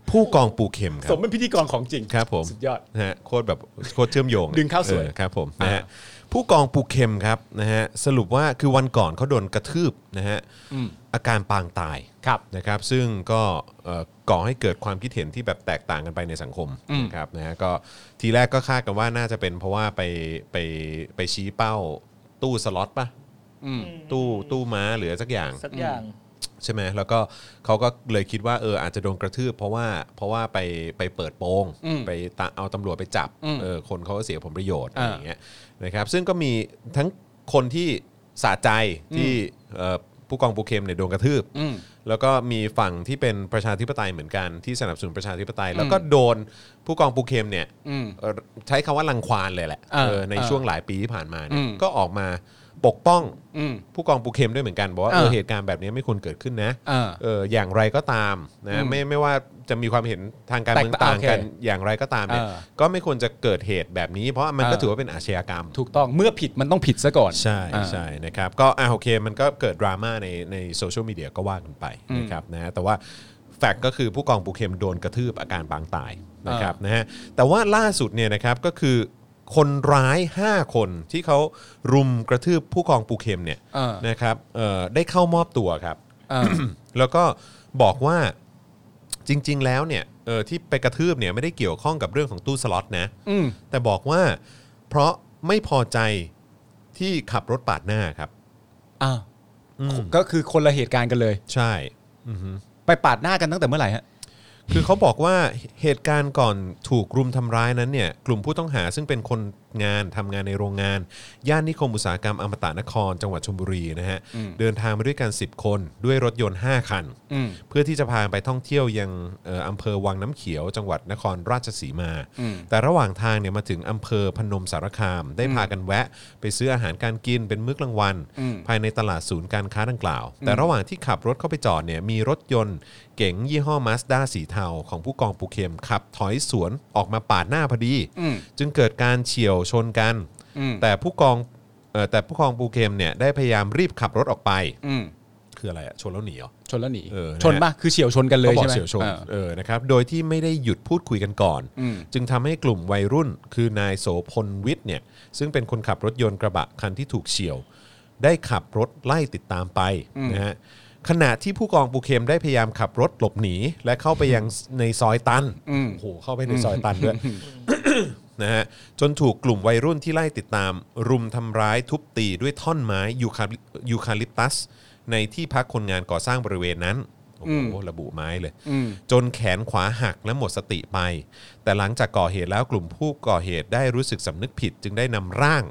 ผู้กองปูเข็มค
ส
รับ
มเป็นพิธีกรของจริง
ครับผม
สุดยอด
นะฮะโคตรแบบโคตรเชื่อมโยงอะ
ดึงเข้าสวย
ออครับผมนะฮะ
อ่า
ผู้กองปูเข็มครับนะฮะสรุปว่าคือวันก่อนเขาโดนกระทืบนะฮะ
อืม
อาการปางตาย
ครับ
นะครับซึ่งก็เอ่อก่อให้เกิดความคิดเห็นที่แบบแตกต่างกันไปในสังคม
อืม
นะครับนะฮะก็ทีแรกก็คาดกันว่าน่าจะเป็นเพราะว่าไปไปไปชี้เป้าตู้สล็อตปะ
อืม
ตู้ตู้ม้าหรือสักอย่าง
สักอย่าง
ใช่ไหมแล้วก็เขาก็เลยคิดว่าเอออาจจะโดนกระทืบเพราะว่าเพราะว่าไปไปเปิดโปง
อืม
ไปตะเอาตำรวจไปจับ
อืม
เออคนเขาก็เสียผลประโยชน์อะ
อ่า
ไรอย่างเงี้ยนะครับซึ่งก็มีทั้งคนที่สะใจที่เอ่อผู้กองปูเข็มเนี่ยโดนกระทืบ
อืม
แล้วก็มีฝั่งที่เป็นประชาธิปไตยเหมือนกันที่สนับสนุนประชาธิปไตย แล้วก็โดนผู้กองปูเข็มเนี่ย
อืม
เอ่อใช้คำว่ารังควานเลยแหละ
อ่า
เออใน
อ่า
ช่วงหลายปีที่ผ่านมาเนี่ย
อืม
ก็ออกมาปกป้อง
อืม
ผู้กองปูเข็มด้วยเหมือนกันบอกว่าเอ
เอ
อ
อ
เหตุการณ์แบบนี้ไม่ควรเกิดขึ้นนะ
เออ
เอออย่างไรก็ตาม
อื
นะ
ม
ไม่ไม่ว่าจะมีความเห็นทางการเมือง
แตกต่า
ต่า
ง
งกัน
โอเค
อย่างไรก็ตามเนี่ย
เออ
ก็ไม่ควรจะเกิดเหตุแบบนี้ เพราะมันก็
เออ
ถือว่าเป็นอาชญากรรม
ถูกต้องเมื่อผิดมันต้องผิดซะก่อน
ใช่
อ่า
ใช่นะครับก็อ่ะโอเคมันก็เกิดดราม่าในในโซเชียลมีเดียก็ว่ากันไป
อืม
นะครับนะแต่ว่าแฟกต์ก็คือผู้กองปูเข็มโดนกระทืบอาการบางตายนะครับนะฮะแต่ว่าล่าสุดเนี่ยนะครับก็คือคนร้าย 5 คนที่เขารุมกระทืบผู้กองปูเข็มเนี่ย
เออ
นะครับเอ่อได้เข้ามอบตัวครับ
เออ
แล้วก็บอกว่าจริง ๆ แล้วเนี่ยเออที่ไปกระทืบเนี่ยไม่ได้เกี่ยวข้องกับเรื่องของตู้สล็อตนะ
อืม
แต่บอกว่าเพราะไม่พอใจที่ขับรถปาดหน้าครับ
อ่า
อืม
ก็คือคนละเหตุการณ์กันเลย
ใช่อือฮึ
ไปปาดหน้ากันตั้งแต่เมื่อไหร่ฮะ
คือเขาบอกว่าเหตุการณ์ก่อนถูกรุมทำร้ายนั้นเนี่ยกลุ่มผู้ต้องหาซึ่งเป็นคนงานทำงานในโรงงาน ย่านนิคมอุตสาหกรรมอมตะนคร จังหวัดชลบุรีนะฮะ
อืม
เดินทางมาด้วยกัน 10 คนด้วยรถยนต์ 5 คัน
อืม
เพื่อที่จะพาไปท่องเที่ยวยังเอ่ออำเภอวังน้ำเขียว จังหวัดนครราชสีมา
อืม
แต่ระหว่างทางเนี่ยมาถึงอำเภอพนมสารคาม ได้พากันแวะ ไปซื้ออาหารการกินเป็นมื้อกลางวัน
อืม
ภายในตลาดศูนย์การค้าดังกล่าว แต่ระหว่างที่ขับรถเข้าไปจอดเนี่ยมีรถยนต์เก๋งยี่ห้อมาสด้าสีเทาของผู้กองปูเข็มขับถอยสวนออกมาปาดหน้าพอดี
อืม
จึงเกิดการเฉี่ยวชนกัน
อืม
แต่ผู้กองเอ่อแต่ผู้กองปูเข็มเนี่ยได้พยายามรีบขับรถออกไป
อืม
คืออะไรอะชนแล้วหนีเหรอ
ชนแล้วหนี
เออนะฮะ
ชนปะคือเฉียวชนกันเลย
ขาบอ
ใช่
ก
ไหม
เฉียวชน
อ่า
เออนะครับ โดยที่ไม่ได้หยุดพูดคุยกันก่อน
อืม
จึงทำให้กลุ่มวัยรุ่น คือนายโสพลวิทย์เนี่ย ซึ่งเป็นคนขับรถยนต์กระบะคันที่ถูกเฉียว ได้ขับรถไล่ติดตามไป
อืม
นะฮะ ขณะที่ผู้กองปูเข็มได้พยายามขับรถหลบหนี และเข้าไปยังในซอยตัน
อืม
โอ้โห เข้าไปในซอยตันด้วย *coughs* นะฮะ จนถูกกลุ่มวัยรุ่นที่ไล่ติดตาม รุมทำร้ายทุบตีด้วยท่อนไม้ยูคาลิยูคาลิปตัส ในที่พักคนงานก่อสร้างบริเวณนั้น โอ้
อื
โห
ม
ระบุไม้เลย
อืม
จนแขนขวาหักและหมดสติไป แต่หลังจากก่อเหตุแล้วกลุ่มผู้ก่อเหตุได้รู้สึกสำนึกผิด จึงได้นำร่าง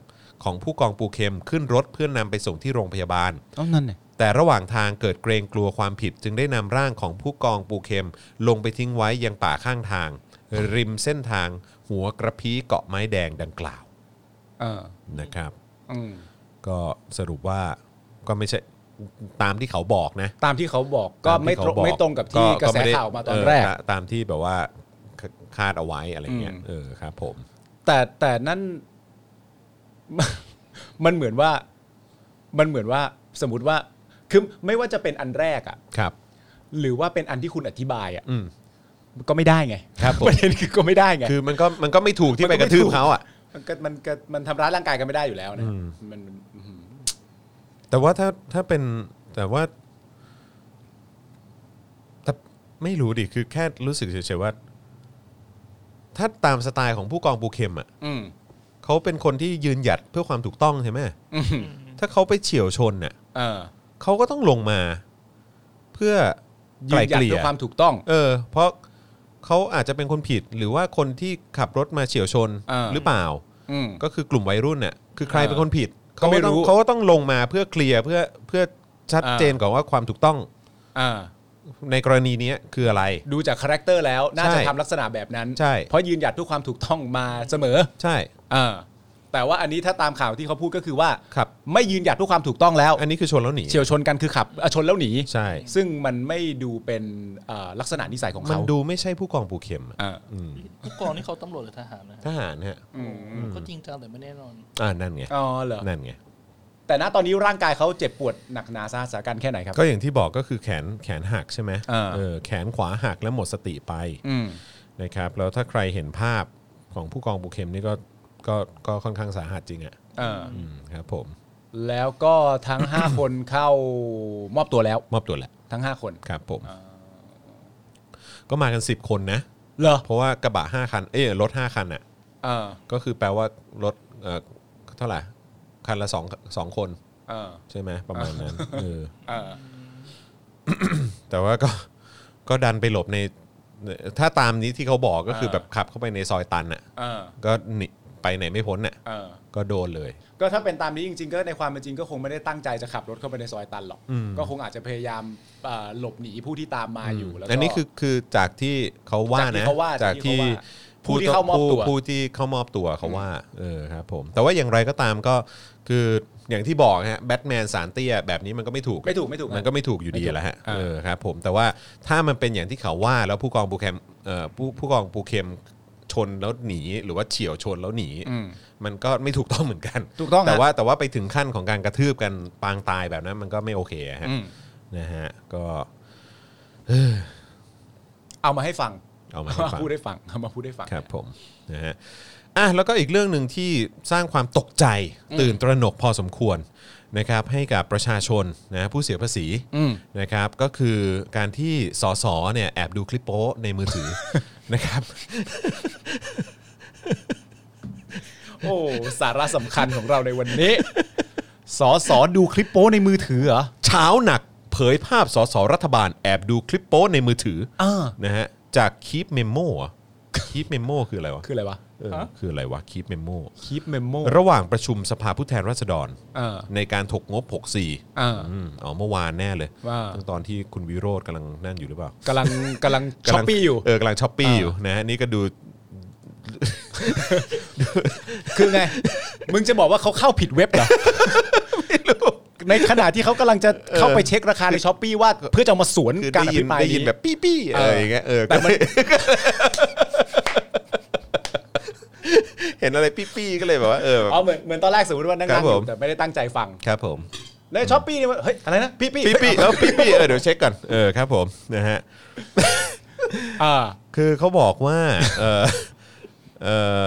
ของผู้กองปูเข็มขึ้นรถเพื่อนนำไปส่งที่โรงพยาบาล
เอานั่นเนี่ย
แต่ระหว่างทางเกิดเกรงกลัวความผิด จึงได้นำร่างของผู้กองปูเข็มลงไปทิ้งไว้ยังป่าข้างทาง ริมเส้นทางหัวกระพี้เกาะไม้แดงดังกล่าว
เออ
นะครับ
อืม
ก็สรุปว่าก็ไม่ใช่ตามที่เขาบอกนะ
ตามที่เขาบอกก็ไม่ตร
ที่เขา
ง
บอก
ไม่ตรงกับที่กระแส
ไม่ได้
ข่าวมาตอนแรก
เตามที่แบบว่าคคาดเอาไว้อะไรเงี้ย
อืม
เออครับผม
แต่แต่นั่ *laughs* น มันเหมือนว่า มันเหมือนว่า สมมติว่าคือไม่ว่าจะเป็นอันแรกอะ
ครับ
หรือว่าเป็นอันที่คุณอธิบายอะ
อืม
ก็ไม่ได้ไง
ครับผม
ประเด็นคือก็ไม่ได้ไง
คือมันก็มันก็ไม่ถูกที่ไปกระทืบเขาอ่ะ
มันก็มันก็มันทำร้ายร่างกายกันไม่ได้อยู่แล้วนะ
อืม
มันมันอืม
แต่ว่าถ้าถ้าเป็นแต่ว่าแต่ไม่รู้ดิคือแค่รู้สึกเฉยๆว่า ถ้าตามสไตล์ของผู้กองปูเข็มอ่ะ
อืม
เขาเป็นคนที่ยืนหยัดเพื่อความถูกต้องใช่ไหม
อืม
ถ้าเขาไปเฉียวชนน่ะ
เออ
เขาก็ต้องลงมา เพื่อไก
ยื
ล่
นหยัด
เกลี่ย
เพื่อความถูกต้อง
เออเพราะเขาอาจจะเป็นคนผิดหรือว่าคนที่ขับรถมาเฉียวชน
อ่า
หรือเปล่า
อืม
ก็คือกลุ่มวัยรุ่นเนี่ยคือใคร
อ่า
เป็นคนผิด
ก็ไม่รู้
เขาก็ต้องเขาก็ต้องลงมาเพื่อเคลียร์เพื่อเพื่อชัด
อ่า
เจนก่อนว่าความถูกต้อง
อ่า
ในกรณีเนี้ยคืออะไร
ดูจากคาแรคเตอร์แล้วน่า
ใช่
จะทำลักษณะแบบนั้น
ใช่
เพราะยืนหยัดเพื่อความถูกต้องมาเสมอ
ใช่
อ่า แต่ว่าอันนี้ถ้าตามข่าวที่เขาพูดก็คือว่า
ครับ
ไม่ยืนหยัดเพื่อความถูกต้องแล้ว
อันนี้คือชนแล้วหนี
เฉียวชนกันคือขับเอ่อชนแล้วหนี
ใช่
ซึ่งมันไม่ดูเป็นเอ่อลักษณะนิสัยของ
มั
เขา
นดูไม่ใช่ผู้กองปูเข็มอะ
อ่า
อืม
ผู้กองนี่เขาตำรวจหรือทหารนะ
ทหารฮะ
ก็จริงจังแต่ไม่แน่นอน
อ่านั่นไง
อ๋อเหรอ
นั่นไง
แต่ณตอนนี้ร่างกายเขาเจ็บปวดหนักหนาสาหัสสากันแค่ไหนครับ
ก็อย่างที่บอกก็คือแขนแขนหักใช่ไหม
อ่า
เออแขนขวาหักแล้วหมดสติไป
อืม
นะครับแล้วถ้าใครเห็นภาพของผู้กองปูเข็มนี่ก็ก็ก็ค่อนข้างสาหัสจริงอ่ะ
เออ
อืมครับผม
แล้วก็ทั้ง 5 คนเข้ามอบตัวแล้ว
มอบตัวแล้ว
ทั้ง 5 คน
ครับผม ก็มากัน 10 คนนะ
เหรอ
เพราะว่ากระบะ 5 คัน เอ้ยรถ 5 คันอ่ะ
เออ
ก็คือแปลว่ารถเอ่อเท่าไหร่ คันละ2 2คน
เออ
ใช่ไหมประมาณนั้นเออ
เออ
แต่ว่าก็ก็ดันไปหลบในถ้าตามนี้ที่เขาบอกก็คือแบบขับเข้าไปในซอยตันอ่ะ
เออ
ก็หนีไปไหนไม่พ้นน่ะ
เออ
ก็โดนเลย
ก็ถ้าเป็นตามนี้จริงๆ ก็ในความเป็นจริงก็คงไม่ได้ตั้งใจจะขับรถเข้าไปในซอยตันหรอก
อืม
ก็คงอาจจะพยายามเอ่อหลบหนีผู้ที่ตามมาอยู่แล้วก็
อันนี้คือคือจากที่เขาว่า
จากที่
นะ
เขาว่า
จากที่
ผู้ที่เข้ามอบตัว
ผู้ผู้ที่เข้ามอบตัวเขาว่าเออครับผม แต่ว่าอย่างไรก็ตามก็คืออย่างที่บอกฮะแบทแมนสารเตี้ยแบบนี้มันก็ไม่ถูก
ไม่ถูกไม่ถูก
มันก็ไม่ถูกอยู่ดี
ไม่ถูก
แหละฮะ
อ่า
เออครับผมแต่ว่าถ้ามันเป็นอย่างที่เขาว่าแล้วผู้กองปูเข็มเอ่อผู้ผู้กองปูเข็มชนแล้วหนี หรือว่าเฉียวชนแล้วหนี
อืม
มันก็ไม่ถูกต้องเหมือนกัน
ถูกต้องฮะ
แต่ว่าแต่ว่าไปถึงขั้นของการกระทืบกันปางตายแบบนั้น มันก็ไม่โอเคอะฮะ
อืม
นะฮะก็
เอามาให้ฟัง
เอามา
เอา
ให้
มา
ฟัง
พูดให้ฟังเอามาพูดให้ฟัง
ครับผมนะฮะอ่ะแล้วก็อีกเรื่องหนึ่งที่สร้างความตกใจตื่นตระหนกพอสมควรนะครับให้กับประชาชนนะผู้เสียภาษี
อืม
นะครับก็คือการที่สสเนี่ยแอบดูคลิปโป๊ในมือ
*laughs*
ถือ นะครับ
โอ้สาระสำคัญของเราในวัน
*laughs*
นี้ สอสอดูคลิปโป้ในมือถือเหรอ
เช้าหนักเผยภาพสสรัฐบาลแอบดูคลิปโป๊ในมือถือ
เออ
นะฮะจากคีปเมมโมคีปเมมโมคืออะไรวะ
คืออะไรวะ
เออคืออะไรวะคีปเมมโม
คลิปเมมโม
ระหว่างประชุมสภาผู้แทนราษฎร
เออ
ในการถกงบ 64
เออ
อืมอ๋อเมื่อวานแน่เลย
ว่า
ตั้งตอนที่คุณวิโรธกำลังนั่นอยู่หรือเปล่าก
ำลังกำลังช้อปปี้อยู่
เออกำลังช้อปปี้
อ่า
อยู่นะฮะนี่ก็ดู
คือ
*laughs*
ไง มึงจะบอกว่าเขาเข้าผิดเว็บเหรอ ในขณะที่เขากำลังจะเข้าไปเช็คราคาในช้อปปีว่าเพื่อจะเอามาสวน
คือ
การ
ได้
อ
ยิ
ภิ
น
ปราย
ได้ยินแบบปี้ปี้ๆอะไรอย่างเงี้ย *laughs* เออ
แต่มัน
ก็เห็นอะไรปี้ปี้ๆก็เลยแบบว่าเออแบบ
อ๋อเหมือนเหมือนตอนแรกสมมติว่านั่ง
ครั
นั่
บ
งอ
ผม
ยู่แต่ไม่ได้ตั้งใจฟัง
ครับผม
แล้วช้อปปี้เนี่ยเฮ้ยอะไรนะพี่พี่
ปี้
*laughs*
ปี้ๆเออปี้ปี้ๆเออเดี๋ยวเช็คก่อนเออครับผมนะฮะ
อ่า
คือเขาบอกว่าเออเออ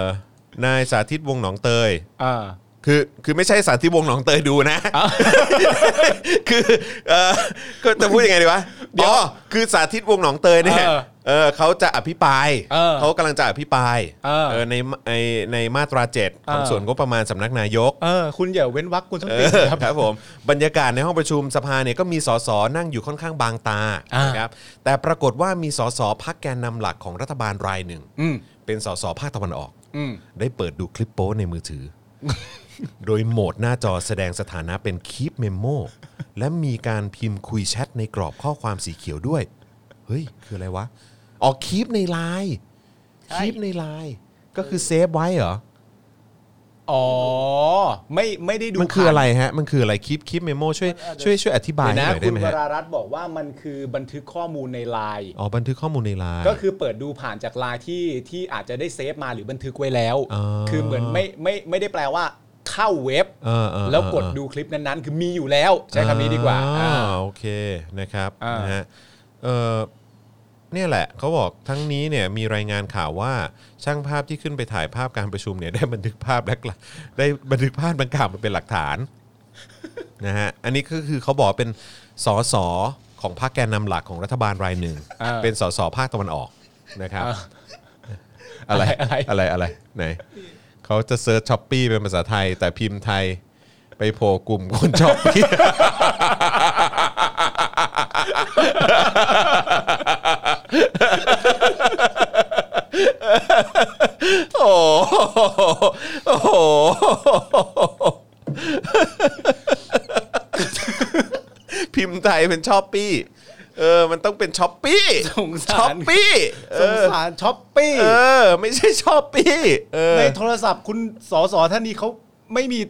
นายสาธิตวงศ์หนองเตย
อ่า
คือคือไม่ใช่สาธิตวงศ์หนองเตยดูนะ *laughs* คือเออก็จะพูดยังไงดีวะ
เดี๋ยว
อ๋อคือสาธิตวงศ์หนองเตยเนี่ย
เออ
เออเขาจะอภิปราย
เออ
เขากำลังจะอภิปราย
เออ
เออในในในมาตราเจ็ดของ
เออ
ส่วนงบประมาณสำนักนายก
เออคุณอย่าเว้นวรรคคุณต้อง
เอ
ติด
อ
ครับ
ครับผมบรรยากาศในห้องประชุมสภาเนี่ยก็มีสสนั่งอยู่ค่อนข้างบางตา
อ่าน
นะครับแต่ปรากฏว่ามีสสพักแกนนำหลักของรัฐบาลรายหนึ่ง
อืม
เป็นสสภาคตะวันออก
อืม
ได้เปิดดูคลิปโป้ในมือ
*laughs*
ถือ โดยโหมดหน้าจอแสดงสถานะเป็นคีปเมมโมและมีการพิมพ์คุยแชทในกรอบข้อความสีเขียวด้วย เฮ้ย คืออะไรวะ ออกคีปในไลน์
ใช่
คีปในไลน์ก็คือเซฟไว้เหรอ
อ๋อไม่ไม่ได้ดู
มันคือ
ผ่า
อะไรฮะ มันคืออะไรคีปคีปเมมโมช่วยช่วยช่วยอธิบาย
เดี๋ยว
ให้
นะ
หน่อย
คุ
ได้
ณ
ไหม
ว
ฮะ
รารัตน์บอกว่ามันคือบันทึกข้อมูลในไลน์
อ๋อบันทึกข้อมูลในไลน์
ก็คือเปิดดูผ่านจากไลน์ที่ที่อาจจะได้เซฟมาหรือบันทึกไว้แล้ว
อ๋อ
คือเหมือนไม่ไม่ไม่ได้แปลว่าเข้าเว็บ
เออเออเออ
แล้วกดดูคลิปนั้นๆ คือมีอยู่แล้ว ใช้คำนี้ดีกว่า
อ่า
อ่า
โอเคนะครับ
อ่าน
นะฮะเออเนี่ยแหละเขาบอกทั้งนี้เนี่ยมีรายงานข่าวว่าช่างภาพที่ขึ้นไปถ่ายภาพการประชุมเนี่ยได้บันทึกภาพและก *laughs* ล่าวได้บันทึกภาพดังกล่าวมาเป็นหลักฐาน *laughs* นะฮะอันนี้ก็คือเขาบอกเป็นสสของพรรคแกนนำหลักของรัฐบาลรายหนึ่ง
อ่า
เป็นสสภาคตะวันออกนะครับ
อะไรอะไร
อะไรอะไรไหนเขาจะเซิร์ชช้อปปี้เป็นภาษาไทย แต่พิมพ์ไทยไปโผล่กลุ่มคนช้อปปี้ โอ้โหโอ้โหพิมพ์ไทยเป็นช้อปปี้ เอ เออ มันต้องเป็นช้อปปี้
สงสาร
ช้อปปี้เอ
สง
อ
สารช้อปปี้
เออ ไม่ใช่ช้อปปี้เออ
ในโทรศัพท์คุณสอสอท่านนี้เขาไม่มี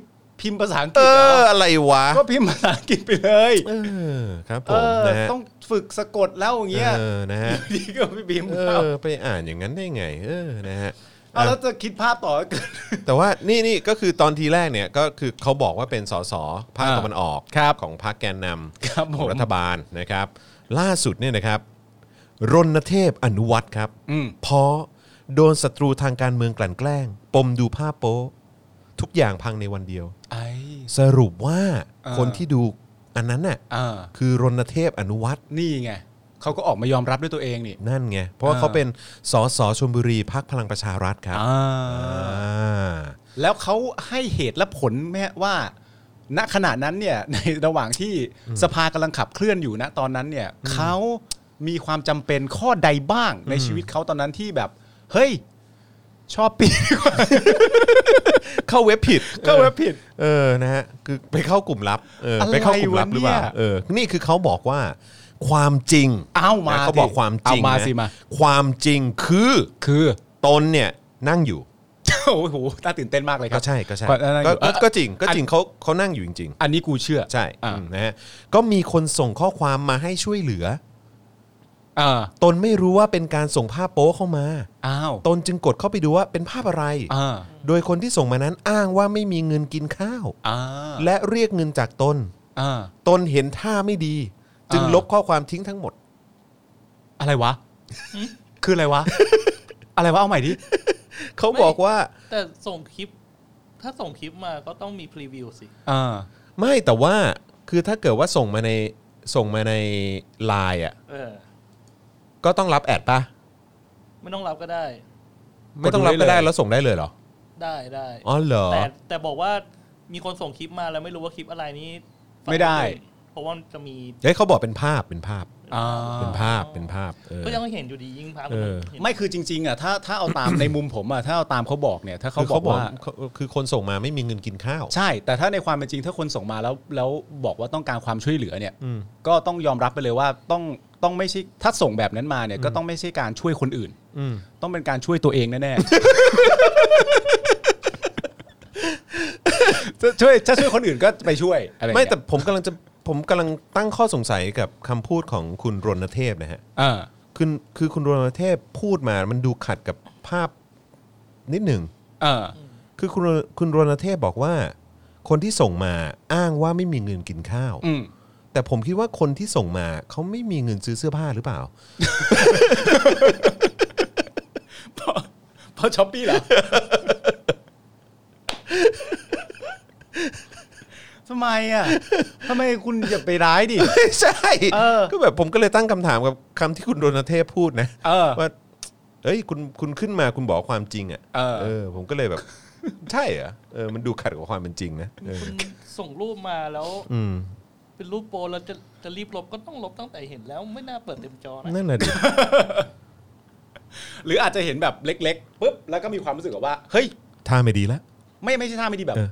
พิมพ์ภาษาอังก
เอ
ฤษเหร
อ
อ
อะไรวะ
ก็พิมพ์ภาษาอังกฤษไปเลย
เออครับผ
เอ
ม
อ
นะฮะ
ต้องฝึกสะกดแล้วอย่างเงี้ย
เออนะฮะ
ดีก็ไม่พิมพ์
เอ
แล้ว
อไปอ่านอย่างนั้นได้ไง เออนะฮะ
เอาแล้วจะคิดภาพต่อก็เกิด
แต่ว่านี่นี่ก็คือตอนทีแรกเนี่ยก็คือเขาบอกว่าเป็นสสภาค
อ่า
ตะวันออก
ครับ
ของพรรคแกนน
ครับ
ำ
ผม
ของรัฐบาลนะครับ ล่าสุดเนี่ยนะครับ รณเทพอนุวัตรครับเพอโดนศัตรูทางการเมืองกลั่นแกล้ง ปมดูภาพโป๊ะทุกอย่างพังในวันเดียว
ไอ้
สรุปว่า
อ่า
คนที่ดูอันนั้นน่ะ
อ่า
คือรณเทพอนุวัตร
นี่ไงเขาก็ออกมายอมรับด้วยตัวเองนี่
นั่นไง เพราะว่า
อ่า
เขาเป็นสสชลบุรีพักพลังประชารัฐครับ
อ่
อ่
า
า
แล้วเขาให้เหตุและผลแม้ว่า ณขณะนั้นเนี่ย *laughs* ในระหว่างที่สภากำลังขับเคลื่อนอยู่นะตอนนั้นเนี่ยเขามีความจำเป็นข้อใดบ้างในชีวิตเขาตอนนั้นที่แบบ เฮ้ย ชอบปีดีกว่า
เข้าเว็บผิด
เข้าเว็บผิด
เออ นะฮะ คือไปเข้ากลุ่มลับ เออ
อะไร
ไปเข้ากลุ่มลับหรือเปล่า
วะเนี่ย
เออ นี่คือเขาบอกว่า ความจริง
เอามา
นะเขาบอก
สิ
ความจริง
เอามา
นะ
สิมา
ความจริงคือ
คือ
ตนเนี่ยนั่งอยู่
โอ้โหน่าตื่นเต้นมากเลยครั
ก็
บ
ใช่ก็ใช่
ก่อนหน้านั้น
ก็
อยู่เอ่อ
ก็จริงก็จริงเขาเขานั่งอยู่จริง
อันนี้กูเชื่อ
ๆ ใช่
อ่า
อืมนะฮะ ก็มีคนส่งข้อความมาให้ช่วยเหลือ
อ่า
ตนไม่รู้ว่าเป็นการส่งภาพโป๊เข้ามา
อ้าว
ตนจึงกดเข้าไปดูว่าเป็นภาพอะไร
อ่า
โดยคนที่ส่งมานั้นอ้างว่าไม่มีเงินกินข้าว
อ่า
และเรียกเงินจากตน
อ่า
ตนเห็นท่าไม่ดี จึง
อ่า
ลบข้อความทิ้งทั้งหมด
อะไรวะ คืออะไรวะ อะไรวะเอาใหม่ดิ
เขาบอกว่า
แต่ส่งคลิป ถ้าส่งคลิปมาก็ต้องมีพรีวิวสิ
อ่า
ไม่แต่ว่าคือถ้าเกิดว่าส่งมาในส่งมาในไลน์อ่ะ
เออ
ก็ต้องรับแอดป่ะ
ไม่ต้องรับก็ได้
ไม่ต้องรับ
ก
ก็
ดดูได้
ได้
เลย
แล้วส่งได้เลยเหรอ
ได้ได้
อ๋อเหรอ
แต่แต่บอกว่ามีคนส่งคลิปมาแล้วไม่รู้ว่าคลิปอะไรนี้
ไม่ได้
เพราะว่ามันจะมี
เฮ้ยเขาบอกเป็นภาพเป็นภาพ
อ่า
เป็นภาพเป็นภาพเออ
ก็ยังเห็นอยู่ดียิ่งพัก
เออ
ไม่คือจริงๆอ่ะถ้าถ้าเอาตาม *coughs* ในมุมผมอ่ะถ้าเอาตามเขาบอกเนี่ย ถ้าเขา
คือ
บอกว่า
เขาคือคนส่งมาไม่มีเงินกินข้าว
ใช่ แต่ถ้าในความเป็นจริงถ้าคนส่งมาแล้วแล้วบอกว่าต้องการความช่วยเหลือเนี่ย
อืม
ก็ต้องยอมรับไปเลยว่าต้องต้องไม่ใช่ถ้าส่งแบบนั้นมาเนี่ยก็ต้องไม่ใช่การช่วยคนอื่น
อืม
ต้องเป็นการช่วยตัวเองแน่ *laughs* ๆ ถ้าช่วยถ้าช่วยคนอื่นก็ไปช่วยอะไรอย่าง
ไม่
เงี้ย
แต่ผมกำลังจะผมกำลังตั้งข้อสงสัยกับคำพูดของคุณรณเทพนะฮะ
อ่า
คือคือคุณรณเทพพูดมามันดูขัดกับภาพนิดหนึ่ง
อ่า
คือคุณคุณรณเทพบอกว่า คนที่ส่งมาอ้างว่าไม่มีเงินกินข้าว
อืม
แต่ผมคิดว่าคนที่ส่งมาเขาไม่มีเงินซื้อเสื้อผ้าหรือเปล่า *laughs*
เพราะช้อปปี้เหรอ ทำไมอ่ะทำไมคุณอย่าไปร้ายดิ
ใช่
เออ
ก็แบบผมก็เลยตั้งคำถามกับคำที่คุณรณเทพพูดนะ
เออ
ว่าเอ้ยคุณคุณขึ้นมาคุณบอกความจริงอ่ะ
เออ
ผมก็เลยแบบ ใช่เหรอเออมันดูขัดกับความเป็นจริงนะเออ
คุณส่งรูปมาแล้ว
อืม
เป็นรูปโปรแล้วจะจะรีบลบก็ต้องลบตั้งแต่เห็นแล้วไม่น่าเปิดเต็มจอนะ
นั่นแหละดิ
หรืออาจจะเห็นแบบเล็กๆปุ๊บแล้วก็มีความรู้สึกแบบว่า เฮ้ย
ท่าไม่ดีละ
ไม่ไม่ใช่ท่าไม่ดีแบบ
เออ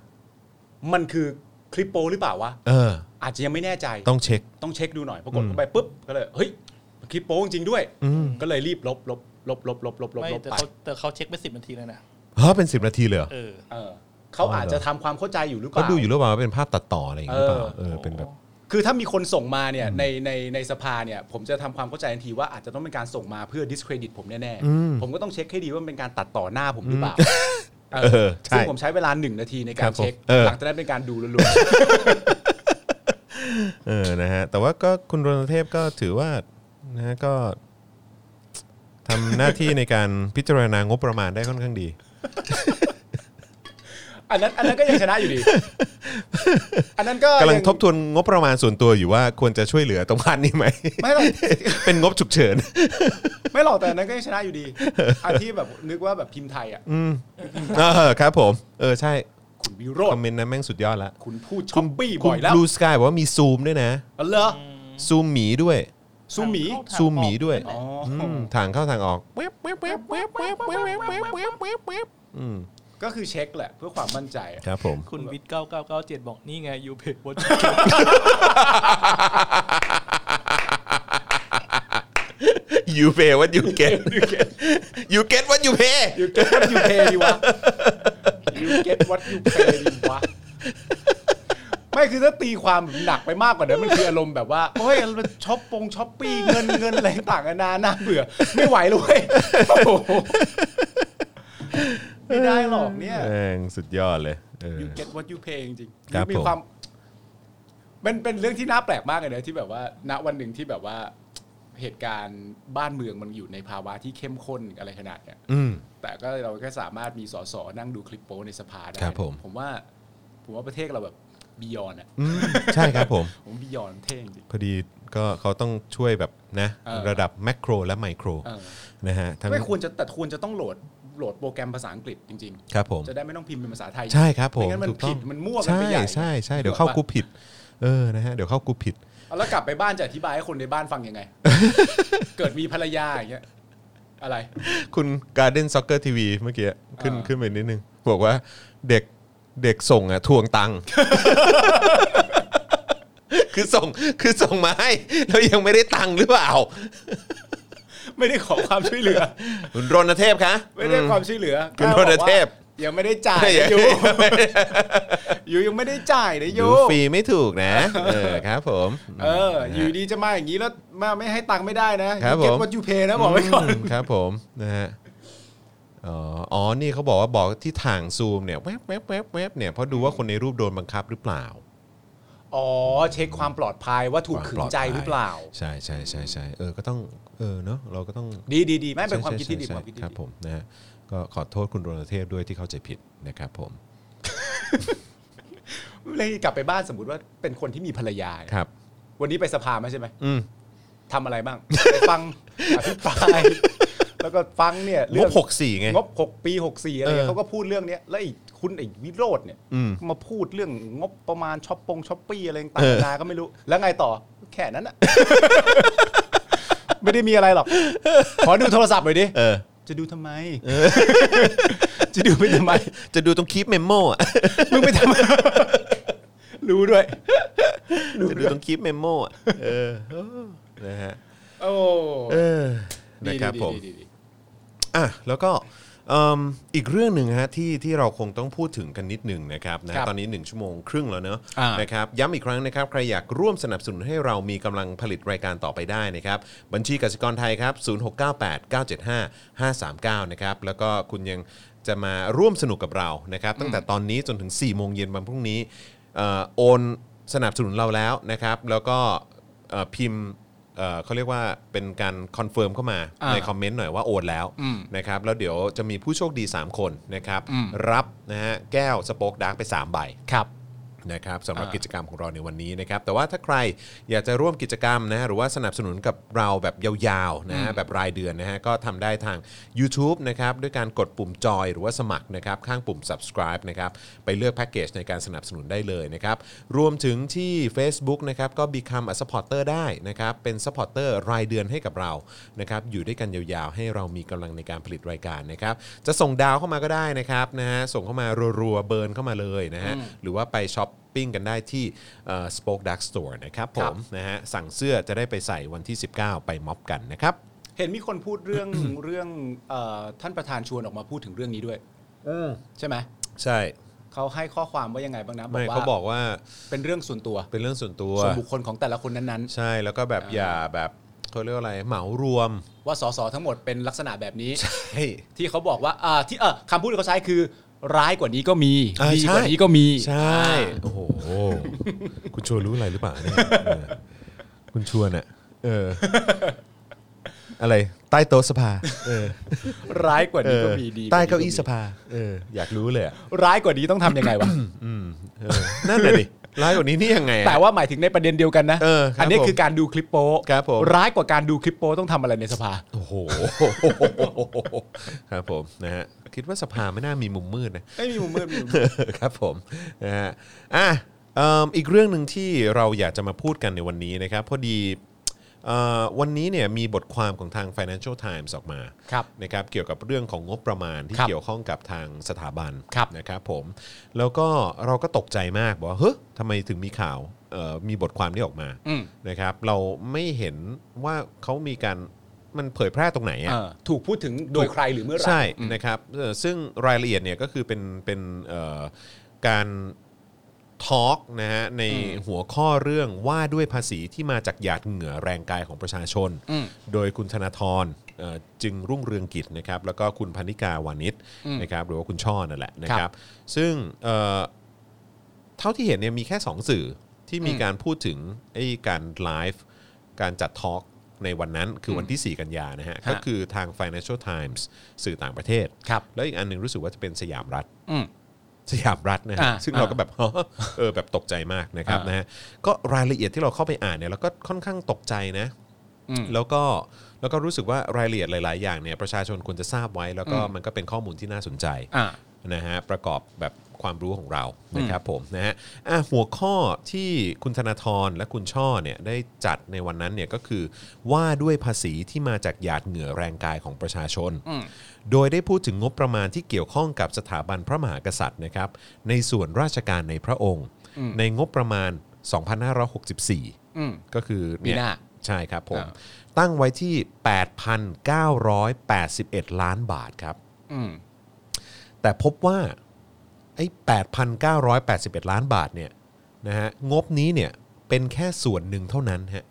มันคือคลิปโปหรือเปล่าวะ
เออ
อาจจะยังไม่แน่ใจ
ต้องเช็ค
ต้องเช็คดูหน่อยปรากฏ
อืม
เข้าไปปุ๊บก็เลยเฮ้ยมันคลิปโปจริงๆด้วย
อืม
ก็เลยรีบลบลบลบลบลบลบลบ
ไม่
ลบ
แต่
ไป
เขาแต่เขาเช็คไปสิบนาทีแล้วนะ
ฮะเป็นสิบนาทีเลยเหรอ
เออ
เออเขาอาจจะทำความเข้าใจอยู่หรือเป
เขา
ล่า
ดูอยู่หรือเปล่าว่าเป็นภาพตัดต่ออะไรอย่างเงี้ยหรือเปล่า
เออ
เออเป็นแบบ
คือถ้ามีคนส่งมาเนี่ยในในในสภาเนี่ย ผมจะทำความเข้าใจทันทีว่าอาจจะต้องเป็นการส่งมาเพื่อ discredit ผมแน่ๆผมก็ต้องเช็คให้ดีว่ามันเป็นการตัดต่อหน้าผมหรือเปล่าเออ
เออ
ซึ่
ใช่
งผมใช้เวลาหนึ่งนาทีในการ
คั
ร
บผม
เช็ค
เออ
หลังจากนั้นเป็นการดูล้วน
เออนะฮะแต่ว่าก็คุณรณเทพก็ถือว่านะฮะก็ทำหน้าที่ในการพิจารณางบประมาณได้ค่อนข้างดี
ๆอันนั้นอันนั้นก็ยังชนะอยู่ดี อันนั้นก็
กำลัง
ยั
ทบทวนงบประมาณส่วนตัวอยู่ว่าควรจะช่วยเหลือ *laughs* ตรงพันนี้ไหม
ไม่หรอก
เป็นงบฉุกเฉิน
ไม่หรอกแต่อันนั้นก็ยังชนะอยู่ดี อันที่แบบนึกว่าแบบพิมพ์ไทยอ่ะ
อืมเออครับผม เออใช่
คุณวิโร
ค
จ
อม
น์
เมนต์นั้นแม่งสุดยอดละ
คุณพูดช้อปปี้บ่อยแล้ว
บลูสกายบอกว่ามีซูมด้วยนะ
อ๋อเหรอ
ซูมหมีด้วย
ซูหมี
ทางเข้าทางออก
ซูมหมีด้วย
อ๋อ
อื
อ
มทางเข้าทางออกอืม
ก็คือเช็คแหละเพื่อความมั่นใจอะ
ครับผม
คุณวิทย์เก้าเก้าเก้าเจ็ดบอกนี่ไงยูเพจวอช
you pay what you get you get what you pay
ยูเก็ตวัดยูเพดีวะยูเก็ตวัดยูเพดีวะ ไม่คือถ้าตีความแบบหนักไปมากกว่านั้นมันคืออารมณ์แบบว่าโอ้ยมันช็อปปงช็อปปี้เงินเงินอะไรต่างกันานาน่าเบื่อ ไม่ไหวเลยเว้ยโอ้โหไม่ได้หรอกเนี่ย
แม่งสุดยอดเลยเออ
you get what you pay จริงๆ
ครับ
มี
ผม
ความมันเป็นเรื่องที่น่าแปลกมากเลยนะที่แบบว่า ณวันหนึ่งที่แบบว่าเหตุการณ์บ้านเมืองมันอยู่ในภาวะที่เข้มข้นอะไรขนาดเนี้ย
อืม
แต่ก็เราก็สามารถมีสสนั่งดูคลิปโป้ในสภาได้
ครับผม
ผมว่า ผมว่าประเทศเราแบบบียอนอะ
อืมใช่ครับผม
ผมบียอนเท่จริง
พอดีก็เขาต้องช่วยแบบนะ
เออ
ระดับแมกโครและไมโคร
เออ
นะฮะทั้ง
ไม่ควรจะแต่ควรจะต้องโหลดโหลดโปรแกรมภาษาอังกฤษจริง
ครับผม
ๆ จะได้ไม่ต้องพิมพ์เป็นภาษาไทย
ใช่ครับผม
ไงั้นมัน
ถูกต้
ผิ
อง
ดมันมั่วกันไปใหญ่
ใช่ใช่เดี๋ยวเข้ากูผิด เออนะฮะเดี๋ยวเข้ากูผิด
เอาแล้วกลับไปบ้านจะอธิบายให้คนในบ้านฟังยังไง เกิดมีภรรยาอย่างเงี้ยอะไร
คุณ Garden Soccer TV เมื่อกี้ขึ้น
อ่า
ขึ้นไปนิดนึง บอกว่าเด็กเด็กส่งอ่ะทวงตังค์ คือส่งคือส่งมาให้แล้วยังไม่ได้ตังค์หรือเปล่า
ไม่ได้ขอความช่วยเหลือ
คุณรณเทพคะ
ไม่ได้ความช่วยเหลือ
คุณ
กล้าบ
โด
อก
น
ว่า
เทพ
ยังไม่ได้จ่าย
*laughs*
นะโยยูยังไม่ได้จ่ายนะโย
ดูฟรีไม่ถูกนะเออครับผม
เออ อยู่ดีจะมาอย่างนี้แล้วมาไม่ให้ตังค์ไม่ได้นะครับ
ผม
เก็บวัตยูเพนะบอกไว้ก่อน
มครับผมนะฮะอ๋ออ๋อ นี่เขาบอกว่าบอกที่ถ่างซูมเนี่ยแวบแวบแวบแวบเนี่ยเพราะดูว่าคนในรูปโดนบังคับหรือเปล่า
อ๋อ เช็คความปลอดภัยว่าถูกขืนใจหรือเปล่า
ใช่ใช่ใช่ใช่เออก็ต้องเออเนาะเราก็ต้อง
ดีดีดีไม่เป็นความคิดที่ดี
ใช่
ความคิดที่
ครับ
ดี
ผมนะฮะก็ขอโทษคุณโรนเทพด้วยที่เข้าใจผิดนะครับผม
เลยกลับไปบ้านสมมติว่าเป็นคนที่มีภรรยา
ครับ
วันนี้ไปสภาไหมใช่ไหม
อืม
ทำอะไรบ้าง ไปฟังอภิปราย
*laughs*
แล้วก็ฟังเนี่ย
ง
เรื่อบ ง
หกสี่ไง
งบหกปีหกสี่อะไรเงี้
เออ
ยเขาก็พูดเรื่องเนี้ยแล้วไอ้คุณไอ้วิโรจน์เนี่ย
อืม
มาพูดเรื่องงบประมาณช้อปปงช้อปปี้อะไรต่าง
เออ
ๆนานาก็ไม่รู้ แล้วไงต่อแค่นั้นอะ ไม่ได้มีอะไรหรอก ขอดูโทรศัพท์หน่อยดิ
เออ
จะดูทำไม จะดูไปทำไม
จะดูตรงคลิปเมมโม
*laughs*
อ่ะ
มึงไปทำไม รู้ด้วย
จะดูตรงคลิปเมมโมอ่ะเออเออนะฮะ
โอ้
เออ
ดี
นะ
ๆ
ครับผม
ดีๆดี
อ่ะแล้วก็เอิ่มอีกเรื่องหนึ่งฮะที่ที่เราคงต้องพูดถึงกันนิดหนึ่งนะครับนะครับ ตอนนี้ 1 ชั่วโมงครึ่งแล้วเนอะ
อ่า
นะครับย้ำอีกครั้งนะครับ ใครอยากร่วมสนับสนุนให้เรามีกำลังผลิตรายการต่อไปได้นะครับ บัญชีกสิกรไทยครับ 0698975539 นะครับ แล้วก็คุณยังจะมาร่วมสนุกกับเรานะครับ ตั้งแต่ตอนนี้จนถึง 4 โมงเย็นวันพรุ่งนี้เอ่อโอนสนับสนุนเราแล้วนะครับ แล้วก็เอ่อพิมพ์เอ่อเขาเรียกว่าเป็นการคอนเฟิร์มเข้ามา
อ่า
ใน คอมเมนต์หน่อยว่าโอนแล้ว
อืม
นะครับแล้วเดี๋ยวจะมีผู้โชคดี 3 คนนะครับ
อืม
รับนะฮะแก้วสป็อกดาร์กไป 3 ใบ
ๆครับ
นะครับสำหรับ
อ่า
กิจกรรมของเราในวันนี้นะครับแต่ว่าถ้าใครอยากจะร่วมกิจกรรมนะฮะหรือว่าสนับสนุนกับเราแบบยาวๆนะฮะแบบรายเดือนนะฮะก็ทำได้ทาง YouTube นะครับด้วยการกดปุ่มจอยหรือว่าสมัครนะครับข้างปุ่ม subscribe นะครับไปเลือกแพ็กเกจในการสนับสนุนได้เลยนะครับรวมถึงที่ Facebook นะครับก็ become a supporter ได้นะครับเป็น supporter รายเดือนให้กับเรานะครับอยู่ด้วยกันยาวๆ ให้เรามีกำลังในการผลิตรายการนะครับจะส่งดาวเข้ามาก็ได้นะครับนะฮะส่งเข้ามารัวๆเบิร์นเข้ามาเลยนะฮะหรือว่าไปช้อปปิ้งกันได้ที่เอ่อ Spoke Dark Store นะครับผ
ครั
ม
บ
นะฮะสั่งเสื้อจะได้ไปใส่วันที่ 19 ไปม็อบกันนะครับ
เห็นมีคนพูดเรื่อง เรื่องเอ่อท่านประธานชวนออกมาพูดถึงเรื่องนี้ด้วยใช่ไหม
ใช่
เขาให้ข้อความว่ายังไงบ้างนะ
ไม่เขาบอกว่า
เป็นเรื่องส่วนตัว
เป็นเรื่องส่วนตัว
ส่วนบุคคลของแต่ละคนนั้น
ใช่แล้วก็แบบอย่าแบบเขาเรียกว่าอะไรเหมารวม *laughs*
ๆ ว่าสสทั้งหมดเป็นลักษณะแบบนี้
ใช่
ที่เขาบอกว่าอ่าที่เออคำพูดที่เขาใช้คือ ร้ายกว่านี้ก็มี
อ่า
ดี
ใช่
กว่านี้ก็มี
ใช่โอ้โห คุณชวนรู้อะไรหรือเปล่าเนี่ยเออคุณชวนอะเออ อะไร ใต้โต๊ะสภาเออ
ร้ายกว่า
เอ
นี้
อ
ก็มีดีว่นี้
ใต้เก้าอี้ส
มี
ภาเอออยากรู้เลยอะ
ร้ายกว่านี้ต้องทำยังไงวะ
เออนั่นแหละดิร้ายกว่านี้นี่ยังไงอะ
แต่ว่าหมายถึงในประเด็นเดียวกันนะ
เออครับ
นนี้
ผม
คือการดูคลิปโป้
ครับผม
ร้ายกว่าการดูคลิปโป้ต้องทำอะไรในสภา
โอ้โหครับผมนะฮะคิดว่าสภาไม่น่ามีมุมมืดนะ
ไม่มีมุมมืดมีมุมมืด
*laughs* ครับผมนะฮะอ่ะเอิ่มอีกเรื่องหนึ่งที่เราอยากจะมาพูดกันในวันนี้นะครับ พอดีเอ่อวันนี้เนี่ยมีบทความของทาง Financial Times ออกมา
ครับ
นะครับเกี่ยวกับเรื่องของงบประมาณที่
ครับ
เกี่ยวข้องกับทางสถาบัน
ครับ
นะครับผมแล้วก็เราก็ตกใจมากบอกว่าเฮ้ยทำไมถึงมีข่าวเอ่อมีบทความนี้ออกมา
อืม
นะครับเราไม่เห็นว่าเขามีการ มันเผยแพร่ตรงไหนอ่ะ
เออถูกพูดถึงโดยใครหรือเมื่อไหร่
ใช่นะครับเอ่อซึ่งรายละเอียดเนี่ยก็คือเป็นเป็นเอ่อการทอล์กนะฮะในหัวข้อเรื่องว่าด้วยภาษีที่มาจากหยาดเหงื่อแรงกายของประชาชน
อืม
โดยคุณธนาธรเอ่อจึงรุ่งเรืองกิจนะครับแล้วก็คุณพนิกาวานิชนะครับหรือว่าคุณช่อนั่นแหละนะค
ค
รั
รับ บ
ซึ่งเอ่อเท่าที่เห็นเนี่ยมีแค่ 2 สื่อที่มีการพูดถึงไอ้การไลฟ์การจัดทอล์กในวันนั้นคือวันที่ 4 กันยานะฮะก็คือทาง Financial Times สื่อต่างประเทศ
ครับ
แล้วอีกอันหนึ่งรู้สึกว่าจะเป็นสยามรัฐ
อืม
สยามรัฐนะฮะ
อ่า
ซึ่งเราก็แบบ เออแบบตกใจมากนะครับ
อ่าน
นะฮะก็รายละเอียดที่เราเข้าไปอ่านเนี่ยเราก็ค่อนข้างตกใจนะ
อืม
แล้วก็แล้วก็รู้สึกว่ารายละเอียดหลาย ๆ อย่างเนี่ยประชาชนควรจะทราบไว้ แล้วก็
อืม
มันก็เป็นข้อมูลที่น่าสนใจ
อ่า
นะฮะประกอบแบบความรู้ของเรานะครับผมนะฮะอ่ะหัวข้อที่คุณธนาธรและคุณช่อเนี่ยได้จัดในวันนั้นเนี่ยก็คือว่าด้วยภาษีที่มาจากหยาดเหงื่อแรงกายของประชาชน
อืม
โดยได้พูดถึงงบประมาณที่เกี่ยวข้องกับสถาบันพระมหากษัตริย์นะครับในส่วนราชการในพระองค์ ในงบประมาณ 2564
อืม
ก็คือเย
ปีหน้า
ใช่ครับผม
อ่า
ตั้งไว้ที่ 8,981 ล้านบาทครับ
อืม
แต่พบว่าไอ้8,981 ล้านบาทเนี่ยนะฮะงบนี้เนี่ยเป็นแค่ส่วนหนึ่งเท่านั้นฮะ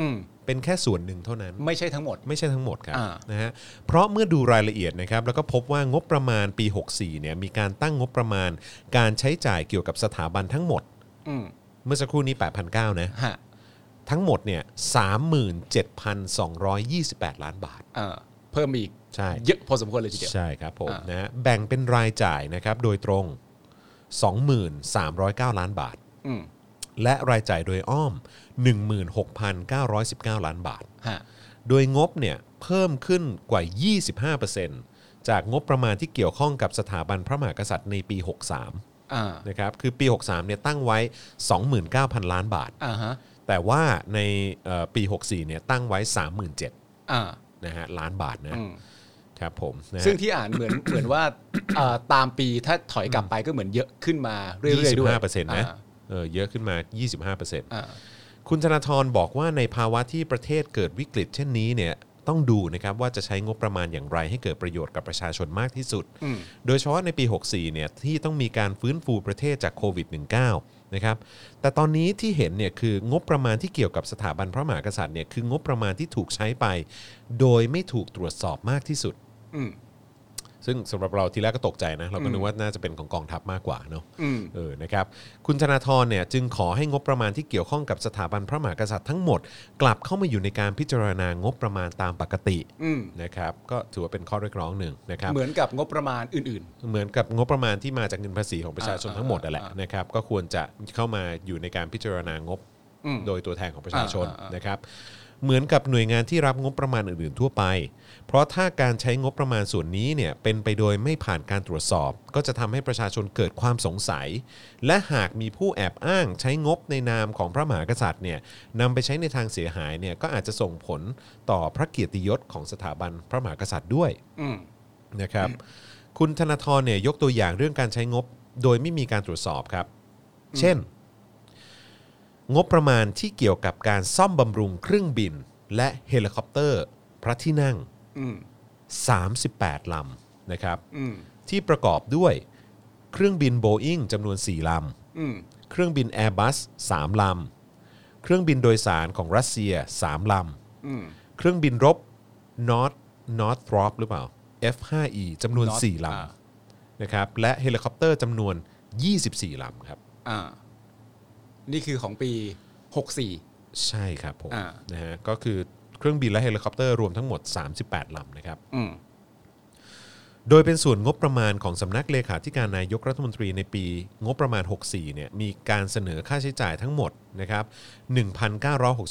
อืม
เป็นแค่ส่วนหนึ่งเท่านั้น
ไม่ใช่ทั้งหมด
ไม่ใช่ทั้งหมดครับ
อ่า
นะฮะเพราะเมื่อดูรายละเอียดนะครับแล้วก็พบว่างบประมาณปี 64เนี่ยมีการตั้งงบประมาณ การใช้จ่ายเกี่ยวกับสถาบันทั้งหมด
อืม
เมื่อสักครู่นี้ 8,900นะ
ฮะ
ทั้งหมดเนี่ย37,228 ล้านบาท
เออเพิ่มอีก
ใช่
เยอะพอสมควรเลยทีเดียว
ใช่ครับผม
อ่าน
นะฮะแบ่งเป็นรายจ่ายนะครับโดยตรง 2,309 ล้านบาท
อืม
และรายจ่ายโดยอ้อม 16,919 ล้านบาท
ฮะ
โดยงบเนี่ยเพิ่มขึ้นกว่า 25%จากงบประมาณที่เกี่ยวข้องกับสถาบันพระมหากษัตริย์ในปี 63
อ่า
นะครับคือปี 63เนี่ยตั้งไว้ 29,000 ล้านบาท
อ่าฮะ
แต่ว่าในเอ่อปี 64เนี่ยตั้งไว้ 37,000
อ่า
นะฮะล้านบาทนะ
อืม
ครับผมนะฮะ
ซึ่งที่อ่านเหมือน *coughs* เหมือนว่าเอ่อตามปีถ้าถอยกลับไปก็เหมือนเยอะขึ้นมาเรื่อยๆด้วย
25%นะ
อ่า
เออเยอะขึ้นมา 25%
อ่า
คุณธนาธรบอกว่าในภาวะที่ประเทศเกิดวิกฤตเช่นนี้เนี่ยต้องดูนะครับว่าจะใช้งบประมาณอย่างไรให้เกิดประโยชน์กับประชาชนมากที่สุด
อืม
โดยเฉพาะในปี 64เนี่ยที่ต้องมีการฟื้นฟูประเทศจากโควิด -19 นะครับแต่ตอนนี้ที่เห็นเนี่ยคืองบประมาณที่เกี่ยวกับสถาบันพระมหากษัตริย์เนี่ยคืองบประมาณที่ถูกใช้ไป โดยไม่ถูกตรวจสอบมากที่สุด
อืม
ซึ่งสำหรับเราทีแรกก็ตกใจนะ เราก็นึกว่าน่าจะเป็นของกองทัพมากกว่าเนาะ
อืม
เออนะครับคุณธนาธรเนี่ยจึงขอให้งบประมาณที่เกี่ยวข้องกับสถาบันพระมหากษัตริย์ทั้งหมด กลับเข้ามาอยู่ในการพิจารณางบประมาณตามปกติ
อืม
นะครับก็ถือว่าเป็นข้อเรียกร้องหนึ่งนะครับ
เหมือนกับงบประมาณอื่น
เหมือนกับงบประมาณที่มาจากเงินภาษีของประชาชนทั้งหมดนั่นแหละ
อ่าอ่า
นะครับก็ควรจะเข้ามาอยู่ในการพิจารณางบ
อืม
โดยตัวแทนของประชาชนนะครับเหมือนกับหน่วยงานที่รับงบประมาณอื่นๆทั่วไป เพราะถ้าการใช้งบประมาณส่วนนี้เนี่ยเป็นไปโดยไม่ผ่านการตรวจสอบ ก็จะทำให้ประชาชนเกิดความสงสัย และหากมีผู้แอบอ้างใช้งบในนามของพระมหากษัตริย์เนี่ยนำไปใช้ในทางเสียหายเนี่ยก็อาจจะส่งผลต่อพระเกียรติยศของสถาบันพระมหากษัตริย์ด้วย
อืม
นะครับ คุณธนาธรเนี่ยยกตัวอย่างเรื่องการใช้งบโดยไม่มีการตรวจสอบครับ เช่น งบประมาณที่เกี่ยวกับการซ่อมบำรุงเครื่องบิน และเฮลิคอปเตอร์ พระที่นั่ง
ๆ อืม
38 ลำนะครับ
อืม
ที่ประกอบด้วยเครื่องบิน Boeing จำนวน 4 ล
อืม
ำ เครื่องบิน Airbus 3 ลำ เครื่องบินโดยสารของรัสเซีย 3 ล
อืม
ำ เครื่องบินรบ North Northrop หรือเปล่า F5E จำนวน
North
4 ล
อ่า
ำนะครับและเฮลิคอปเตอร์จำนวน 24 ลำครับ
อ่า นี่คือของปีหกสี่
ใช่ครับผม
อ่า
นะฮะก็คือเครื่องบินและเฮลิคอปเตอร์รวมทั้งหมด 38 ลำนะครับ
อืม
โดยเป็นส่วนงบประมาณของสำนักเลขาธิการนายกรัฐมนตรีในปีงบประมาณ 64 เนี่ยมีการเสนอค่าใช้จ่ายทั้งหมดนะครั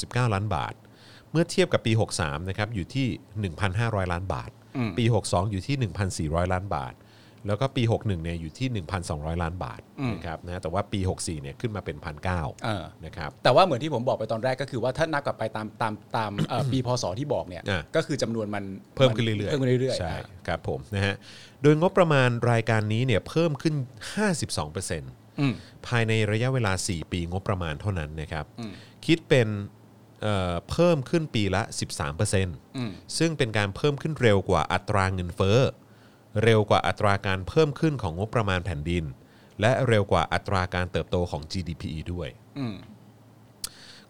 บ 1,969 ล้านบาท เมื่อเทียบกับปี 63 นะครับอยู่ที่ 1,500 ล้านบาท
อืม
ปี 62 อยู่ที่ 1,400 ล้านบาท แล้วก็ปี 61 เนี่ยอยู่ที่ 1,200 ล้านบาทนะครับนะแต่ว่าปี 64 เนี่ยขึ้นมาเป็น 1,900
เออ
นะครับ
แต่ว่าเหมือนที่ผมบอกไปตอนแรกก็คือว่าถ้านับกลับไปตามตามตามเอ่อปีพศที่บอกเนี่ย
อ่ะ
ก็คือจำนวนมัน
เพิ่มขึ้นเรื่อยๆ
เพิ่มขึ้นเรื่อยๆ
ใช่
อ่ะ
ครับผมนะฮะ โดยงบประมาณรายการนี้เนี่ยเพิ่มขึ้น 52%
อืม
ภายในระยะเวลา 4 ปีงบประมาณเท่านั้นนะครับ
อืม
คิดเป็น เอ่อเพิ่มขึ้นปีละ 13%ซึ่งเป็นการเพิ่มขึ้นเร็วกว่าอัตราเงินเฟ้อ เร็วกว่าอัตราการเพิ่มขึ้นของงบประมาณแผ่นดิน และเร็วกว่าอัตราการเติบโตของ GDP ด้วย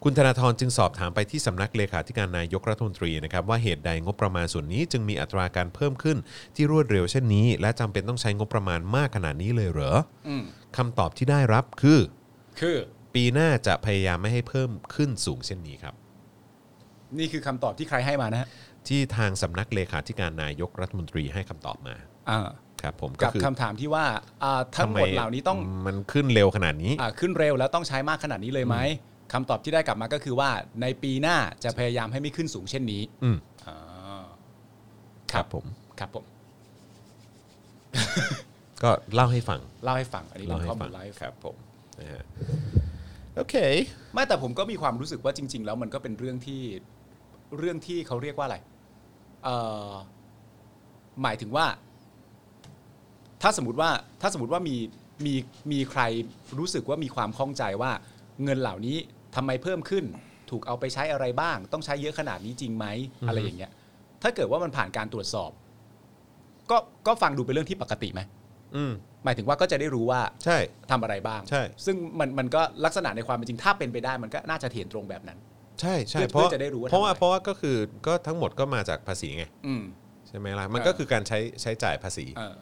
คุณธนาธรจึงสอบถามไปที่สำนักเลขาธิการนายกรัฐมนตรีนะครับว่าเหตุใดงบประมาณส่วนนี้จึงมีอัตราการเพิ่มขึ้นที่รวดเร็วเช่นนี้ และจำเป็นต้องใช้งบประมาณมากขนาดนี้เลยเหรออคำตอบที่ได้รับคือ
คือ
ปีหน้าจะพยายามไม่ให้เพิ่มขึ้นสูงเช่นนี้ครับ
นี่คือคำตอบที่ใครให้มานะฮะ
ที่ทางสำนักเลขาธิการนายกรัฐมนตรีให้คำตอบมา
อ่า
ครับผมก็
กับ
คือ
คำถามที่ว่าอ่าทั้งหมดเหล่านี้ต้อง
ทำไมมันขึ้นเร็วขนาดนี้
อ่าขึ้นเร็วแล้วต้องใช้มากขนาดนี้เลยไหมคำตอบที่ได้กลับมาก็คือว่า ในปีหน้าจะพยายามให้ไม่ขึ้นสูงเช่นนี้
อืม
อ่า
ครับผม
ครับผม
ก็เล่าให้ฟัง
เล่าให้ฟังอันนี้เป็
เล่าน ให้
ข้อมู
ฟัง
ลเล่าให้
ค
ฟั
รั
ง
บผมนะฮะโอเค
ไม่แต่ผมก็มีความรู้สึกว่าจริง ๆ แล้วมันก็เป็นเรื่องที่เรื่องที่เขาเรียกว่าอะไรเอ่อหมายถึงว่า ถ้าสมมติว่าถ้าสมมติว่ามีมีมีใครรู้สึกว่ามีความข้องใจว่า เงินเหล่านี้ทำไมเพิ่มขึ้น ถูกเอาไปใช้อะไรบ้าง ต้องใช้เยอะขนาดนี้จริงไหมอะไรอย่างเงี้ย ถ้าเกิดว่ามันผ่านการตรวจสอบ ก็ก็ฟังดูเป็นเรื่องที่ปกติไหม
อืม
หมายถึงว่าก็จะได้รู้ว่า
ใช่
ทำอะไรบ้าง
ใช่
ซึ่งมันมันก็ลักษณะในความเป็นจริงถ้าเป็นไปได้มันก็น่าจะเถียนตรงแบบนั้น
ใช่ใช่
เพื่
เพ
อ
ราะ
เพื่อจะได้รู้ว่า
เพราะว่า
ทำไม
เพราะว่าก็คือก็ทั้งหมดก็มาจากภาษีไง
อืม
ใช่ไหมล่ะมัน
เออ
ก็คือการใช้ใช้จ่ายภาษี
เออ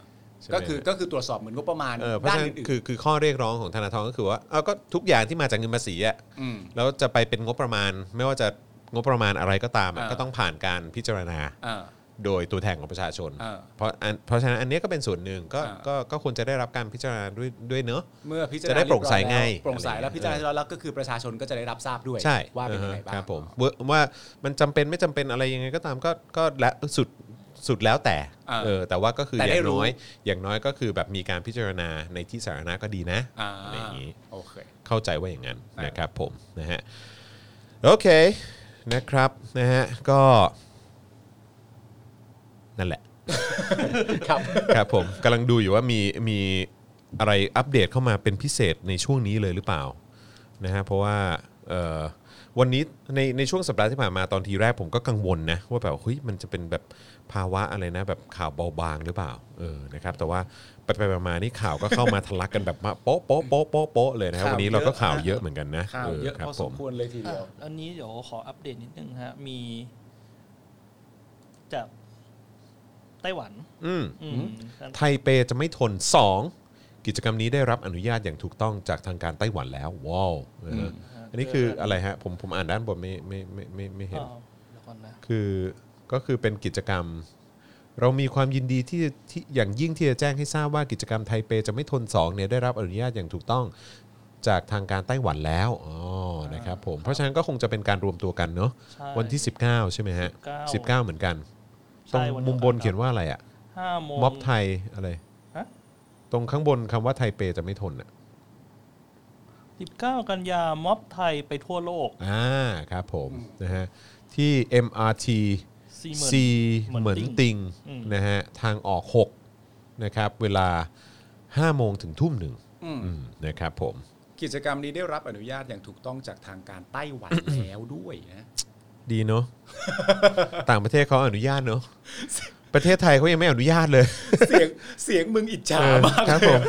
ใช่ไหม
ก็คือก็คือตรวจสอบเหมือนงบประมาณ
เออเพราะ
ด้าน
ฉะนั้น
อื่น
คือคือข้อเรียกร้องของธนาธรก็คือว่าเอาก็ทุกอย่างที่มาจากเงินภาษีอ่ะ
ๆอืม
แล้วจะไปเป็นงบประมาณ ไม่ว่าจะงบประมาณอะไรก็ตามอะ
เออ
ก็ต้องผ่านการพิจารณา
อ่า
โดยตัวแทนของประชาชน
เออ
เพราะอันเพราะฉะนั้นอันเนี้ยก็เป็นส่วนหนึ่งก็
เออ
ก็ก็ควรจะได้รับการพิจารณาด้วยด้วยเนอะ
เมื่อพิจารณา
จะได้โปร่งใส
เยบอย
ไง
แล้วโปร่งใส
อะไรอย่างเงี้ย
แล้วพิจารณาแล้วก็คือประชาชนก็จะได้รับทราบด้วย
ใช่
ว่าเป็นยังไงบ้าง
ครับผมว่าว่ามันจำเป็นไม่จำเป็นอะไรยังไงก็ตามก็ก็และสุดสุดแล้วแต่
อ่า
เออแต่ว่าก็คือ
แต่
อ
ได้
ย่าง
รู้
น้อย อย่างน้อยก็คือแบบมีการพิจารณาในที่สาธารณะก็ดีนะ
อ่า
อะไรอย่างนี้
โอเค
เข้าใจว่าอย่างนั้น
อ่าน
นะครับผมนะฮะโอเคนะครับนะฮะก็ นั่นแหละ
ครับ
ครับผมกำลังดูอยู่ว่ามีมีอะไรอัปเดตเข้ามาเป็นพิเศษในช่วงนี้เลยหรือเปล่านะฮะเพราะว่าเอ่อวันนี้ในในช่วงสัปดาห์ที่ผ่านมาตอนทีแรกผมก็กังวลนะว่าแบบเฮ้ยมันจะเป็นแบบภาวะอะไรนะแบบข่าวเบาบางหรือเปล่าเออนะครับแต่ว่าไปไปมามานี่ข่าวก็เข้ามาทะลักกันแบบมาโป๊ะโป๊ะโป๊ะโป๊ะโป๊ะเลยนะครับ
ข่าว
วันนี้เราก็
เยอะ
ข่าวเยอะเหมือนกันนะ
ข่าวเยอะ
ครับ
พอ
ผ
ส
ม
มควรเลยทีเดียว
อ่ะอันนี้เดี๋ยวขออัปเดตนิดนึงฮะ มีจากไต้หวัน
อืม
อืมการ
ไทเปจะไม่ทน 2 กิจกรรมนี้ได้รับอนุญาตอย่างถูกต้องจากทางการไต้หวันแล้วว้าวนะฮะอันนี้คืออะไรฮะผมผมอ่านด้านบนไม่ไม่ไม่ไม่ไม่เห็น
อ้าวเดี๋ยวก่อนนะ
คือก็คือเป็นกิจกรรม เรามีความยินดีที่ที่อย่างยิ่งที่จะแจ้งให้ทราบว่ากิจกรรมไทเปจะไม่ทน2เนี่ยได้รับอนุญาตอย่างถูกต้องจากทางการไต้หวันแล้วอ๋อนะครับผมเพราะฉะนั้นก็คงจะเป็นการรวมตัวกันเนาะ
ใช่
วันที่ 19 ใช่ไหมฮะ
19
19 เหมือนกันตร
ใช่
ง
วั
มุมบนเขียน
ดีกั
ว่าอะไรอ่ะ
ครับห้าโมง
ม็อบไทยอะไร
ฮะ
ตรงข้างบนคำว่าไทเปจะไม่ทนอ่ะ
สิบเก้ากันยาม็อบไทยไปทั่วโลก
อ่าครับผมนะฮะที่ MRT
ซี
ซ
น
เห
เหมื
มือ
อน นติ่ง
ติง
อืม
นะฮะทางออก 6 นะครับ เวลา 5 โมงถึงทุ่มหนึ่ง
อืม
อืมนะครับผม
กิจกรรมนี้ได้รับอนุญาตอย่างถูกต้องจากทางการไต้หวันแล้วด้วยนะ
*laughs* ดีเนาะ ต่างประเทศเขาอนุญาตเนาะ ประเทศไทยเขายังไม่อนุญาตเลย
เสียงเสียงมึงอิจฉามา
เอ
ก
อครับ
เล
ผ
ย
ม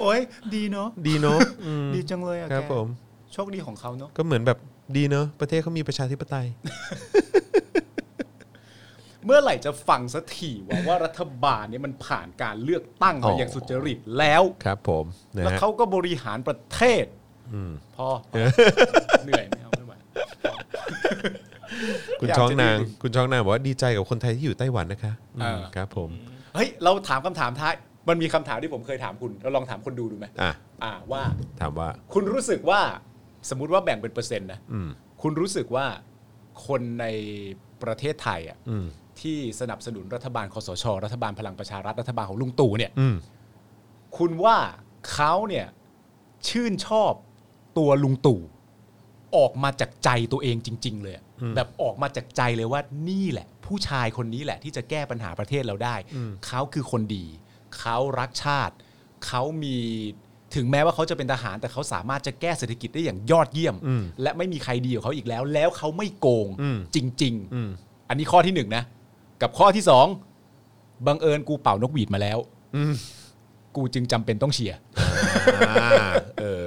โอ้ยดีเนาะ
ดีเนาะอืม
ดีจังเลยอะ
ครับ
แก
ผม
โชคดีของเขาเนาะ
ก็เหมือนแบบดีเนาะประเทศเขามีประชาธิปไตย
เมื่อไหร่จะฟังสักทีว่าว่ารัฐบาลเนี่ยมันผ่านการเลือกตั้ง
อ๋
มา
ออ
อย่างสุจริตแล้ว
ครับผมนะ
แล้ว
ฮะ
เขาก็บริหารประเทศ
อื *laughs* ม
พอพอเหนื่อยไม่เอาไม่ไหว
คุณ
อยาก
ช้อง
จะ
นาง
ดู
คุณช้องนางบอกว่าดีใจกับคนไทยที่อยู่ไต้หวันนะคะ
เอออื
มครับผม
เฮ้ยเราถามคำถามท้ายมันมีคำถามที่ผมเคยถามคุณเราลองถามคนดูดูไหม
อ่ะ
อ่าว่า
ถามว่า
คุณรู้สึกว่าสมมติว่าแบ่งเป็นเปอร์เซ็นต์นะ
อืม
คุณรู้สึกว่าคนในประเทศไทยอ่ะ
อืม
ที่สนับสนุนรัฐบาลคอสช รัฐบาลพลังประชารัฐรัฐบาลของลุงตู่เนี่ย
อืม
คุณว่าเขาเนี่ยชื่นชอบตัวลุงตู่ออกมาจากใจตัวเองจริง ๆ เลยอะแบบออกมาจากใจเลยว่านี่แหละ ผู้ชายคนนี้แหละ ที่จะแก้ปัญหาประเทศเราได้ เขาคือคนดี เขารักชาติ เขามี ถึงแม้ว่าเขาจะเป็นทหารแต่เขาสามารถจะแก้เศรษฐกิจได้อย่างยอดเยี่ยม
อืม
และไม่มีใครดีกว่าเขาอีกแล้ว แล้วเขาไม่โกง
อืม
จริง
อืม
ๆ อันนี้ข้อที่หนึ่งนะ กับข้อที่สองบังเอิญกูเป่านกหวีดมาแล้ว
อืม
กูจึงจำเป็นต้องเชียร์
อ่าเออ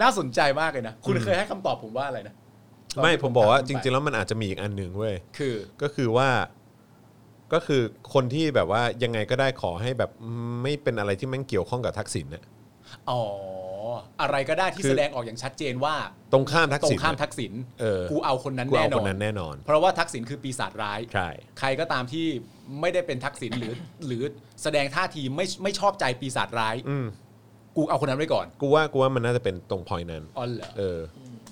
น่าสนใจมากเลยนะ คุณเคยให้คำตอบผมว่าอะไรนะ
ไม่ผมบอกว่าจริง ๆ
แล้ว
แล้วมันอาจจะมีอีกอันหนึ่งเว้ย
คือ
ก็คือว่าก็คือคนที่แบบว่ายังไงก็ได้ขอให้แบบไม่เป็นอะไรที่แม่งเกี่ยวข้องกับทักษิณเนี่ย
อ๋อ อะไรก็ได้ที่
คือ
แสดงออกอย่างชัดเจนว่า
ตรงข้ามทัก
ตร
ษิ
ง
ณ
ข้าม
เนี่ย
ทักษิณ
เออ
กูเอาคนนั้น
กู
แน่
เอาค
นอน น
นั้นแน่นอน
เพราะว่าทักษิณคือปีศาจร้าย
ใช่
ใครก็ตามที่ไม่ได้เป็นทักษิณหรือ หรือแสดงท่าทีไม่ไม่ชอบใจปีศาจร้าย
อืม
กูเอาคนนั้นไว้ก่อน
กูว่ากูว่ามันน่าจะเป็นตรงพอยนั้น
อ๋อเหรอ
เออ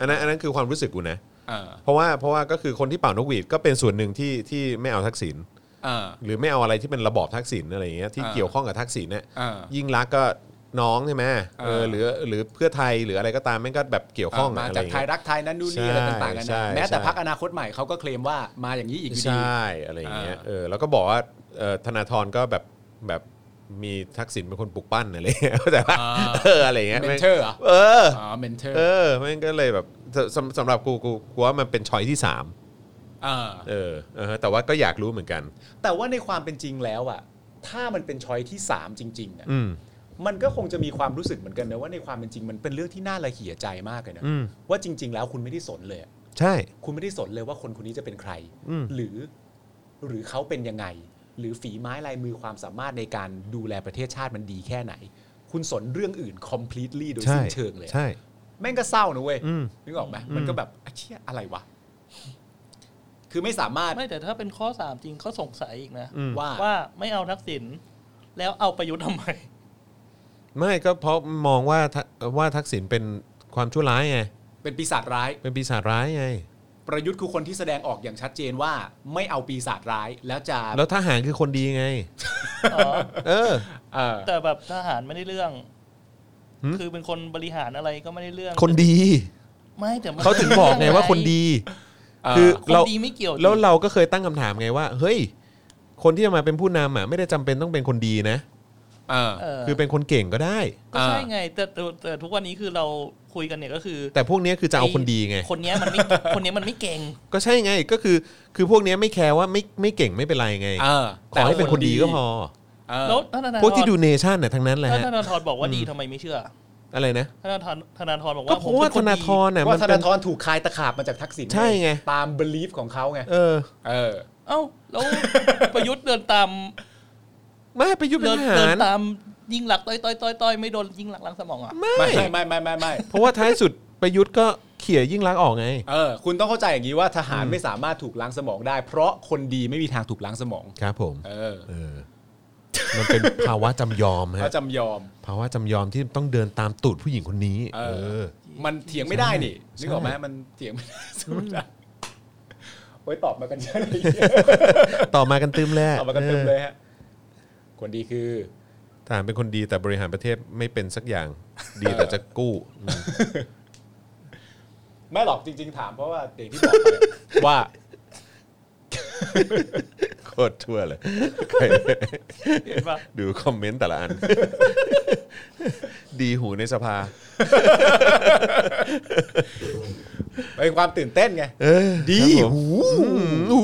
อันนั้นอันนั้นคือความรู้สึกกูนะ
อ่า
เพราะว่าเพราะว่าก็คือคนที่เป่านกหวีดก็เป็นส่วนหนึ่งที่ที่ไม่เอาทักษิณ
อ่า
หรือไม่เอาอะไรที่เป็นระบอบทักษิณอะไรอย่างเงี้ยที่
อ่า
เกี่ยวข้องกับทักษิณเนี่ย
อ่า
ยิ่งรักษณ์ก็น้องใช่ไหมเออ
อ่า
หรือหรือเพื่อไทยหรืออะไรก็ตามแม่งก็แบบเกี่ยวข้อง
มา
อะ
จาก
รอง
ไท
เงี้
ยรักไทยนั้นนู่นนี่
ใช่
อะไรต่างๆกันา
ใช่
นะแม้แต่
ใช่
พักอนาคตใหม่เขาก็เคลมว่ามาอย่างนี้อีกอยู่ดี
ใช่อะไรอย่างเงี้ย
อ่า
เออแล้วก็บอกว่าเอ่อธนาธรก็แบบแบบมีทักษิณเป็นคนปลุกปั้นอะไรเงี้ย *laughs* เข้าใจป่ะเอออะไรเงี้ย
เม
แม่
น
ง
เทอร์เหรอ
เออ
อ๋อเมนเทอร์
เออแม่งก็เลยแบบสำสำหรับกูกูกูว่ามันเป็นช้อยที่สาม
อ่า
เออเออแต่ว่าก็อยากรู้เหมือนกัน *laughs*
แต่ว่าในความเป็นจริงแล้วอะถ้ามันเป็นช้อยที่ 3 จริงๆอะ
อืม
มันก็คงจะมีความรู้สึกเหมือนกันนะว่าในความเป็นจริงมันเป็นเรื่องที่น่าระเหียใจมากเลยนะ
อืม
ว่าจริง ๆ แล้วคุณไม่ได้สนเลยอะ
ใช่
คุณไม่ได้สนเลยว่าคนคนนี้จะเป็นใคร
อืม
หรือหรือเขาเป็นยังไง หรือฝีไม้ลายมือความสามารถในการดูแลประเทศชาติมันดีแค่ไหน คุณสนเรื่องอื่น completely โดย
ใช่
สิ้นเชิงเลยอะ
ใช่
แม่งก็เศร้านะเว้ย
อืม
นึกออกไหมมันก็แบบอะเชี่ยอะไรวะคือไม่สามารถ
ไม่แต่ถ้าเป็นข้อสามจริงเขาสงสัยอีกนะ
อืม
ว่า
ว่าไม่เอาทักษิณแล้วเอาประยุทธ์ทำไม
ไม่ก็เพราะมองว่าทักว่าทักษิณเป็นความชั่วร้ายไง
เป็นปีศาจร้าย
เป็นปีศาจร้ายไง
ประยุทธ์คือคนที่แสดงออกอย่างชัดเจนว่าไม่เอาปีศาจร้ายแล้วจะ
แล้วทหารคือคนดีไง
อ๋อ
เออ
เออ
แต่แบบทหารไม่ได้เรื่อง
หืม
คือเป็นคนบริหารอะไรก็ไม่ได้เรื่อง
คนดี
ไม่แต่มัน
เขาถึงบอกไงว่าคนดี
เอ่อ
คือ
คน
เรา
ดีไม่เกี่ยว
แล้วเราก็เคยตั้งคำถามไงว่า เฮ้ย คนที่จะมาเป็นผู้นำอ่ะไม่ได้จำเป็นต้องเป็นคนดีนะ
เออ
คือเป็นคนเก่งก็ได้
ก็ใช่
อ่า
ไงแต่แต่แต่ทุกวันนี้คือเราคุยกันเนี่ยก็คือ
แต่พวกเนี้ยคือจะเอาคนดีไง
คนเนี้ยมันไม่ คนเนี้ยมันไม่เก่ง
ก็ใช่ไงก็คือคือพวกเนี้ยไม่แคร์ว่าไม่ไม่เก่งไม่เป็นไรไง
เออ
ขอให้เป็นคนดีก็พอ
เออ
แล้วธนาธร
พวกที่ดูเนชั่นน่ะทั้งนั้นแหละ
ถ้า
ฮะ
ธนาธรบอกว่าดีทำไมไม่เชื่อ
อะไรนะ
ธนาธรธนาธรบอก
ก็
ว่า
เพราะว่าธ
ผมเป็
นา
คดี
ธรน่ะมั
ว่าน ธ
เป็น
นาธรถูกคลายตะขาบมาจากทักษิณ
ใช่ไง
ตามบลีฟของเขาไง
เออ
เออ
เอ้า
*laughs*
แล้ว ประยุทธ์เดินตาม
ไม่ไประยุทธ์เป็
เดิ
น
น
ท
เดิ
หาน ร
ตามยิ่งหลักษณ์ต้อยต้อยต้อยต้อยไม่โดนยิ่งหลักษณ์ล้างสมองเหรอ่ะ
ไม่
ไม่
ไม่ไม่ไม่ไม่
เพราะว่าท้ายสุดประยุทธ์ก็เขี่ยยิ่งรักษณ์ออกไง
เออคุณต้องเข้าใจอย่างนี้ว่าทหารไม่สามารถถูกล้างสมองได้ เพราะคนดีไม่มีทางถูกล้างสมอง
ครับผม
เออ
เออ มันเป็นภาวะจำยอม
เขา
ฮะ
จำยอม
ภาวะจำยอมที่ต้องเดินตามตูดผู้หญิงคนนี้
เอ
เอ
อ
อ
มันเถียงไม่ได้นี่
ใช่
นึกออกไหมมันเถียงไม่ได้สู้ไม่ได้โอ้ยตอบมากันเยอะเลย
ต่อมากันตึมแล้ว
เอามากันเต็มเลยฮะ คนดีคือ
ทหารเป็นคนดีแต่บริหารประเทศไม่เป็นสัก
*laughs*
อย่าง ดีแต่จะกู้อืม
ไม่หรอกจริง ๆ ถามเพราะว่าเด็กที่บอก
*laughs*
ไปว่า
โคตรทั่วเลยใคร
เห็นปะ
ดูคอมเมนต์แต่ละอัน *laughs* ดีหูในสภา
เป็นความตื่นเต้นไง
ดีหูหู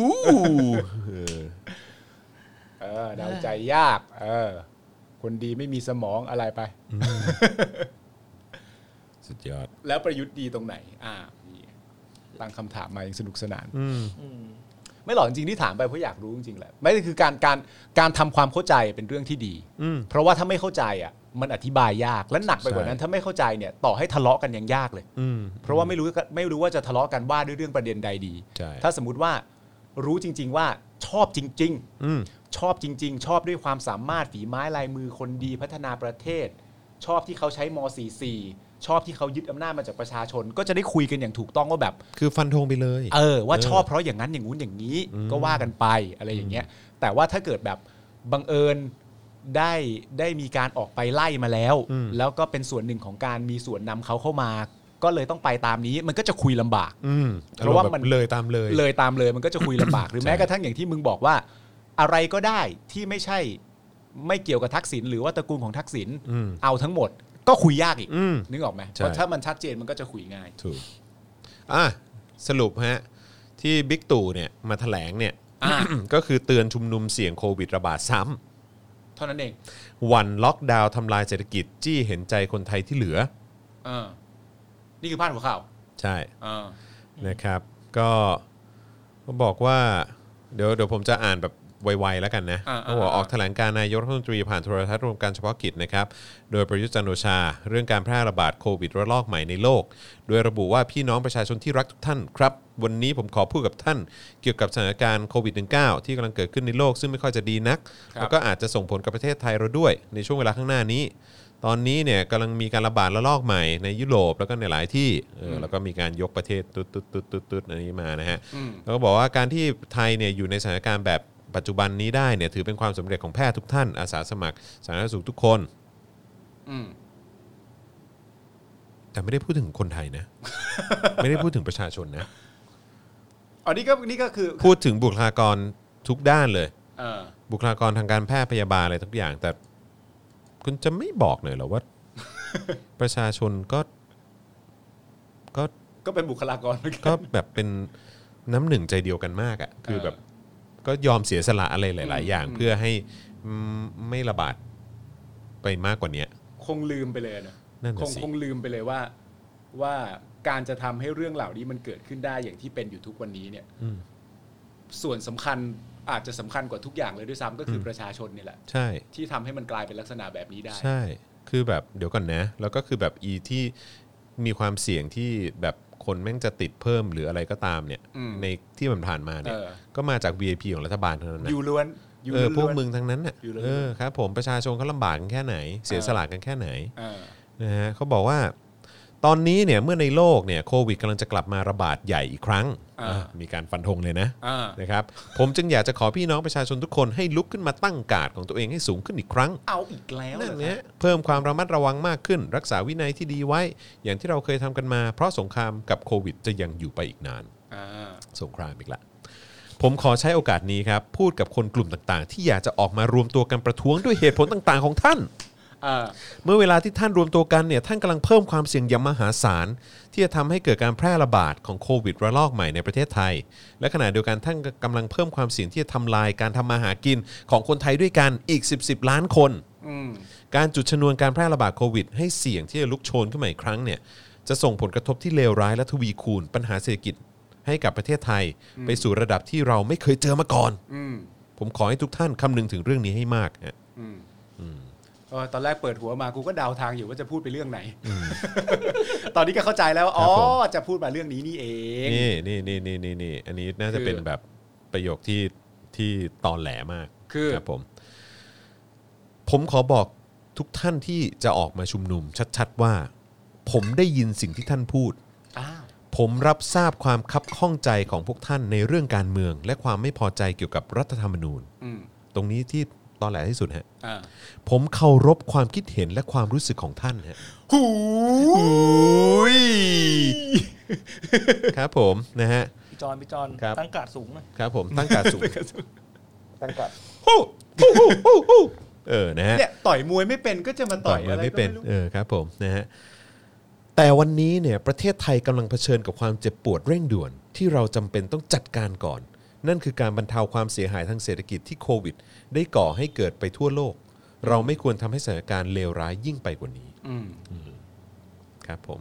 เออเดาใจยาก เออ คนดีไม่มีสมองอะไรไป
สุดยอด
แล้วประยุทธ์ดีตรงไหน อ่านี่ตั้งคำถามมาอย่างสนุกสนาน
อืม
ไม่หรอกจริงๆที่ถามไปเพราะอยากรู้จริงๆแหละไม่คือการการการทำความเข้าใจเป็นเรื่องที่ดี
อืม
เพราะว่าถ้าไม่เข้าใจอ่ะ มันอธิบายยากและหนักไปกว่านั้น
ใช่
ถ้าไม่เข้าใจเนี่ยต่อให้ทะเลาะกันยังยากเลย
อืม
เพราะว่าไม่รู้ก็ไม่รู้ว่าจะทะเลาะกันว่าด้วยเรื่องประเด็นใดดี
ใช่
ถ้าสมมติว่ารู้จริง ๆ ว่าชอบจริง
อืม
ๆ ชอบจริง ๆ ชอบด้วยความสามารถฝีไม้ลายมือคนดีพัฒนาประเทศ ชอบที่เขาใช้ม .44 ชอบที่เขายึดอำนาจมาจากประชาชน ก็จะได้คุยกันอย่างถูกต้องว่าแบบ
คือฟันธงไปเลย
เออว่า
เออ
ชอบเพราะอย่างนั้นอย่างงู้นอย่างนี้ก็ว่ากันไปอะไรอย่างเงี้ย แต่ว่าถ้าเกิดแบบบังเอิญได้ได้มีการออกไปไล่มาแล้ว
อืม
แล้วก็เป็นส่วนหนึ่งของการมีส่วนนำเขาเข้ามา ก็เลยต้องไปตามนี้มันก็จะคุยลำบาก
อืม
เพราะว่ามั
อณ์
น
แบบเลยตามเลย
เลย
*coughs*
ตามเลยมันก็จะคุยลำบาก หรือแม้กระทั่งอย่างที่มึงบอกว่า อะไรก็ได้ที่ไม่ใช่ ไม่เกี่ยวกับทักษิณหรือว่าตระกูลของทักษิณ
อืม
เอาทั้งหมด ก็คุยยากอีก
อืม
นึกออกไหม
ใช่
เพราะถ้ามันชัดเจนมันก็จะคุยง่าย
ถูกอ่ะสรุปฮะ ที่บิ๊กตู่เนี่ยมาแถลงเนี่ย
อ่ะ
ก็คือเตือนชุมนุมเสี่ยงโควิดระบาดซ้
เท่านั้นเอง
ำหวันล็อกดาวน์ทำลายเศรษฐกิจจี้เห็นใจคนไทยที่เหลือ
เออนี่คือพาดหัวข่าว
ใช่
เออ
นะครับก็ก็บอกว่าเดี๋ยวเดี๋ยวผมจะอ่านแบบไวๆแล้วกันนะ
อ่าๆๆ
เขาบอกออกแถลงการณ์นายกรัฐมนตรีผ่านโทรทัศน์รวมการเฉพาะกิจนะครับ โดยประยุทธ์จันทร์โอชา เรื่องการแพร่ระบาดโควิดระลอกใหม่ในโลก โดยระบุว่าพี่น้องประชาชนที่รักทุกท่านครับ วันนี้ผมขอพูดกับท่าน เกี่ยวกับสถานการณ์โควิด -19 ที่กำลังเกิดขึ้นในโลก ซึ่งไม่ค่อยจะดีนัก แล้วก็อาจจะส่งผลกับประเทศไทยเราด้วยในช่วงเวลาข้างหน้านี้ ตอนนี้เนี่ยกำลังมีการระบาดระลอกใหม่ในยุโรปแล้วก็ในหลายที่เอออแล้วก็มีการยกประเทศตุ๊ดตุ๊ดตุ๊ดตุ๊ดตุ๊ดอันนี้มานะฮะแล้วก็บอกว่าการที่ไทยเนี่ยอยู่ในสถานการณ์แบบปัจจุบันนี้ได้เนี่ยถือเป็นความสำเร็จของแพทย์ทุกท่านอาสาสมัครสาธารณสุขทุกคน
อืม
แต่ไม่ได้พูดถึงคนไทยนะ *laughs* ไม่ได้พูดถึงประชาชนนะ
อ๋อนี่ก็นี่ก็คือ
พูดถึงบุคลากรทุกด้านเลย
เออ
บุคลากรทางการแพทย์พยาบาลอะไรทุกอย่าง แต่คุณจะไม่บอกเลยเหรอว่า ประชาชนก็ก็
ก็เป็นบุคลากรเหมือนกัน
ก็แบบเป็นน้ำหนึ่งใจเดียวกันมากอะ่ะคือแบบก็ยอมเสียสละอะไรหลาย ๆ อย่าง
อืม
เพื่อให้อืมไม่ระบาดไปมากกว่าเนี้ย
คงลืมไปเลยนะ
นั่นน่ะ
คง
สิ
คงลืมไปเลยว่า ว่าการจะทำให้เรื่องเหล่านี้มันเกิดขึ้นได้อย่างที่เป็นอยู่ทุกวันนี้เนี่ยส่วนสำคัญอาจจะสำคัญกว่าทุกอย่างเลยด้วยซ้ำก็คือประชาชนเนี่ยแหละ
ใช่
ที่ทำให้มันกลายเป็นลักษณะแบบนี้ได้
ใช่ คือแบบเดี๋ยวก่อนนะ แล้วก็คือแบบอีที่มีความเสี่ยงที่แบบคนแม่งจะติดเพิ่มหรืออะไรก็ตามเนี่ย ในที่มันผ่านมา
เอ
เนี่ย
อ
ก็มาจาก VIP ของรัฐบาลเท่านั้นนะ
อยู่ล้วนอยู่
เอ
ล้
อ
วน
พวกมึงทั้งนั้นน่ะ
อยู่ล้วนๆ
เออครับ ผมประชาชนเขาลำบากกันแค่ไหน เสียสละกันแค่ไหน
เออ
นะฮะเขาบอกว่าตอนนี้เนี่ยเมื่อในโลกเนี่ยโควิดกำลังจะกลับมาระบาดใหญ่อีกครั้ง
า
อ่ะมีการฟันธงเลยนะ
อ่า
นะครับผมจึงอยากจะขอพี่น้องประชาชนทุกคนให้ลุกขึ้นมาตั้งการ์ดของตัวเองให้สูงขึ้นอีกครั้ง
เอาอีกแล้ว
นั่น
หรอ
เนี่
ค
ย
รับ
เพิ่มความระมัดระวังมากขึ้น รักษาวินัยที่ดีไว้ อย่างที่เราเคยทำกันมาเพราะสงครามกับโควิดจะยังอยู่ไปอีกนาน
อ่า
สงครามอีกละ ผมขอใช้โอกาสนี้ครับ พูดกับคนกลุ่มต่างๆ ที่อยากจะออกมารวมตัวกันประท้วงด้วยเหตุผลต่างๆ ของท่าน
อ่า
เมื่อเวลาที่ท่านรวมตัวกันเนี่ยท่านกำลังเพิ่มความเสี่ยงอย่างมหาศาล ที่จะทำให้เกิดการแพร่ระบาดของโควิดระลอกใหม่ในประเทศไทย และขณะเดียวกันท่านกำลังเพิ่มความเสี่ยงที่จะทำลายการทำมาหากินของคนไทยด้วยกันอีก 10 10 ล้านคน
อืม
การจุดชนวนการแพร่ระบาดโควิด ให้เสี่ยงที่จะลุกโชนขึ้นมาอีกครั้งเนี่ยจะส่งผลกระทบที่เลวร้ายและทวีคูณ ปัญหาเศรษฐกิจให้กับประเทศไทย ไปสู่ระดับที่เราไม่เคยเจอมาก่อน
อืม
ผมขอให้ทุกท่านคำนึงถึงเรื่องนี้ให้มากฮะ
อืมเออตอนแรกเปิดหัวมากูก็เดาทางอยู่ว่าจะพูดไปเรื่องไหน ตอนนี้ก็เข้าใจแล้วว่าอ๋อ
ครับผม
จะพูดมาเรื่องนี้นี่เอง
นี่นี่นี่นี่นี่นี่อันนี้น่าจะเป็นแบบประโยคที่ที่ตอนแหลมาก
คือ
รับผม ผมขอบอกทุกท่านที่จะออกมาชุมนุม ชัดๆว่า ผมได้ยินสิ่งที่ท่านพูด
อ้าว
ผมรับทราบความคับข้องใจของพวกท่านในเรื่องการเมือง และความไม่พอใจเกี่ยวกับรัฐธรรมนูญ
อืม
ตรงนี้ที่ตอนแหลที่สุดฮะ
อ่า
ผมเคารพความคิดเห็นและความรู้สึกของท่านฮะหูย *laughs* ครับผมนะฮะ
พี่จอนพี่จอน
ครับ
ตั้งการ์ดสูงนะครับ
ผมตั้งการสูง *laughs*
ตั้งการด
ฮู้ฮู้ฮู้ฮู้ฮู้เออ นะฮะ
เนี่ยต่อยมวยไม่เป็นก็จะมาต่
ต่
อ
อย ยมัน
อะร
ไม่เป็น
ก็รู้
เออ ครับผม นะฮะ แต่วันนี้เนี่ย ประเทศไทยกำลังเผชิญกับความเจ็บปวดเร่งด่วน ที่เราจำเป็นต้องจัดการก่อน นั่นคือการบรรเทาความเสียหายทางเศรษฐกิจที่โควิด ได้ก่อให้เกิดไปทั่วโลก เราไม่ควรทำให้สถานการณ์เลวร้ายยิ่งไปกว่านี้
อืม
ครับผม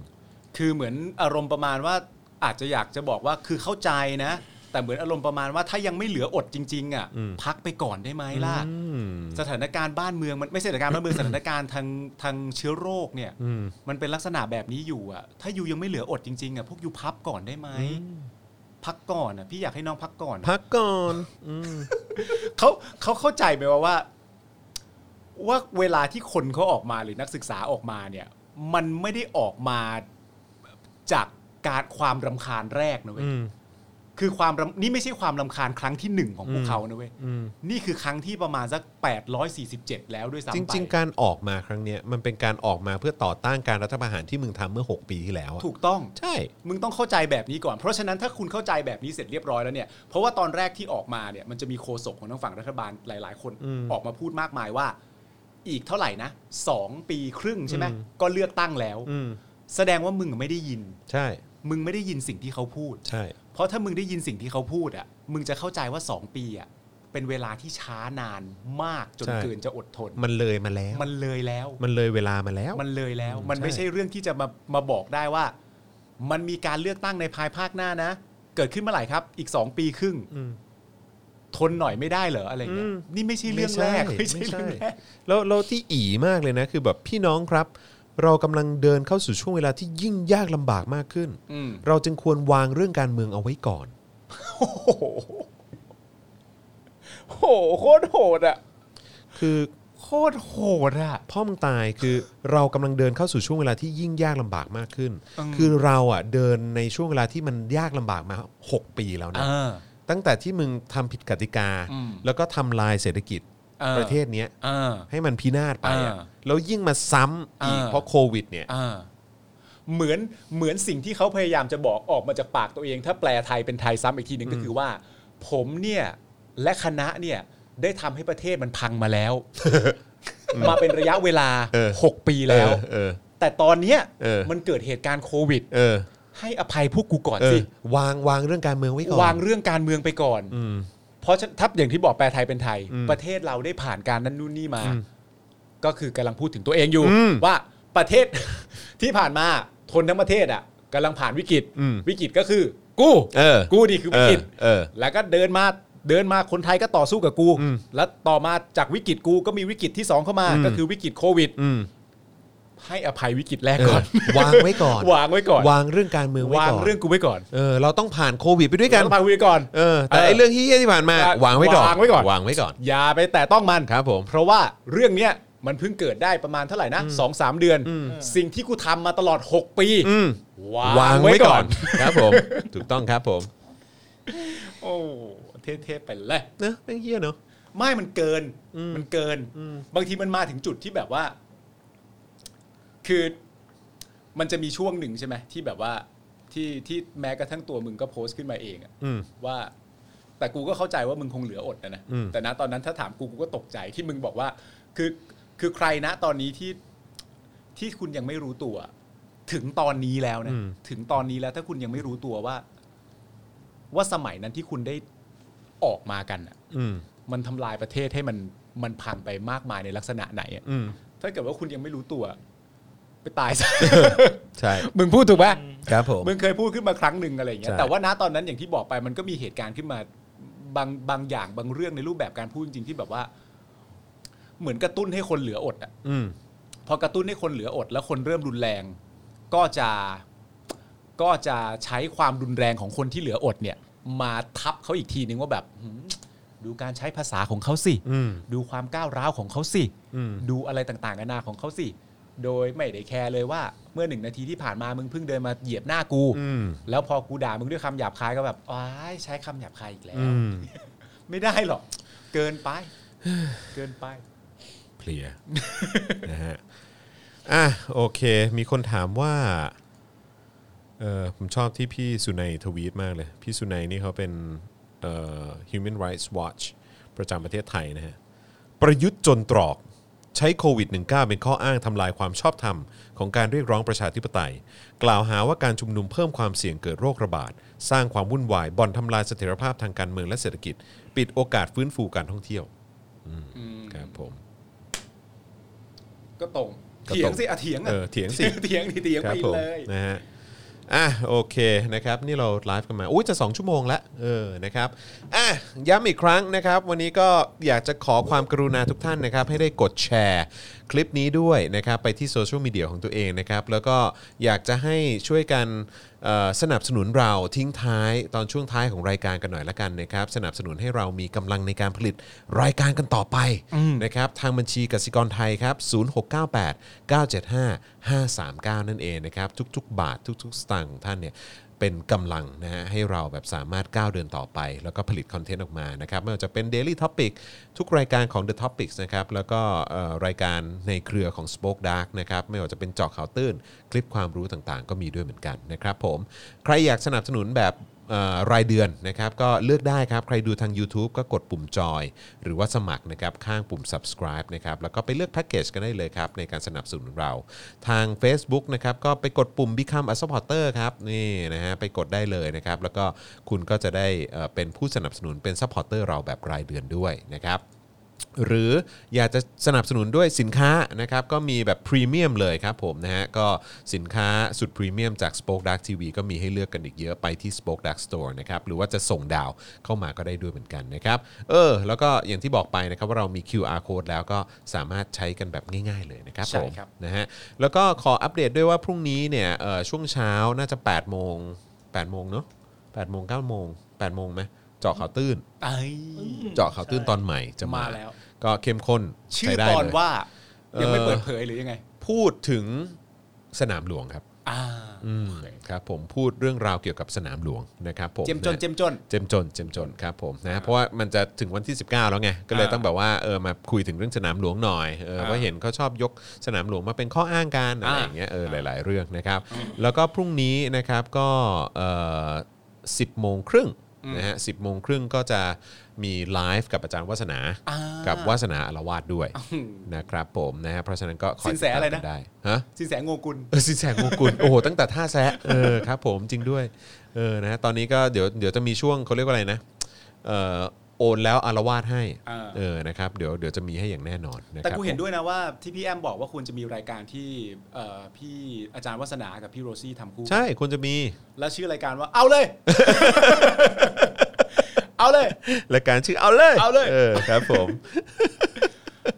คือเหมือนอารมณ์ประมาณว่าอาจจะอยากจะบอกว่าคือเข้าใจนะ แต่เหมือนอารมณ์ประมาณว่าถ้ายังไม่เหลืออดจริง ๆ อ่ะ
อืม
พักไปก่อนได้ไหมล่ะ
อืม
สถานการณ์บ้านเมืองมันไม่ใช่สถานการณ์บ้านเมือง สถานการณ์ทางทางเชื้อโรคเนี่ย
อืม
มันเป็นลักษณะแบบนี้อยู่อ่ะ ถ้าอยู่ยังไม่เหลืออดจริงๆอ่ะพวกอยู่พับก่อนได้ไหมพักก่อนอ่ะพี่อยากให้น้องพักก่อน
พักก่อนอืม
เขาเขาเข้าใจไหมว่าว่า ว่าเวลาที่คนเขาออกมาหรือนักศึกษาออกมาเนี่ย มันไม่ได้ออกมาจากการความรำคาญแรกนะเว้ย
อืม
คือความรำนี่ไม่ใช่ความลำคาญครั้งที่หนึ่งของพวกเขานะเว้ยนี่คือครั้งที่ประมาณสัก 847 แล้วด้วย
จ
ซ้ำไป
ริง ๆ การออกมาครั้งเนี้ยมันเป็นการออกมาเพื่อต่อต้านการรัฐประหารที่มึงทำเมื่อ 6 ปีที่แล้วอะ
ถูกต้อง
ใช่
มึงต้องเข้าใจแบบนี้ก่อน เพราะฉะนั้นถ้าคุณเข้าใจแบบนี้เสร็จเรียบร้อยแล้วเนี่ย เพราะว่าตอนแรกที่ออกมาเนี่ยมันจะมีโฆษกของทางฝั่งรัฐบาลหลาย ๆ คนออกมาพูดมากมายว่า อีกเท่าไหร่นะสองปีครึ่งใช่ไหม
อืม
ก็เลือกตั้งแล้ว
อืม
แสดงว่ามึงไม่ได้ยิน
ใช่
มึงไม่ได้ยินสิ่งที่เขาพูด
ใช่
เพราะถ้ามึงได้ยินสิ่งที่เขาพูดอ่ะ มึงจะเข้าใจว่า 2 ปีอ่ะเป็นเวลาที่ช้านานมากจนเกินจะอดทน
มันเลยมาแล้ว
มันเลยแล้ว
มันเลยเวลามาแล้ว
มันเลยแล้ว
อืม
มันไม่
ใช่
ใช่เรื่องที่จะมามาบอกได้ว่า มันมีการเลือกตั้งในภายภาคหน้านะ เกิดขึ้นเมื่อไหร่ครับ อีก 2 ปีครึ่ง
อืม
ทนหน่อยไม่ได้เหรออะไรเงี้ย
อืม
นี่ไม่ใช่เรื่องแรก
ไม่
ไม่
ใช่
ใช่เรื่องแรก
แล้วแล้วที่อีมากเลยนะ คือแบบพี่น้องครับ เรากำลังเดินเข้าสู่ช่วงเวลาที่ยิ่งยากลำบากมากขึ้น
อืม
เราจึงควรวางเรื่องการเมืองเอาไว้ก่อน
โอ้โหโหโคตรโหดอ่ะ
คือ
โคตรโหดอ่ะ
พ่อมึงตายคือเรากำลังเดินเข้าสู่ช่วงเวลาที่ยิ่งยากลำบากมากขึ้น
อืม
คือเราอ่ะเดินในช่วงเวลาที่มันยากลำบากมา 6 ปีแล้วนะ
เออ
ตั้งแต่ที่มึงทำผิดกติกา
อืม
แล้วก็ทำลายเศรษฐกิจ
เออ
ประเทศเนี้ย
เออ
ให้มันพินาศไปอะ
เออ
แล้วยิ่งมาซ้ำอีก
เออ
เพราะโควิดเนี่ย
อ่าเหมือนเหมือนสิ่งที่เขาพยายามจะบอกออกมาจากปากตัวเอง ถ้าแปลไทยเป็นไทยซ้ำอีกทีหนึ่งก็คือว่า ผมเนี่ยและคณะเนี่ยได้ทำให้ประเทศมันพังมาแล้ว มาเป็นระยะเวลา
เออ
6 ปีแล้ว
เออเออ
แต่ตอนเนี้ย
เออ
มันเกิดเหตุการณ์โควิด
เออ
ให้อภัยพวกกูก่อน
เออ
สิ
วางวางเรื่องการเมืองไว้ก่อน
วางเรื่องการเมืองไปก่อน
อืม
เพราะฉะนันทับอย่างที่บอกแปลไทยเป็นไทย
อืม
ประเทศเราได้ผ่านการนั่นนู่นนี่มา
อืม
ก็คือกำลังพูดถึงตัวเองอยู่
อืม
ว่าประเทศ *laughs* ที่ผ่านมาทนทั้งประเทศอ่ะกำลังผ่านวิกฤต
อืม
วิกฤตก็คือกู
เออ
กูนี่คือ
เอ
วิ
อก
ฤต
เออ
แล้วก็เดินมาเดินมาคนไทยก็ต่อสู้กับกู
อืม
แล้วต่อมาจากวิกฤตกูก็มีวิกฤตที่สองเข้ามา
อืม
ก็คือวิกฤตโควิด
อืม
ให้อภัยวิกฤตแรก
เออ
ก่อน
วางไว้ก่อน
วางไว้ก่อน
วางเรื่องการเมืองไว้ก่
วาง
อน
เรื่องกูไว้ก่อน
เออเราต้องผ่านโควิดไปด้วยกัน
วางกูไว้ก่อน
เออแต่ไอ้เรื่องที่ที่ผ่านมา
เออ
วางไว้ก่อน
วางไว้ก่อน
วางไว้ก่อน
อย่าไปแตะต้องมัน
ครับผม
เพราะว่าเรื่องเนี้ยมันเพิ่งเกิดได้ประมาณเท่าไหร่นะสองสามเดือน สิ่งที่กูทำมาตลอด 6 ปี
อืม
วางไว้ก่อน
ครับผม ถูกต้องครับผม
โอ้เท่ๆไปเลย
เนอะไม่เฮี้ยเนาะ
ไม่มันเกิน
อืม
มันเกิน
อืม
บางทีมันมาถึงจุดที่แบบว่า คือมันจะมีช่วงหนึ่งใช่ไหมที่แบบว่าที่ที่แม้กระทั่งตัวมึงก็โพสต์ขึ้นมาเองอะ
อืม
ว่า แต่กูก็เข้าใจว่ามึงคงเหลืออดนะนะ
อืม
แต่นะตอนนั้นถ้าถามกูกูก็ตกใจที่มึงบอกว่า คือคือใครนะตอนนี้ที่ที่คุณยังไม่รู้ตัว ถึงตอนนี้แล้วนะถึงตอนนี้แล้วถ้าคุณยังไม่รู้ตัวว่า ว่าสมัยนั้นที่คุณได้ออกมากันน่ะ
อืม
มันทำลายประเทศให้มันมันพังไปมากมายในลักษณะไหนอะ
อืม
ถ้าเกิดว่าคุณยังไม่รู้ตัว ไป
*laughs*
ตายซะ
ใช่
มึงพูดถูกไหม
ครับผม
มึงเคยพูดขึ้นมาครั้งหนึ่งอะไรอย่างเงี้ย
ใช่
แต่ว่าณตอนนั้นอย่างที่บอกไปมันก็มีเหตุการณ์ขึ้นมาบางบางอย่างบางเรื่องในรูปแบบการพูดจริงๆที่แบบว่า เหมือนกระตุ้นให้คนเหลืออดอะ
อืม
พอกระตุ้นให้คนเหลืออด แล้วคนเริ่มรุนแรง ก็จะก็จะใช้ความรุนแรงของคนที่เหลืออดเนี่ย มาทับเขาอีกทีนึงว่าแบบหืมดูการใช้ภาษาของเขาสิ
อืม
ดูความก้าวร้าวของเขาสิ
อืม
ดูอะไรต่างๆนานาของเขาสิโดยไม่ได้แคร์เลยว่า เมื่อหนึ่งนาทีที่ผ่านมามึงเพิ่งเดินมาเหยียบหน้ากู
อืม
แล้วพอกูด่ามึงด้วยคำหยาบคายก็แบบอ้ายใช้คำหยาบคายอีกแล้ว
อืม
ไม่ได้หรอกเกินไป เกินไป
เพลียนะฮะอ่ะโอเค มีคนถามว่าเออผมชอบที่พี่สุนัยทวีตมากเลย พี่สุนัยนี่เขาเป็นเอ่อ Human Rights Watch ประจำประเทศไทยนะฮะ ประยุทธ์จนตรอก ใช้โควิด -19 เป็นข้ออ้างทำลายความชอบธรรม ของการเรียกร้องประชาธิปไตย กล่าวหาว่าการชุมนุมเพิ่มความเสี่ยงเกิดโรคระบาด สร้างความวุ่นวายบ่อนทำลายเสถียรภาพทางการเมืองและเศรษฐกิจ ปิดโอกาสฟื้นฟูการท่องเที่ยวอืมครับผม
ก็ตรง
ก็ตรง
เถียงสิอะเถียงอะ
เอ
*laughs*
อเถียงสิ
เถียงดิเถียง
ครั
ไป
บผม
เลย
นะฮะอ่ะโอเคนะครับ นี่เราไลฟ์กันมาอุ้ยจะ 2 ชั่วโมงละเออนะครับอ่ะย้ำอีกครั้งนะครับ วันนี้ก็อยากจะขอความกรุณาทุกท่านนะครับ ให้ได้กดแชร์คลิปนี้ด้วยนะครับ ไปที่โซเชียลมีเดียของตัวเองนะครับ แล้วก็อยากจะให้ช่วยกันเอ่อสนับสนุนเราทิ้งท้ายตอนช่วงท้ายของรายการกันหน่อยละกันนะครับ สนับสนุนให้เรามีกำลังในการผลิตรายการกันต่อไปนะครับทางบัญชีกสิกรไทยครับ0698 975 539 นั่นเองนะครับ ทุก ๆ บาททุก ๆ สตางค์ของท่านเนี่ย เป็นกำลังนะฮะให้เราแบบสามารถก้าวเดินต่อไป แล้วก็ผลิตคอนเทนต์ออกมานะครับไม่ว่าจะเป็น Daily Topic ทุกรายการของ The Topics นะครับแล้วก็เอ่อรายการในเครือของ Spoke Dark นะครับไม่ว่าจะเป็นเจาะข่าวตื้น คลิปความรู้ต่างๆ ก็มีด้วยเหมือนกันนะครับผมใครอยากสนับสนุนแบบ เอ่อรายเดือนนะครับก็เลือกได้ครับ ใครดูทาง YouTube ก็กดปุ่มจอย หรือว่าสมัครนะครับข้างปุ่ม subscribe นะครับแล้วก็ไปเลือกแพ็กเกจกันได้เลยครับ ในการสนับสนุนเรา ทาง Facebook นะครับก็ไปกดปุ่ม Become a supporter ครับนี่นะฮะไปกดได้เลยนะครับ แล้วก็คุณก็จะได้เอ่อเป็นผู้สนับสนุนเป็น supporter เราแบบรายเดือนด้วยนะครับ หรืออยากจะสนับสนุนด้วยสินค้านะครับก็มีแบบพรีเมียมเลยครับผมนะฮะก็สินค้าสุดพรีเมียมจาก Spoke Dark TV ก็มีให้เลือกกันอีกเยอะไปที่ Spoke Dark Store นะครับหรือว่าจะส่งดาวเข้ามาก็ได้ด้วยเหมือนกันนะครับเออแล้วก็อย่างที่บอกไปนะครับว่าเรามี QR code แล้วก็สามารถใช้กันแบบง่ายๆเลยนะครับ
ใช่
ผม
ครับ
นะฮะแล้วก็ขออัปเดตด้วยว่าพรุ่งนี้เนี่ยเอ่อช่วงเช้าน่าจะ8โมง8โมงเนาะ8โมง9โมง8โมงไหมเจาะข่าวตื้น
ไอ
เจาะข่าวตื้นตอนใหม่จะมา
มาแล้ว
ก็เข้มข้น
ชื่
ใช้
อ
ได้
ตอน
เลย
ว่า ยังไม่
เออ
เปิดเผยหรือยังไง
พูดถึงสนามหลวงครับ
อ่า
อืมครับผมพูดเรื่องราวเกี่ยวกับสนามหลวงนะครับผม
เจมจนเจมจน
เจมจนเจมจนครับผมนะเพราะว่ามันจะถึงวันที่ 19 แล้วไงก็เลยต้องแบบว่าเออมาคุยถึงเรื่องสนามหลวงหน่อยเออว่าเห็นเขาชอบยกสนามหลวงมาเป็นข้ออ้างการอะไรอย่างเงี้ยเออหลาย ๆ เรื่องนะครับ แล้วก็พรุ่งนี้นะครับก็เอ่อสิบโมงครึ่งนะฮะสิบโมงครึ่งก็จะมีไลฟ์กับอาจารย์วัฒนา
อ่า
กับวาสนาอารวาสด้วยนะครับผมนะฮะเพราะฉะนั้นก็คอย
สินแสอะไรนะ
ติดตามกัด้ฮะ
สินแสงโงกุล
เออสินแสงมงกุล โอ้โห ตั้งแต่ท่าแซะเออครับผมจริงด้วยเออนะฮะตอนนี้ก็เดี๋ยวเดี๋ยวจะมีช่วงเขาเรียกว่าอะไรนะเออโอนแล้วอารวาสให้
อ่า
เออนะครับเดี๋ยวเดี๋ยวจะมีให้อย่างแน่นอนนะครับ
แต่กูเห็นด้วยนะว่าที่พี่แอมบอกว่าควรจะมีรายการที่เอ่อพี่อาจารย์วัฒนากับพี่โรซี่ทำคู่
ใช่ควรจะมี
และชื่อรายการว่าเอาเลย เอาเลย
รายการชื่อเอาเลย
เอาเลย
เออครับผม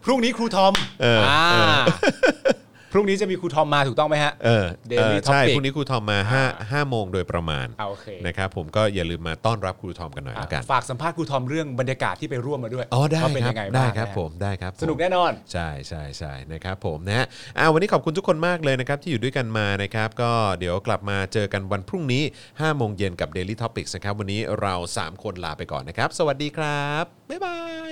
พรุ่งนี้ครูทอม
เอออ่
า *laughs* พรุ่งนี้จะมีครูทอมมาถูกต้องไหมฮะ
เออ
Daily
เออใช่
Topic
พรุ่งนี้ครูทอมมา5 5โมงโดยประมาณ
เอาโอเค
นะครับผมก็อย่าลืมมาต้อนรับครูทอมกันหน่อยละกัน
ฝากสัมภาษณ์ครูทอมเรื่องบรรยากาศที่ไปร่วมมาด้วย
อ๋อได้
ว่าเป็น
ครั
ยั
บ
งไง
ได้
บ้าง
ครับ
ะ
ผมได้ครับผม
สนุกแน่นอน
ใช่ใช่ใช่นะครับผมนะฮะอ่าวันนี้ขอบคุณทุกคนมากเลยนะครับที่อยู่ด้วยกันมานะครับ ก็เดี๋ยวกลับมาเจอกันวันพรุ่งนี้5โมงเย็นกับ Daily Topics นะครับ วันนี้เรา 3 คนลาไปก่อนนะครับ สวัสดีครับ บ๊ายบาย